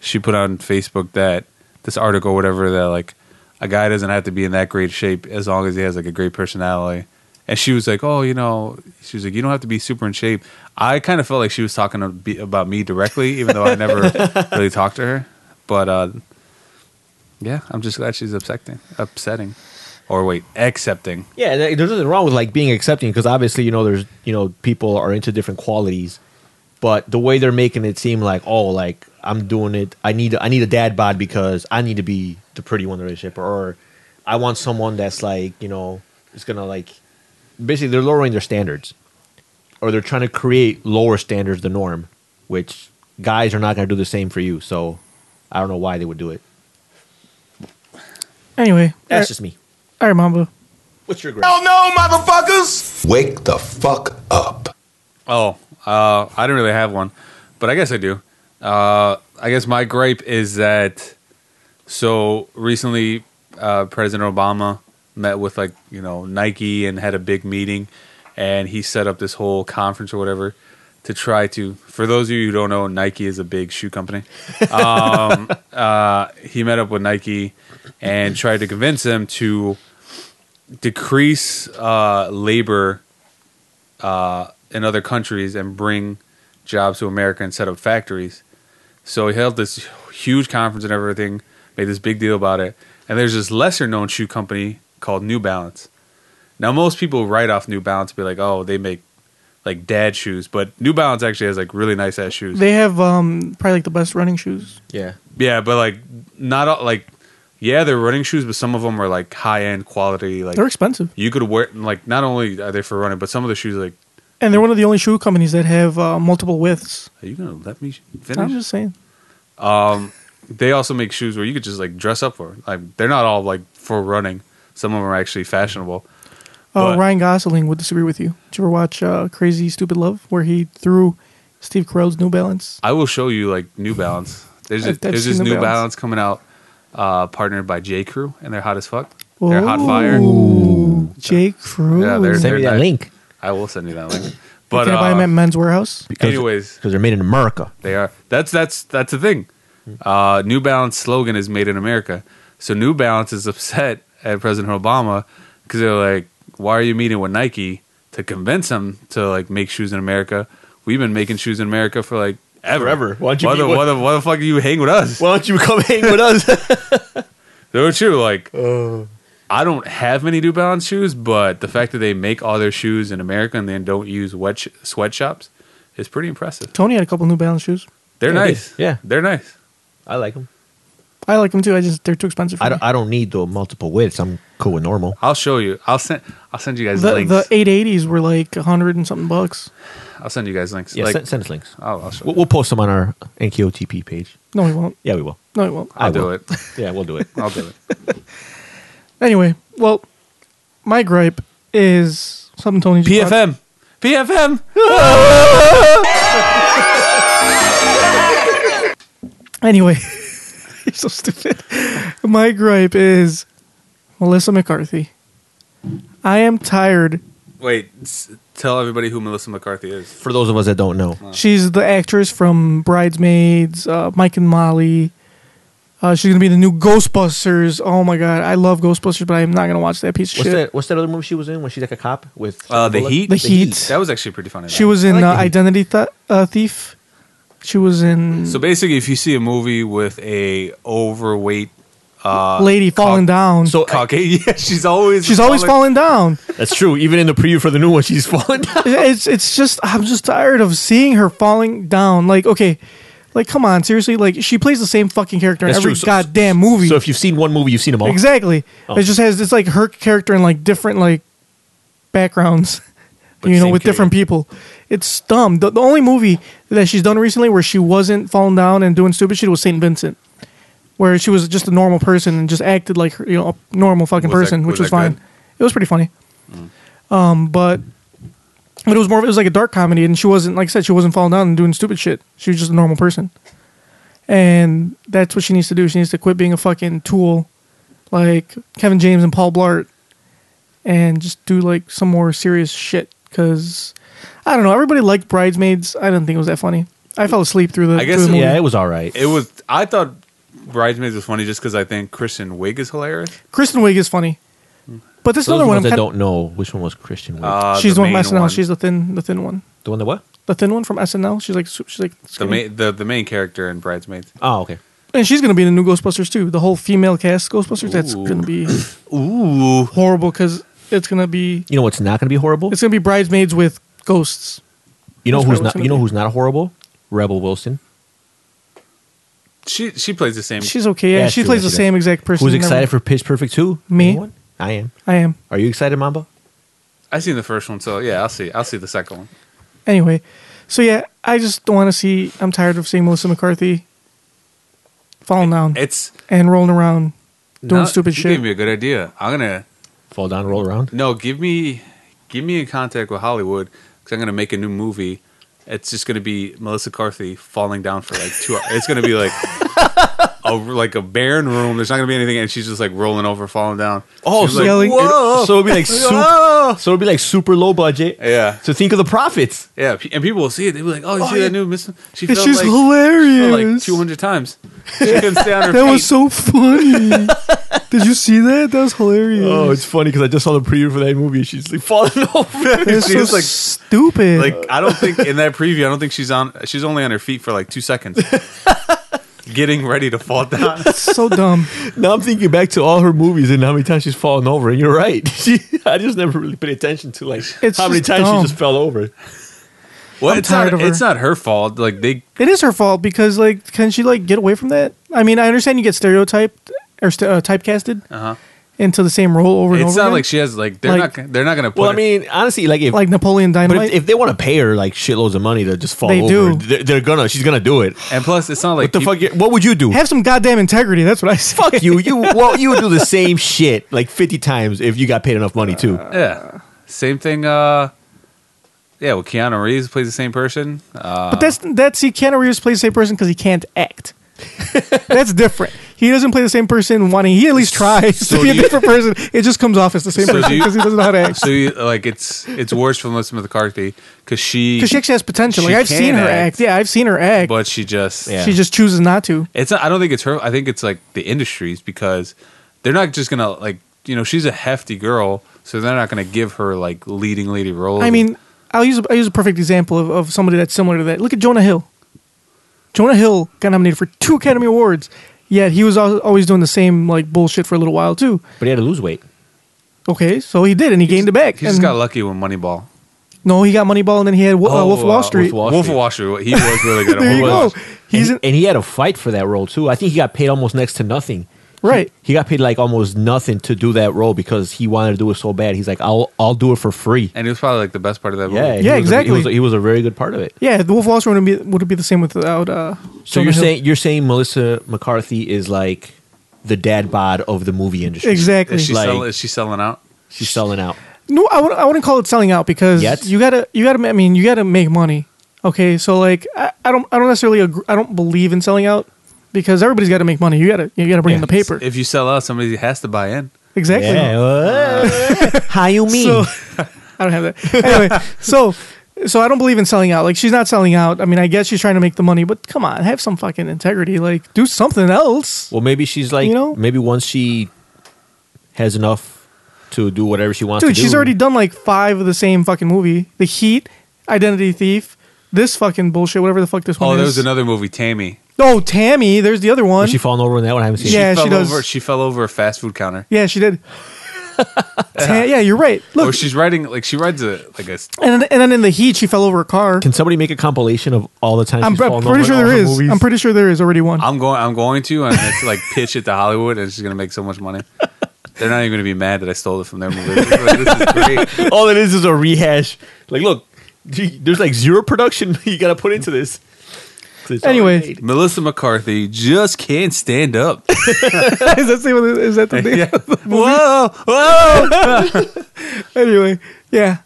[SPEAKER 3] she put on Facebook that this article, whatever, that like a guy doesn't have to be in that great shape as long as he has like a great personality. And she was like, "Oh, you know," she was like, "You don't have to be super in shape." I kind of felt like she was talking to be, about me directly, even though I never really talked to her. But uh, yeah, I'm just glad she's upsetting, upsetting, or wait, accepting.
[SPEAKER 4] Yeah, there- there's nothing wrong with like being accepting because obviously you know there's you know people are into different qualities, but the way they're making it seem like oh like I'm doing it I need I need a dad bod because I need to be the pretty one in the relationship or I want someone that's like you know it's gonna like basically they're lowering their standards or they're trying to create lower standards than norm, which guys are not gonna do the same for you. So I don't know why they would do it.
[SPEAKER 2] Anyway, all right-
[SPEAKER 4] That's just me.
[SPEAKER 2] all right, Mamba.
[SPEAKER 4] What's your grade?
[SPEAKER 5] Hell no, motherfuckers!
[SPEAKER 6] Wake the fuck up.
[SPEAKER 3] Oh, uh, I don't really have one, but I guess I do. Uh, I guess my gripe is that so recently uh, President Obama met with like you know Nike and had a big meeting, and he set up this whole conference or whatever to try to. For those of you who don't know, Nike is a big shoe company. Um, uh, he met up with Nike and tried to convince them to decrease uh, labor uh, in other countries and bring jobs to America and set up factories. So he held this huge conference and everything, made this big deal about it. And there's this lesser known shoe company called New Balance. Now most people write off New Balance and be like, oh, they make like dad shoes, but New Balance actually has like really nice ass shoes.
[SPEAKER 2] They have um probably like the best running shoes.
[SPEAKER 4] Yeah.
[SPEAKER 3] yeah, but like not all, like yeah, they're running shoes, but some of them are like high end quality. Like
[SPEAKER 2] They're expensive.
[SPEAKER 3] you could wear like not only are they for running, but some of the shoes like
[SPEAKER 2] And they're one of the only shoe companies that have uh, multiple widths.
[SPEAKER 3] are you gonna let me
[SPEAKER 2] I'm
[SPEAKER 3] finish?
[SPEAKER 2] just saying.
[SPEAKER 3] they also make shoes where you could just like dress up for. Like they're not all like for running. Some of them are actually fashionable.
[SPEAKER 2] Uh,
[SPEAKER 3] But-
[SPEAKER 2] Ryan Gosling would disagree with you. Did you ever watch uh, Crazy Stupid Love, where he threw Steve Carell's New Balance?
[SPEAKER 3] I will show you like New Balance. There's
[SPEAKER 2] I've-
[SPEAKER 3] this,
[SPEAKER 2] I've
[SPEAKER 3] there's this
[SPEAKER 2] seen New
[SPEAKER 3] New
[SPEAKER 2] Balance.
[SPEAKER 3] Balance. coming out, uh, partnered by J Crew, and they're hot as fuck. They're hot fire.
[SPEAKER 2] Ooh, Oh, Jake Crew.
[SPEAKER 3] Yeah, they're-
[SPEAKER 4] Send me that
[SPEAKER 3] nice.
[SPEAKER 4] link
[SPEAKER 3] I will send you that link. But
[SPEAKER 2] Can I buy
[SPEAKER 3] uh,
[SPEAKER 2] them at Men's Warehouse?
[SPEAKER 3] anyways,
[SPEAKER 4] because they're made in America.
[SPEAKER 3] They are. That's that's that's the thing. Uh, New Balance slogan is "Made in America," so New Balance is upset at President Obama because they're like, "Why are you meeting with Nike to convince them to like make shoes in America? We've been making shoes in America for like ever.
[SPEAKER 4] Forever. Why don't you
[SPEAKER 3] the,
[SPEAKER 4] meet with-
[SPEAKER 3] why, the, why the fuck do you hang with us?
[SPEAKER 4] Why don't you come hang with us?
[SPEAKER 3] They're true. Like,
[SPEAKER 4] Uh.
[SPEAKER 3] I don't have many New Balance shoes, but the fact that they make all their shoes in America and then don't use wet sh- sweatshops is pretty impressive.
[SPEAKER 2] Tony had a couple New Balance shoes.
[SPEAKER 3] They're
[SPEAKER 4] Yeah, it
[SPEAKER 3] nice.
[SPEAKER 4] is. Yeah.
[SPEAKER 3] they're nice.
[SPEAKER 4] I like them.
[SPEAKER 2] I like them too. I just they're too expensive. For
[SPEAKER 4] I
[SPEAKER 2] me.
[SPEAKER 4] don't, I don't need the multiple widths. I'm cool with normal.
[SPEAKER 3] I'll show you. I'll send. I'll send you guys
[SPEAKER 2] the
[SPEAKER 3] links.
[SPEAKER 2] the eight eighties were like a hundred and something bucks.
[SPEAKER 3] I'll send you guys links.
[SPEAKER 4] Yeah,
[SPEAKER 3] like,
[SPEAKER 4] send, send us links.
[SPEAKER 3] I'll, I'll, show
[SPEAKER 4] We'll, we'll post them on our NQOTP page.
[SPEAKER 2] No, he won't.
[SPEAKER 4] Yeah, we will.
[SPEAKER 2] No, he won't.
[SPEAKER 3] I'll
[SPEAKER 4] I
[SPEAKER 3] do
[SPEAKER 4] will.
[SPEAKER 3] it.
[SPEAKER 4] Yeah, we'll do it.
[SPEAKER 3] I'll do it.
[SPEAKER 2] Anyway, well, my gripe is something Tony. Just brought-
[SPEAKER 3] PFM. PFM.
[SPEAKER 2] Anyway, you're so stupid. My gripe is Melissa McCarthy. I am tired.
[SPEAKER 3] Wait. s- Tell everybody who Melissa McCarthy is.
[SPEAKER 4] For those of us that don't know,
[SPEAKER 2] She's the actress from Bridesmaids, uh, Mike and Molly. Uh, she's gonna be the new Ghostbusters. Oh my god, I love Ghostbusters, but I am not gonna watch that piece of
[SPEAKER 4] what's
[SPEAKER 2] shit.
[SPEAKER 4] that? What's that other movie she was in when she's like a cop with
[SPEAKER 3] Uh, The Heat?
[SPEAKER 2] The Heat.
[SPEAKER 3] That was actually pretty funny.
[SPEAKER 2] She
[SPEAKER 3] though.
[SPEAKER 2] was in
[SPEAKER 4] I like
[SPEAKER 2] uh,
[SPEAKER 4] the heat.
[SPEAKER 2] Identity Th- uh, Thief. She was in
[SPEAKER 3] So basically, if you see a movie with a overweight
[SPEAKER 2] Lady Falling Down.
[SPEAKER 4] Uh, So
[SPEAKER 3] Caucasian, yeah, she's always
[SPEAKER 2] She's always falling down.
[SPEAKER 4] that's true. Even in the preview for the new one, she's falling down.
[SPEAKER 2] it's it's just I'm just tired of seeing her falling down. Like okay, like come on, seriously. Like she plays the same fucking character in
[SPEAKER 4] That's
[SPEAKER 2] every
[SPEAKER 4] true. So-
[SPEAKER 2] goddamn movie.
[SPEAKER 4] So if you've seen one movie, you've seen them all.
[SPEAKER 2] exactly.
[SPEAKER 4] Oh.
[SPEAKER 2] It just has it's like her character in like different like backgrounds.
[SPEAKER 3] But
[SPEAKER 2] you know,
[SPEAKER 3] same
[SPEAKER 2] with different people. It's dumb. The, the only movie that she's done recently where she wasn't falling down and doing stupid shit was Saint Vincent, where she was just a normal person and just acted like her, you know a normal fucking
[SPEAKER 3] Was that-
[SPEAKER 2] person, which was
[SPEAKER 3] was that
[SPEAKER 2] fine.
[SPEAKER 3] good? Mm.
[SPEAKER 2] It was pretty funny. Um, but but it was more of- it was like a dark comedy, and she wasn't like I said she wasn't falling down and doing stupid shit. She was just a normal person, and that's what she needs to do. She needs to quit being a fucking tool, like Kevin James and Paul Blart, and just do like some more serious shit. Cause I don't know, everybody liked Bridesmaids. I didn't think it was that funny. I fell asleep through the.
[SPEAKER 3] I guess-
[SPEAKER 2] through the movie.
[SPEAKER 4] Yeah, it was all right.
[SPEAKER 3] It was. I thought Bridesmaids was funny just because I think Kristen Wiig is hilarious.
[SPEAKER 2] Kristen Wiig is funny, but this
[SPEAKER 4] For those
[SPEAKER 2] other one
[SPEAKER 4] ones
[SPEAKER 2] I'm
[SPEAKER 4] that
[SPEAKER 2] kind
[SPEAKER 4] don't know which one was Christian. Wiig.
[SPEAKER 3] Uh,
[SPEAKER 2] she's the one from
[SPEAKER 3] main
[SPEAKER 2] SNL. She's the thin, the thin one,
[SPEAKER 4] the one that what?
[SPEAKER 2] the thin one from SNL. She's like, su- she's like,
[SPEAKER 3] the
[SPEAKER 2] skinny.
[SPEAKER 3] main the, the main character in Bridesmaids.
[SPEAKER 4] Oh, okay.
[SPEAKER 2] and she's gonna be in the new Ghostbusters too. The whole female cast Ghostbusters. That's
[SPEAKER 3] Ooh.
[SPEAKER 2] gonna be
[SPEAKER 3] Ooh.
[SPEAKER 2] horrible because it's gonna be
[SPEAKER 4] You know what's not going to be horrible?
[SPEAKER 2] it's gonna be bridesmaids with ghosts.
[SPEAKER 4] You know
[SPEAKER 2] That's
[SPEAKER 4] who's
[SPEAKER 2] what it's
[SPEAKER 4] not?
[SPEAKER 2] gonna
[SPEAKER 4] You know
[SPEAKER 2] be.
[SPEAKER 4] who's not horrible? Rebel Wilson,
[SPEAKER 3] She she plays the same.
[SPEAKER 2] She's okay. Yeah,
[SPEAKER 4] Yeah,
[SPEAKER 2] she
[SPEAKER 4] she
[SPEAKER 2] plays the
[SPEAKER 4] was, yeah.
[SPEAKER 2] same exact person.
[SPEAKER 4] who's
[SPEAKER 2] in every-
[SPEAKER 4] excited for Pitch Perfect two.
[SPEAKER 2] Me?
[SPEAKER 4] Anyone? I am.
[SPEAKER 2] I am.
[SPEAKER 4] Are you excited, Mamba?
[SPEAKER 3] I seen the first one, so yeah, I'll see. I'll see the second one.
[SPEAKER 2] Anyway, so yeah, I just don't want to see. I'm tired of seeing Melissa McCarthy falling down
[SPEAKER 3] It's
[SPEAKER 2] and rolling around doing
[SPEAKER 3] No,
[SPEAKER 2] stupid
[SPEAKER 3] you
[SPEAKER 2] shit.
[SPEAKER 3] Gave me a good idea. I'm gonna
[SPEAKER 4] Fall down, roll around.
[SPEAKER 3] no. Give me give me in contact with Hollywood because I'm gonna make a new movie. It's just gonna be Melissa Carthy falling down for like two. hours. It's gonna be like a like a barren room. There's not gonna be anything, and she's just like rolling over, falling down.
[SPEAKER 4] Oh,
[SPEAKER 3] She's
[SPEAKER 4] so,
[SPEAKER 3] like,
[SPEAKER 2] Yelling.
[SPEAKER 4] Whoa. so it'll be like super,
[SPEAKER 3] "Whoa!"
[SPEAKER 4] so it'll be like super low budget.
[SPEAKER 3] Yeah.
[SPEAKER 4] So think of the profits.
[SPEAKER 3] yeah, pe- and people will see it. They'll be like, "Oh, you see that new Miss?" She
[SPEAKER 2] It's
[SPEAKER 3] fell
[SPEAKER 2] just
[SPEAKER 3] like, she fell, like
[SPEAKER 2] hilarious.
[SPEAKER 3] 200 times. She couldn't stay on her
[SPEAKER 2] that
[SPEAKER 3] feet.
[SPEAKER 2] was so funny. Did you see that? That was hilarious.
[SPEAKER 4] Oh, it's funny because I just saw the preview for that movie. She's like falling over.
[SPEAKER 2] That's
[SPEAKER 3] she
[SPEAKER 2] so
[SPEAKER 3] was, like-
[SPEAKER 2] stupid.
[SPEAKER 3] Like I don't think in that preview, I don't think she's on. She's only on her feet for like two seconds, getting ready to fall down.
[SPEAKER 2] so dumb.
[SPEAKER 4] now I'm thinking back to all her movies and how many times she's fallen over. And you're right. She, I just never really paid attention to like
[SPEAKER 2] It's
[SPEAKER 4] how many
[SPEAKER 2] just
[SPEAKER 4] times
[SPEAKER 2] dumb.
[SPEAKER 4] she just fell over.
[SPEAKER 3] Well,
[SPEAKER 2] I'm
[SPEAKER 3] it's
[SPEAKER 2] tired
[SPEAKER 3] not.
[SPEAKER 2] of her.
[SPEAKER 3] It's not her fault. Like they,
[SPEAKER 2] It is her fault because like, can she like get away from that? I mean, I understand you get stereotyped or st- uh, typecasted
[SPEAKER 3] Uh-huh.
[SPEAKER 2] into the same role over and
[SPEAKER 3] It's
[SPEAKER 2] over
[SPEAKER 3] not
[SPEAKER 2] again.
[SPEAKER 3] like she has like they're
[SPEAKER 2] Like-
[SPEAKER 3] not they're not gonna put
[SPEAKER 4] Well,
[SPEAKER 3] her-
[SPEAKER 4] I mean, honestly, like if
[SPEAKER 2] like Napoleon
[SPEAKER 4] but
[SPEAKER 2] Dynamite.
[SPEAKER 4] if, if they want to pay her like shitloads of money to just fall
[SPEAKER 2] They do.
[SPEAKER 4] over, They're, they're gonna. She's gonna do it.
[SPEAKER 3] and plus it's not like
[SPEAKER 4] What the
[SPEAKER 3] you-
[SPEAKER 4] fuck? you- What would you do?
[SPEAKER 2] Have some goddamn integrity. That's what I say.
[SPEAKER 4] fuck you. You well, you would do the same shit like fifty times if you got paid enough money too.
[SPEAKER 3] Yeah. Same thing. Uh, yeah. Well, Keanu Reeves plays the same person. Uh,
[SPEAKER 2] But that's that's he can't always play the same person because he can't act. that's different. He doesn't play the same person wanting. He at least tries
[SPEAKER 3] So
[SPEAKER 2] to be a
[SPEAKER 3] do you-
[SPEAKER 2] different person. It just comes off as the same
[SPEAKER 3] So do
[SPEAKER 2] person
[SPEAKER 3] you-
[SPEAKER 2] because he doesn't know how to act.
[SPEAKER 3] so you, like it's it's worse for Melissa McCarthy because she,
[SPEAKER 2] Because she actually has potential.
[SPEAKER 3] She
[SPEAKER 2] Like I've
[SPEAKER 3] can
[SPEAKER 2] seen her
[SPEAKER 3] act.
[SPEAKER 2] act. Yeah, I've seen her act.
[SPEAKER 3] but she just
[SPEAKER 4] Yeah.
[SPEAKER 2] She just chooses not to.
[SPEAKER 3] It's not, I don't think it's her. I think it's like the industries because they're not just gonna like you know she's a hefty girl, so they're not gonna give her like leading lady roles.
[SPEAKER 2] I mean, I'll use a, I'll use a perfect example of, of somebody that's similar to that. Look at Jonah Hill. Jonah Hill got nominated for two Academy Awards, yet he was al- always doing the same like bullshit for a little while too.
[SPEAKER 4] But he had to lose weight.
[SPEAKER 2] Okay, so he did, and he, gained it back.
[SPEAKER 3] he just
[SPEAKER 2] and-
[SPEAKER 3] got lucky with Moneyball.
[SPEAKER 2] no, he got Moneyball, and then he had Wo- uh, Wolf of
[SPEAKER 3] uh,
[SPEAKER 2] Wall Street.
[SPEAKER 4] Wolf of Wall
[SPEAKER 3] Wolf of
[SPEAKER 4] Street.
[SPEAKER 3] Wall Street. He was really good. at
[SPEAKER 2] There you
[SPEAKER 3] Wolf of
[SPEAKER 2] go.
[SPEAKER 3] Wall Street.
[SPEAKER 2] He's
[SPEAKER 4] and,
[SPEAKER 2] in,
[SPEAKER 4] and he had to fight for that role too. I think he got paid almost next to nothing.
[SPEAKER 2] right.
[SPEAKER 4] He got paid like almost nothing to do that role because he wanted to do it so bad. He's like, I'll I'll do it for free.
[SPEAKER 3] And he was probably like the best part of that
[SPEAKER 4] Yeah,
[SPEAKER 3] movie.
[SPEAKER 4] he was a-
[SPEAKER 2] exactly.
[SPEAKER 4] he was a- he was a very good part of it.
[SPEAKER 2] Yeah, the Wolf of Wall Street would be would be the same without. Uh,
[SPEAKER 4] So
[SPEAKER 2] Jonah
[SPEAKER 4] you're
[SPEAKER 2] Hill.
[SPEAKER 4] saying you're saying Melissa McCarthy is like the dad bod of the movie industry.
[SPEAKER 2] exactly?
[SPEAKER 3] Is she,
[SPEAKER 4] Like-
[SPEAKER 3] sell, is she selling out?
[SPEAKER 4] She's selling out.
[SPEAKER 2] No, I wouldn't, I wouldn't call it selling out because
[SPEAKER 4] Yet?
[SPEAKER 2] you gotta you gotta I mean you gotta make money. Okay, so like I, I don't I don't necessarily agree, I don't believe in selling out because everybody's got to make money. You gotta you gotta bring in the paper
[SPEAKER 3] If you sell out, somebody has to buy in.
[SPEAKER 2] exactly.
[SPEAKER 4] How you mean?
[SPEAKER 2] So I don't have that. Anyway, so so I don't believe in selling out. Like she's not selling out. I mean, I guess she's trying to make the money, but come on, have some fucking integrity. Like do something else.
[SPEAKER 4] well, maybe she's like
[SPEAKER 2] You know?
[SPEAKER 4] maybe once she has enough to do whatever she wants to
[SPEAKER 2] Dude,
[SPEAKER 4] do.
[SPEAKER 2] she's already done like five of the same fucking movie: The Heat, Identity Thief, this fucking bullshit, whatever the fuck this one
[SPEAKER 3] Oh,
[SPEAKER 2] is.
[SPEAKER 3] there was another movie, Tammy.
[SPEAKER 2] Oh, Tammy, there's the other one.
[SPEAKER 4] Has she fallen over in that one. I haven't seen.
[SPEAKER 2] Yeah,
[SPEAKER 3] fell
[SPEAKER 2] she does.
[SPEAKER 3] Over, she fell over a fast food counter.
[SPEAKER 2] Yeah, she did. Ta- yeah, you're right.
[SPEAKER 3] or
[SPEAKER 4] Oh,
[SPEAKER 2] Look,
[SPEAKER 3] she's riding like she rides a like a. s-
[SPEAKER 2] and then, and then in the heat, she fell over a car.
[SPEAKER 4] it. Can somebody make a compilation of all the times
[SPEAKER 2] I'm,
[SPEAKER 4] she's
[SPEAKER 2] I'm
[SPEAKER 4] fallen
[SPEAKER 2] pretty
[SPEAKER 4] over
[SPEAKER 2] sure
[SPEAKER 4] in all
[SPEAKER 2] there
[SPEAKER 4] her
[SPEAKER 2] is.
[SPEAKER 4] movies?
[SPEAKER 2] I'm pretty sure there is already one.
[SPEAKER 3] I'm going. I'm going to, and it's like pitch it to Hollywood, and she's gonna make so much money. They're not even gonna be mad that I stole it from their movie. Like, this is great.
[SPEAKER 4] all it is is a rehash. Like, look, gee, there's like zero production you got to put into this. It's already
[SPEAKER 2] Anyway.
[SPEAKER 4] made.
[SPEAKER 3] Melissa McCarthy just can't stand up.
[SPEAKER 2] is that the, is that the name?
[SPEAKER 3] Yeah. Whoa, whoa!
[SPEAKER 2] Anyway, yeah,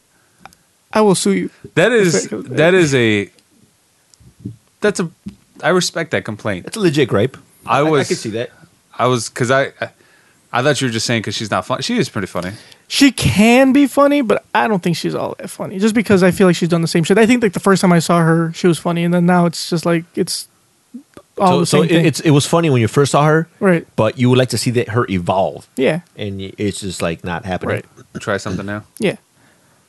[SPEAKER 2] I will sue you.
[SPEAKER 3] That is that is a. That's a. I respect that complaint.
[SPEAKER 4] that's a legit gripe.
[SPEAKER 3] I
[SPEAKER 4] I
[SPEAKER 3] was-
[SPEAKER 4] could see that.
[SPEAKER 3] I was because I, I, I thought you were just saying because she's not funny. She is pretty funny.
[SPEAKER 2] She can be funny, but I don't think she's all that funny. Just because I feel like she's done the same shit. I think like the first time I saw her, she was funny, and then now it's just like it's all
[SPEAKER 4] so
[SPEAKER 2] the
[SPEAKER 4] so
[SPEAKER 2] Oh, same
[SPEAKER 4] it,
[SPEAKER 2] thing.
[SPEAKER 4] it's it was funny when you first saw her,
[SPEAKER 2] Right.
[SPEAKER 4] But you would like to see that her evolve,
[SPEAKER 2] yeah,
[SPEAKER 4] and y- it's just like not happening.
[SPEAKER 2] right.
[SPEAKER 3] Try something new.
[SPEAKER 2] Yeah.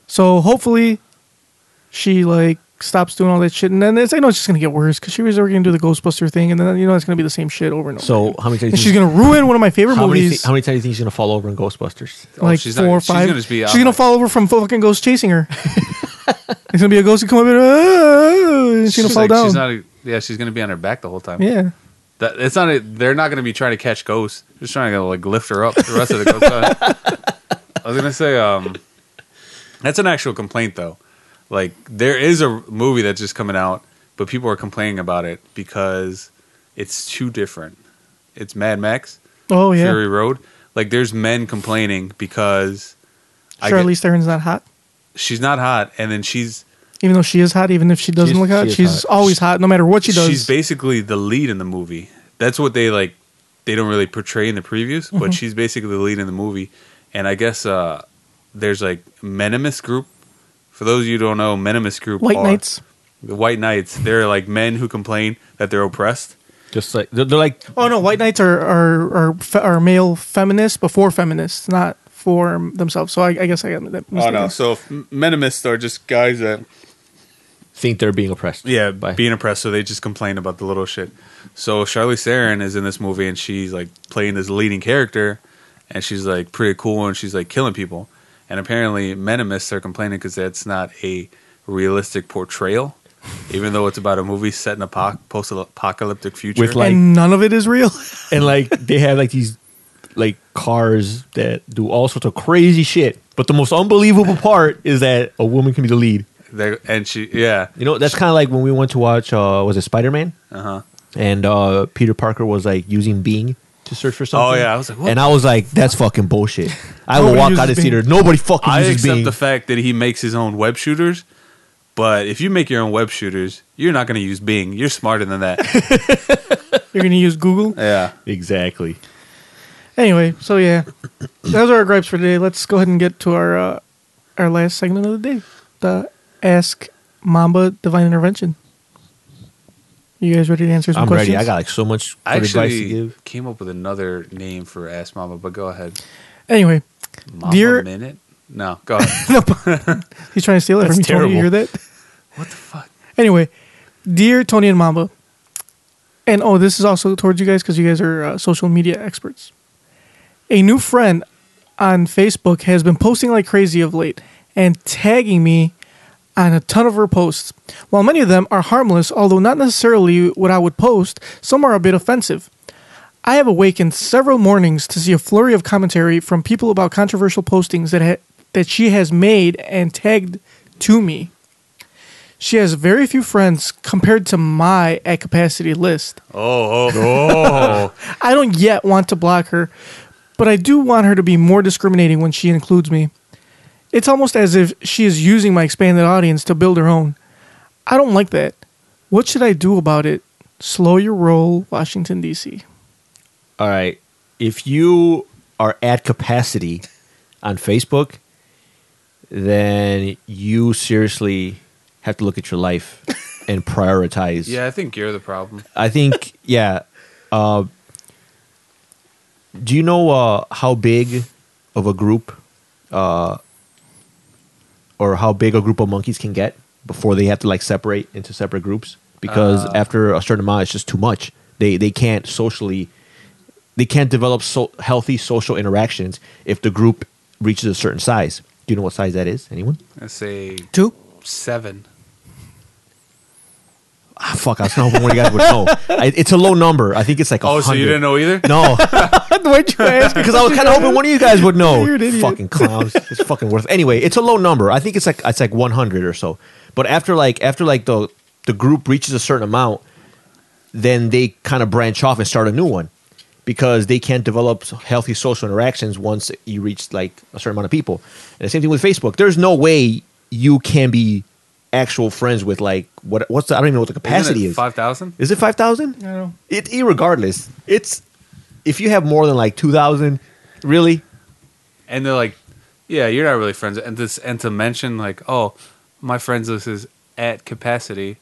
[SPEAKER 2] So hopefully, she like stops doing all that shit, and then it's, I know it's just gonna get worse because she was already gonna do the Ghostbuster thing, and then you know it's gonna be the same shit over and over.
[SPEAKER 4] So
[SPEAKER 2] again.
[SPEAKER 4] how many
[SPEAKER 2] and
[SPEAKER 4] times? do
[SPEAKER 2] she's
[SPEAKER 4] you-
[SPEAKER 2] gonna ruin one of my favorite
[SPEAKER 4] how many,
[SPEAKER 2] movies.
[SPEAKER 4] thi- how many times do you think she's gonna fall over in Ghostbusters?
[SPEAKER 3] Oh,
[SPEAKER 2] like
[SPEAKER 3] she's not-
[SPEAKER 2] four or
[SPEAKER 3] she's
[SPEAKER 2] five.
[SPEAKER 3] gonna just be out,
[SPEAKER 2] she's gonna
[SPEAKER 3] like-
[SPEAKER 2] fall over from fucking ghost chasing her. There's gonna be a ghost to come up and, "Ah," and she's, gonna fall
[SPEAKER 3] like,
[SPEAKER 2] down.
[SPEAKER 3] She's not. A, yeah, she's gonna be on her back the whole time.
[SPEAKER 2] yeah.
[SPEAKER 3] That, it's not. A, they're not going to be trying to catch ghosts. They're just trying to like lift her up. The rest of the ghost. I was going to say, um, that's an actual complaint though. Like there is a movie that's just coming out, but people are complaining about it because it's too different. It's Mad Max
[SPEAKER 2] Oh yeah.
[SPEAKER 3] Fury Road. Like there's men complaining because I get-
[SPEAKER 2] Charlize Theron's not hot,
[SPEAKER 3] she's not hot, and then she's
[SPEAKER 2] even though she is hot. Even if she doesn't
[SPEAKER 4] She's-
[SPEAKER 2] look hot,
[SPEAKER 4] she is
[SPEAKER 2] she's
[SPEAKER 4] hot.
[SPEAKER 2] always hot, no matter what she does.
[SPEAKER 3] she's basically the lead in the movie. That's what they like. They don't really portray in the previews,
[SPEAKER 2] Mm-hmm.
[SPEAKER 3] but she's basically the lead in the movie. And I guess uh, there's like Menimus Group. For those of you who don't know, Menimus Group
[SPEAKER 2] White
[SPEAKER 3] are-
[SPEAKER 2] Knights.
[SPEAKER 3] The White Knights. They're like men who complain that they're oppressed.
[SPEAKER 4] Just like they're, they're like
[SPEAKER 2] Oh no, white knights are are are, fe- are male feminists before feminists, not for themselves. So I, I guess I got that.
[SPEAKER 3] Oh no!
[SPEAKER 2] mistaken.
[SPEAKER 3] So Menimists are just guys that
[SPEAKER 4] think they're being oppressed.
[SPEAKER 3] Yeah,
[SPEAKER 4] by
[SPEAKER 3] being oppressed, so they just complain about the little shit. So Charlize Theron is in this movie, and she's like playing this leading character, and she's like pretty cool, and she's like killing people. And apparently, Menimists are complaining because that's not a realistic portrayal, even though it's about a movie set in a po- post-apocalyptic future.
[SPEAKER 4] With, like-
[SPEAKER 2] and none of it is real.
[SPEAKER 4] and like they have like these like cars that do all sorts of crazy shit. But the most unbelievable part is that a woman can be the lead.
[SPEAKER 3] They- and she, yeah,
[SPEAKER 4] You know, that's kind of like when we went to watch uh was it Spider-Man?
[SPEAKER 3] uh huh.
[SPEAKER 4] and uh, Peter Parker was like using Bing to search for something.
[SPEAKER 3] Oh, yeah. I was like, what
[SPEAKER 4] and
[SPEAKER 3] the
[SPEAKER 4] I was like, that's fucking bullshit. I will
[SPEAKER 2] Nobody
[SPEAKER 4] walk
[SPEAKER 2] uses
[SPEAKER 4] out of this
[SPEAKER 2] Bing.
[SPEAKER 4] theater. Nobody fucking
[SPEAKER 3] I
[SPEAKER 4] uses
[SPEAKER 3] accept
[SPEAKER 4] Bing.
[SPEAKER 3] the fact that he makes his own web shooters, but if you make your own web shooters, you're not going to use Bing. You're smarter than that.
[SPEAKER 2] You're gonna use Google
[SPEAKER 3] yeah.
[SPEAKER 4] exactly.
[SPEAKER 2] anyway. So yeah, those are our gripes for today. Let's go ahead and get to our uh, our last segment of the day. The Ask Mamba Divine Intervention. You guys ready to answer some
[SPEAKER 4] I'm
[SPEAKER 2] questions?
[SPEAKER 4] ready. I got like so much
[SPEAKER 3] I
[SPEAKER 4] good advice to
[SPEAKER 3] actually
[SPEAKER 4] give.
[SPEAKER 3] came up with another name for Ask Mama, but go ahead.
[SPEAKER 2] Anyway,
[SPEAKER 3] Mama
[SPEAKER 2] Dear-
[SPEAKER 3] Minute? No, go ahead.
[SPEAKER 2] he's trying to steal it
[SPEAKER 4] That's
[SPEAKER 2] from me. Tony, you hear
[SPEAKER 4] terrible.
[SPEAKER 2] that?
[SPEAKER 3] what the fuck?
[SPEAKER 2] Anyway, dear Tony and Mamba, and oh, this is also towards you guys because you guys are uh, social media experts. A new friend on Facebook has been posting like crazy of late and tagging me on a ton of her posts. While many of them are harmless, although not necessarily what I would post, some are a bit offensive. I have awakened several mornings to see a flurry of commentary from people about controversial postings that ha- that she has made and tagged to me. She has very few friends compared to my at capacity list.
[SPEAKER 3] Oh, oh, oh.
[SPEAKER 2] I don't yet want to block her, but I do want her to be more discriminating when she includes me. It's almost as if she is using my expanded audience to build her own. I don't like that. What should I do about it? Slow your roll, Washington, D.C.
[SPEAKER 4] All right. If you are at capacity on Facebook, then you seriously have to look at your life and prioritize.
[SPEAKER 3] yeah, I think you're the problem.
[SPEAKER 4] I think yeah. Uh, do you know uh, how big of a group, uh, or how big a group of monkeys can get before they have to like separate into separate groups? Because
[SPEAKER 3] Uh.
[SPEAKER 4] after a certain amount, it's just too much. They they can't socially, they can't develop so healthy social interactions if the group reaches a certain size. Do you know what size that is? Anyone?
[SPEAKER 3] I say
[SPEAKER 2] Two?
[SPEAKER 3] seven.
[SPEAKER 4] Ah, fuck! I was not hoping one of you guys would know. I, it's a low number. I think it's like
[SPEAKER 3] Oh, so you
[SPEAKER 4] 100.
[SPEAKER 3] didn't know either?
[SPEAKER 4] No.
[SPEAKER 2] Why'd you ask?
[SPEAKER 4] because I was kind of hoping one of you guys would know.
[SPEAKER 2] You're an idiot.
[SPEAKER 4] Fucking clowns. It's fucking worth. Anyway, it's a low number. I think it's like it's like 100 or so. But after like after like the the group reaches a certain amount, then they kind of branch off and start a new one because they can't develop healthy social interactions once you reach like a certain amount of people. And the same thing with Facebook. There's no way you can be actual friends with like what what's the, I don't even know what the capacity is.
[SPEAKER 3] Five thousand.
[SPEAKER 4] Is it 5,000?
[SPEAKER 2] I don't know.
[SPEAKER 4] It irregardless. It's if you have more than like 2,000, really?
[SPEAKER 3] and they're like, "Yeah, you're not really friends." And this, and to mention like, "Oh, my friends list is at capacity."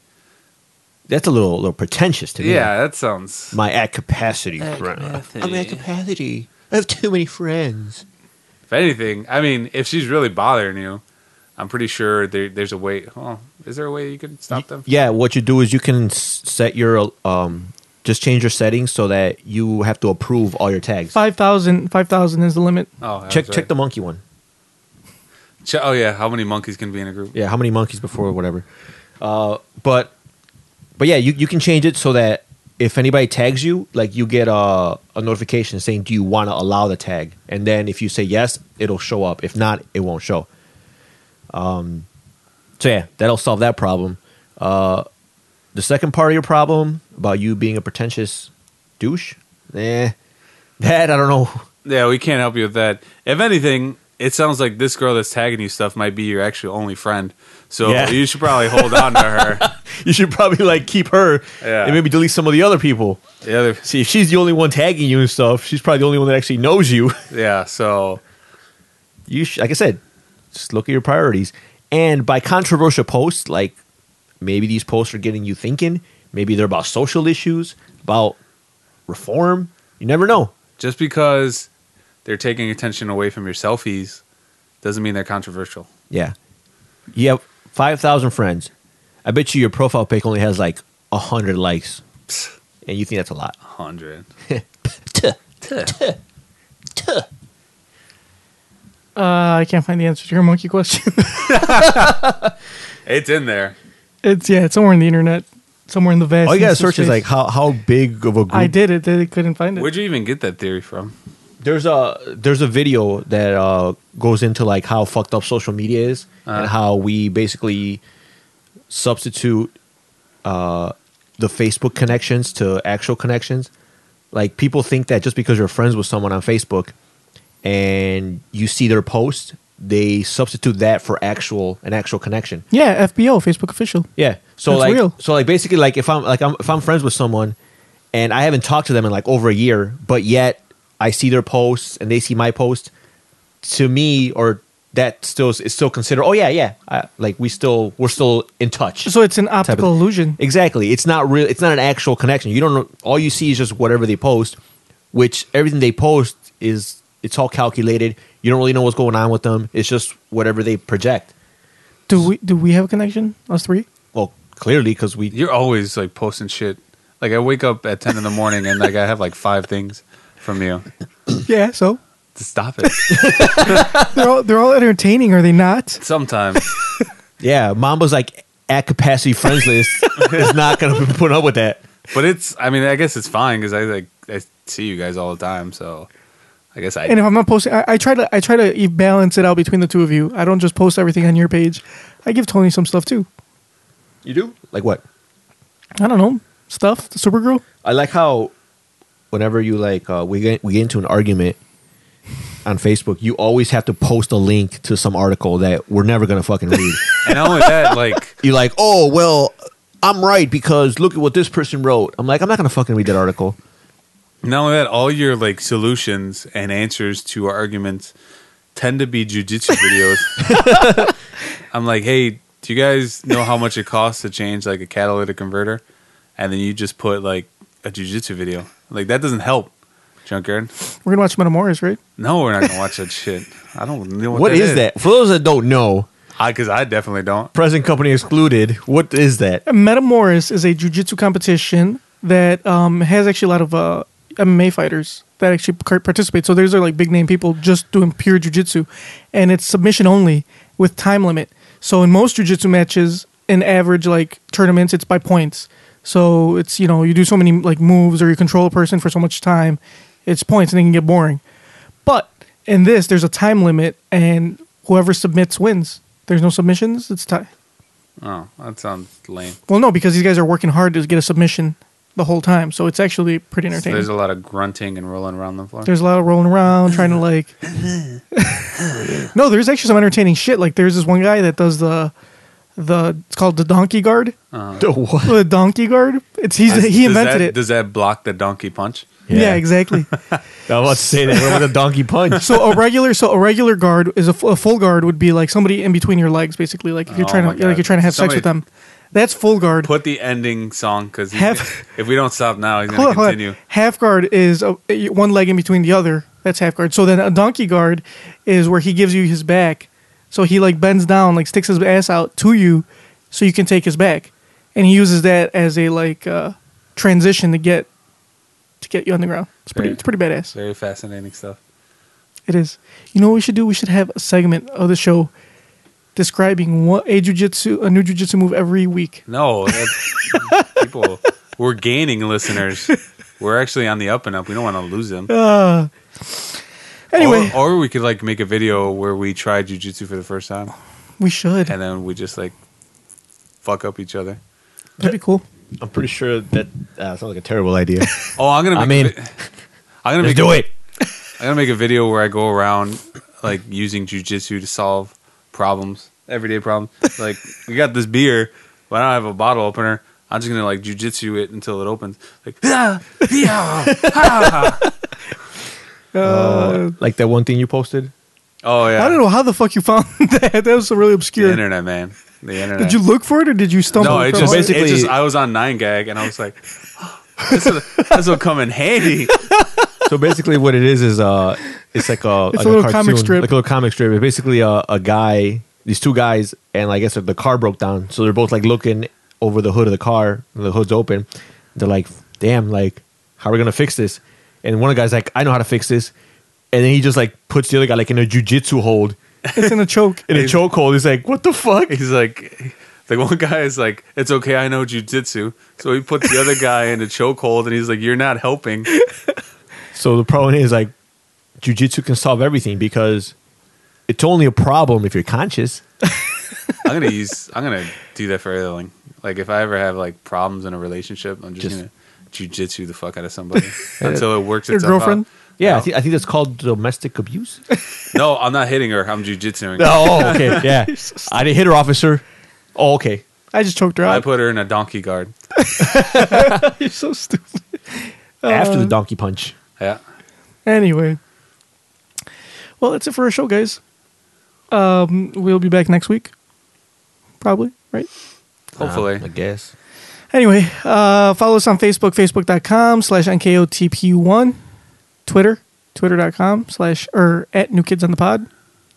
[SPEAKER 4] That's a little little pretentious to
[SPEAKER 3] Yeah,
[SPEAKER 4] me.
[SPEAKER 3] that sounds.
[SPEAKER 4] My at capacity friend.
[SPEAKER 3] I'm at
[SPEAKER 4] capacity. I have too many friends.
[SPEAKER 3] If anything, I mean, if she's really bothering you, I'm pretty sure there, there's a way. Oh, is there a way you can stop them?
[SPEAKER 4] Yeah, what you do is you can s- set your um just change your settings so that you have to approve all your tags.
[SPEAKER 2] 5,000 5,000 is the limit.
[SPEAKER 3] Oh, that
[SPEAKER 4] Check
[SPEAKER 3] was
[SPEAKER 4] check
[SPEAKER 3] right.
[SPEAKER 4] the monkey one.
[SPEAKER 3] Che- oh yeah, how many monkeys can be in a group?
[SPEAKER 4] yeah how many monkeys before whatever uh, but but yeah you, you can change it so that if anybody tags you like you get a, a notification saying do you want to allow the tag and then if you say yes it'll show up if not it won't show um, so yeah that'll solve that problem uh, the second part of your problem about you being a pretentious douche eh, that i don't know
[SPEAKER 3] Yeah, we can't help you with that. If anything, it sounds like this girl that's tagging you stuff might be your actual only friend. So
[SPEAKER 4] Yeah.
[SPEAKER 3] you should probably hold on to her.
[SPEAKER 4] you should probably like keep her
[SPEAKER 3] Yeah.
[SPEAKER 4] and maybe delete some of the other people
[SPEAKER 3] The other,
[SPEAKER 4] See, if she's the only one tagging you and stuff, she's probably the only one that actually knows you.
[SPEAKER 3] yeah. So
[SPEAKER 4] You, sh- like I said, just look at your priorities. And by controversial posts, like maybe these posts are getting you thinking. Maybe they're about social issues, about reform. You never know.
[SPEAKER 3] just because they're taking attention away from your selfies doesn't mean they're controversial.
[SPEAKER 4] Yeah, you have five thousand friends. I bet you your profile pic only has like hundred likes, and you think that's a lot.
[SPEAKER 3] 100.
[SPEAKER 2] Uh, I can't find the answer to your monkey question.
[SPEAKER 3] It's in there.
[SPEAKER 2] it's, yeah, it's somewhere in the internet, somewhere in the vast.
[SPEAKER 4] All you gotta
[SPEAKER 2] mists of
[SPEAKER 4] search is
[SPEAKER 2] space.
[SPEAKER 4] like how how big of a group.
[SPEAKER 2] I did it, they couldn't find it.
[SPEAKER 3] Where'd you even get that theory from?
[SPEAKER 4] there's a there's a video that uh, goes into like how fucked up social media is and how we basically substitute uh, the Facebook connections to actual connections. Like people think that just because you're friends with someone on Facebook and you see their post, they substitute that for actual an actual connection.
[SPEAKER 2] Yeah, FBO, Facebook official.
[SPEAKER 4] Yeah. So
[SPEAKER 2] That's
[SPEAKER 4] like
[SPEAKER 2] real.
[SPEAKER 4] so like basically like if I'm like I'm if I'm friends with someone and I haven't talked to them in like over a year, but yet I see their posts and they see my post, to me or that still is it's still considered oh yeah, yeah. I, like we still we're still in touch.
[SPEAKER 2] So it's an
[SPEAKER 4] type of-
[SPEAKER 2] optical illusion.
[SPEAKER 4] Exactly. It's not real. It's not an actual connection. You don't know. All you see is just whatever they post, which everything they post is it's all calculated. You don't really know what's going on with them. It's just whatever they project.
[SPEAKER 2] Do we do we have a connection? Us three?
[SPEAKER 4] Well, clearly because we
[SPEAKER 3] You're always like posting shit. Like I wake up at ten in the morning and like I have like five things from you.
[SPEAKER 2] Yeah. So
[SPEAKER 3] Just stop it.
[SPEAKER 2] they're all they're all entertaining, are they not?
[SPEAKER 3] Sometimes
[SPEAKER 4] yeah. Mamba's like at capacity friends list is not going to put up with that.
[SPEAKER 3] but it's i mean i guess it's fine because i like i see you guys all the time so i guess i
[SPEAKER 2] And if I'm not posting, I, I try to I try to e- balance it out between the two of you. I don't just post everything on your page. I give Tony some stuff too.
[SPEAKER 4] You do like what?
[SPEAKER 2] I don't know stuff. The Supergirl.
[SPEAKER 4] I like how whenever you like uh, we get we get into an argument on Facebook, you always have to post a link to some article that we're never gonna fucking read.
[SPEAKER 3] and not only that like
[SPEAKER 4] You're like, oh well, I'm right because look at what this person wrote. I'm like, I'm not gonna fucking read that article.
[SPEAKER 3] not only that all your like solutions and answers to arguments tend to be jujitsu videos i'm like hey do you guys know how much it costs to change like a catalytic converter and then you just put like a jujitsu video like that doesn't help junkyard
[SPEAKER 2] We're gonna watch Metamorphis, right?
[SPEAKER 3] no we're not gonna watch that shit i don't know what,
[SPEAKER 4] what is that? For those that don't know,
[SPEAKER 3] because I definitely don't
[SPEAKER 4] present company excluded. What is that?
[SPEAKER 2] Metamoris is a jujitsu competition that um, has actually a lot of uh, MMA fighters that actually par- participate. So these are like big name people just doing pure jujitsu, and it's submission only with time limit. So in most jujitsu matches, in average like tournaments, it's by points. So it's you know you do so many like moves or you control a person for so much time, it's points and it can get boring. But in this, there's a time limit, and whoever submits wins. There's no submissions. It's tie.
[SPEAKER 3] oh that sounds lame
[SPEAKER 2] Well, no, because these guys are working hard to get a submission the whole time, so it's actually pretty
[SPEAKER 3] So
[SPEAKER 2] entertaining.
[SPEAKER 3] there's a lot of grunting and rolling around the floor.
[SPEAKER 2] There's a lot of rolling around trying to like. no, there's actually some entertaining shit. Like there's this one guy that does the, the it's called the donkey guard. Oh,
[SPEAKER 4] The what?
[SPEAKER 2] The donkey guard. It's he's he
[SPEAKER 3] Uh-huh. Does
[SPEAKER 2] invented
[SPEAKER 3] that-
[SPEAKER 2] it.
[SPEAKER 3] Does that block the donkey punch?
[SPEAKER 2] yeah.
[SPEAKER 4] Yeah.
[SPEAKER 2] exactly.
[SPEAKER 4] I was about to say that with a donkey punch.
[SPEAKER 2] so a regular so a regular guard is a, fu- a full guard would be like somebody in between your legs, basically. Like if you're
[SPEAKER 3] Oh
[SPEAKER 2] trying
[SPEAKER 3] my
[SPEAKER 2] to like
[SPEAKER 3] God.
[SPEAKER 2] you're trying to have sex
[SPEAKER 3] Somebody-
[SPEAKER 2] with them. That's full guard.
[SPEAKER 3] Put the ending song because
[SPEAKER 2] Have-
[SPEAKER 3] if we don't stop now, he's
[SPEAKER 2] Hold on,
[SPEAKER 3] going to
[SPEAKER 2] hold on.
[SPEAKER 3] continue.
[SPEAKER 2] Half guard is a, one leg in between the other. That's half guard. So then a donkey guard is where he gives you his back. So he like bends down, like sticks his ass out to you, so you can take his back, and he uses that as a like uh, transition to get to get you on the ground. It's pretty.
[SPEAKER 3] Right.
[SPEAKER 2] It's pretty badass.
[SPEAKER 3] Very fascinating stuff.
[SPEAKER 2] It is. You know what we should do? We should have a segment of the show describing what a jujitsu, a new jujitsu move every week.
[SPEAKER 3] No, that's, people, we're gaining listeners. We're actually on the up and up. We don't want to lose them.
[SPEAKER 2] Uh, Anyway,
[SPEAKER 3] Or, or we could like make a video where we try jujitsu for the first time
[SPEAKER 2] we should.
[SPEAKER 3] and then we just like fuck up each other.
[SPEAKER 2] That'd be cool.
[SPEAKER 4] I'm pretty sure that uh, sounds like a terrible idea.
[SPEAKER 3] Oh, I'm gonna.
[SPEAKER 4] I
[SPEAKER 3] Make
[SPEAKER 4] mean,
[SPEAKER 3] a vi- I'm gonna make
[SPEAKER 4] Let's do it.
[SPEAKER 3] I'm gonna make a video where I go around like using jujitsu to solve problems, everyday problems. Like we got this beer, but I don't have a bottle opener. I'm just gonna like jujitsu it until it opens. Like yeah, yeah, ha.
[SPEAKER 4] Uh, like that one thing you posted.
[SPEAKER 3] oh yeah.
[SPEAKER 2] I don't know how the fuck you found that. That was really
[SPEAKER 3] The
[SPEAKER 2] obscure.
[SPEAKER 3] internet, man. The internet.
[SPEAKER 2] Did you look for it or did you stumble?
[SPEAKER 3] No, it
[SPEAKER 2] across
[SPEAKER 3] just
[SPEAKER 4] So
[SPEAKER 2] it?
[SPEAKER 3] basically.
[SPEAKER 4] basically-
[SPEAKER 3] It just, I was on nine gag and I was like, this will, this will come in handy.
[SPEAKER 4] So basically, what it is is uh, it's like a, like
[SPEAKER 2] little comic
[SPEAKER 4] cartoon,
[SPEAKER 2] strip.
[SPEAKER 4] like a little comic strip. It's basically a, a guy, these two guys, and I guess the car broke down, so they're both like looking over the hood of the car. And the hood's open. They're like, "Damn, like, how are we gonna fix this?" And one of the guys like, "I know how to fix this," and then he just like puts the other guy like in a jujitsu hold,
[SPEAKER 2] It's in a choke.
[SPEAKER 4] in a choke hold. He's like, "What the fuck?"
[SPEAKER 3] He's like, like one guy is like, it's okay, I know jujitsu. So he put the other guy in a chokehold, and he's like, you're not helping.
[SPEAKER 4] So the problem is like, jujitsu can solve everything because it's only a problem if you're conscious.
[SPEAKER 3] I'm gonna use. I'm gonna do that for everything. Like if I ever have like problems in a relationship, I'm just,
[SPEAKER 4] Just-
[SPEAKER 3] gonna jujitsu the fuck out of somebody until it works
[SPEAKER 2] Your
[SPEAKER 3] itself out.
[SPEAKER 2] girlfriend?
[SPEAKER 4] Yeah,
[SPEAKER 3] No.
[SPEAKER 4] I, think, I think that's called domestic abuse.
[SPEAKER 3] No, I'm not hitting her. I'm jujitsuing. her.
[SPEAKER 4] oh, okay. Yeah. I didn't hit her, officer. Oh, okay.
[SPEAKER 2] I just choked her
[SPEAKER 3] I
[SPEAKER 2] out.
[SPEAKER 3] put her in a donkey guard.
[SPEAKER 2] You're so stupid.
[SPEAKER 4] After the
[SPEAKER 2] Uh,
[SPEAKER 4] donkey punch.
[SPEAKER 3] Yeah.
[SPEAKER 2] Anyway. Well, that's it for our show, guys. Um, we'll be back next week. Probably, right?
[SPEAKER 3] Hopefully.
[SPEAKER 4] Uh, I guess.
[SPEAKER 2] Anyway, uh, follow us on Facebook, facebook.com slash NKOTP1. Twitter, twitter.com slash or at New Kids on the Pod.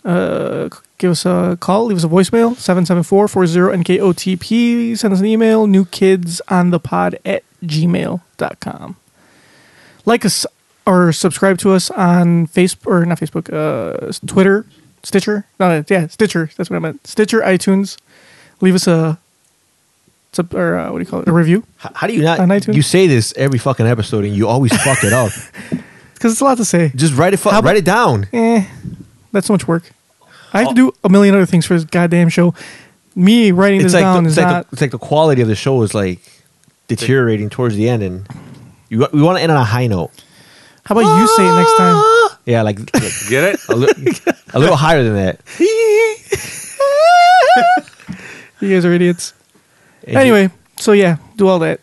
[SPEAKER 2] Uh, c- give us a call, leave us a voicemail, 774 40 NKOTP. Send us an email, newkidsonthepod at gmail.com. Like us or subscribe to us on Facebook, or not Facebook, uh, s- Twitter, Stitcher. No, yeah, Stitcher. That's what I meant. Stitcher, iTunes. Leave us a sub, or uh, what do you call it? A review
[SPEAKER 4] How, how do you not?
[SPEAKER 2] On iTunes?
[SPEAKER 4] You say this every fucking episode and you always fuck it up.
[SPEAKER 2] because it's a lot to say.
[SPEAKER 4] Just write it, fu-
[SPEAKER 2] How
[SPEAKER 4] write it down.
[SPEAKER 2] Eh, that's so much work. I have to do a million other things for this goddamn show. Me writing
[SPEAKER 4] Oh. It's
[SPEAKER 2] this
[SPEAKER 4] like,
[SPEAKER 2] down
[SPEAKER 4] the,
[SPEAKER 2] is
[SPEAKER 4] it's, like
[SPEAKER 2] not.
[SPEAKER 4] the, it's like the quality of the show is like deteriorating towards the end and you, wa- we want to end on a high note.
[SPEAKER 2] how about you say it next time?
[SPEAKER 4] Yeah, like, like
[SPEAKER 3] Get it?
[SPEAKER 4] a, li- a little higher than that.
[SPEAKER 2] You guys are idiots.
[SPEAKER 4] And
[SPEAKER 2] Anyway, so yeah, do all that.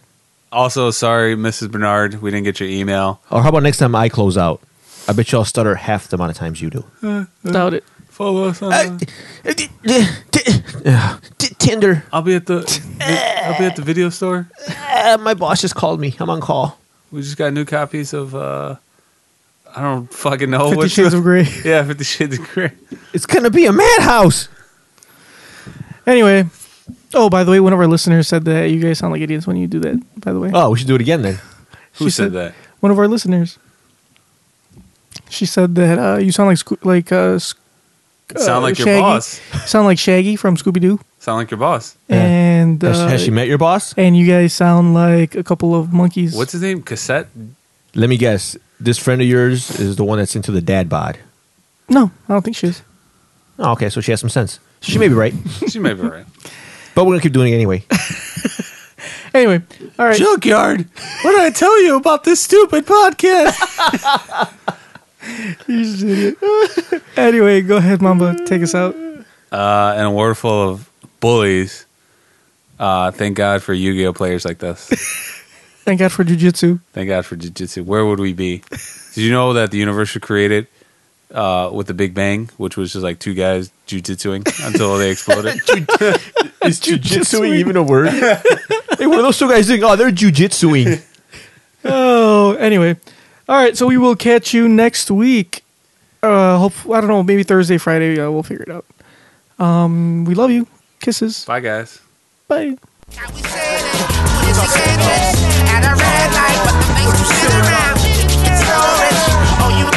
[SPEAKER 3] Also, sorry, Mrs. Bernard, we didn't get your email.
[SPEAKER 4] you- or how about next time I close out? I bet you I'll stutter half the amount of times you do.
[SPEAKER 2] Doubt it.
[SPEAKER 3] Follow us on.
[SPEAKER 4] Tinder.
[SPEAKER 3] I'll be at the. I'll be at the video store.
[SPEAKER 4] Uh, my boss just called me. I'm on call.
[SPEAKER 3] We just got new copies of. uh I don't fucking know.
[SPEAKER 4] Oh,
[SPEAKER 2] Fifty
[SPEAKER 3] what's
[SPEAKER 2] Shades
[SPEAKER 3] the-
[SPEAKER 2] of Grey.
[SPEAKER 3] Yeah, Fifty Shades of Grey.
[SPEAKER 4] It's gonna be a madhouse.
[SPEAKER 2] Anyway, oh by the way, one of our listeners said that you guys sound like idiots when you do that. By the way,
[SPEAKER 4] Oh, we should do it again then.
[SPEAKER 3] Who
[SPEAKER 2] She said-
[SPEAKER 3] said that?
[SPEAKER 2] one of our listeners. She said that uh, you sound like Sco- like uh, Sc-
[SPEAKER 3] sound
[SPEAKER 2] uh,
[SPEAKER 3] like your
[SPEAKER 2] Shaggy.
[SPEAKER 3] boss.
[SPEAKER 2] sound like Shaggy from Scooby Doo,
[SPEAKER 3] Sound like your boss.
[SPEAKER 4] Yeah.
[SPEAKER 2] and uh,
[SPEAKER 4] has, has she met your boss?
[SPEAKER 2] and you guys sound like a couple of monkeys.
[SPEAKER 3] What's his name? Cassette.
[SPEAKER 4] Let me guess. This friend of yours is the one that's into the dad bod.
[SPEAKER 2] No, I don't think she is.
[SPEAKER 4] Oh, okay, so she has some sense. She may be right,
[SPEAKER 3] She may be right.
[SPEAKER 4] but we're gonna keep doing it anyway.
[SPEAKER 2] Anyway, all right.
[SPEAKER 3] Junkyard. What did I tell you about this stupid podcast?
[SPEAKER 2] You just idiot. anyway, go ahead, Mamba. Take us out.
[SPEAKER 3] Uh, and a world full of bullies. Uh, thank God for Yu-Gi-Oh players like this.
[SPEAKER 2] Thank God for jujitsu.
[SPEAKER 3] thank God for Jiu-Jitsu. Where would we be? Did you know that the universe was created uh, with the Big Bang, which was just like two guys jiu-jitsuing until they exploded?
[SPEAKER 4] Is jujitsu even a word? hey, what are those two guys doing? Oh, they're jujitsuing.
[SPEAKER 2] Oh, anyway. All right, so we will catch you next week. Uh, hope I don't know, maybe Thursday, Friday. Uh, we'll figure it out. Um, we love you. Kisses.
[SPEAKER 3] Bye, guys.
[SPEAKER 2] Bye.
[SPEAKER 7] At a red light, but the makes you sit around. It's so rich. Oh, you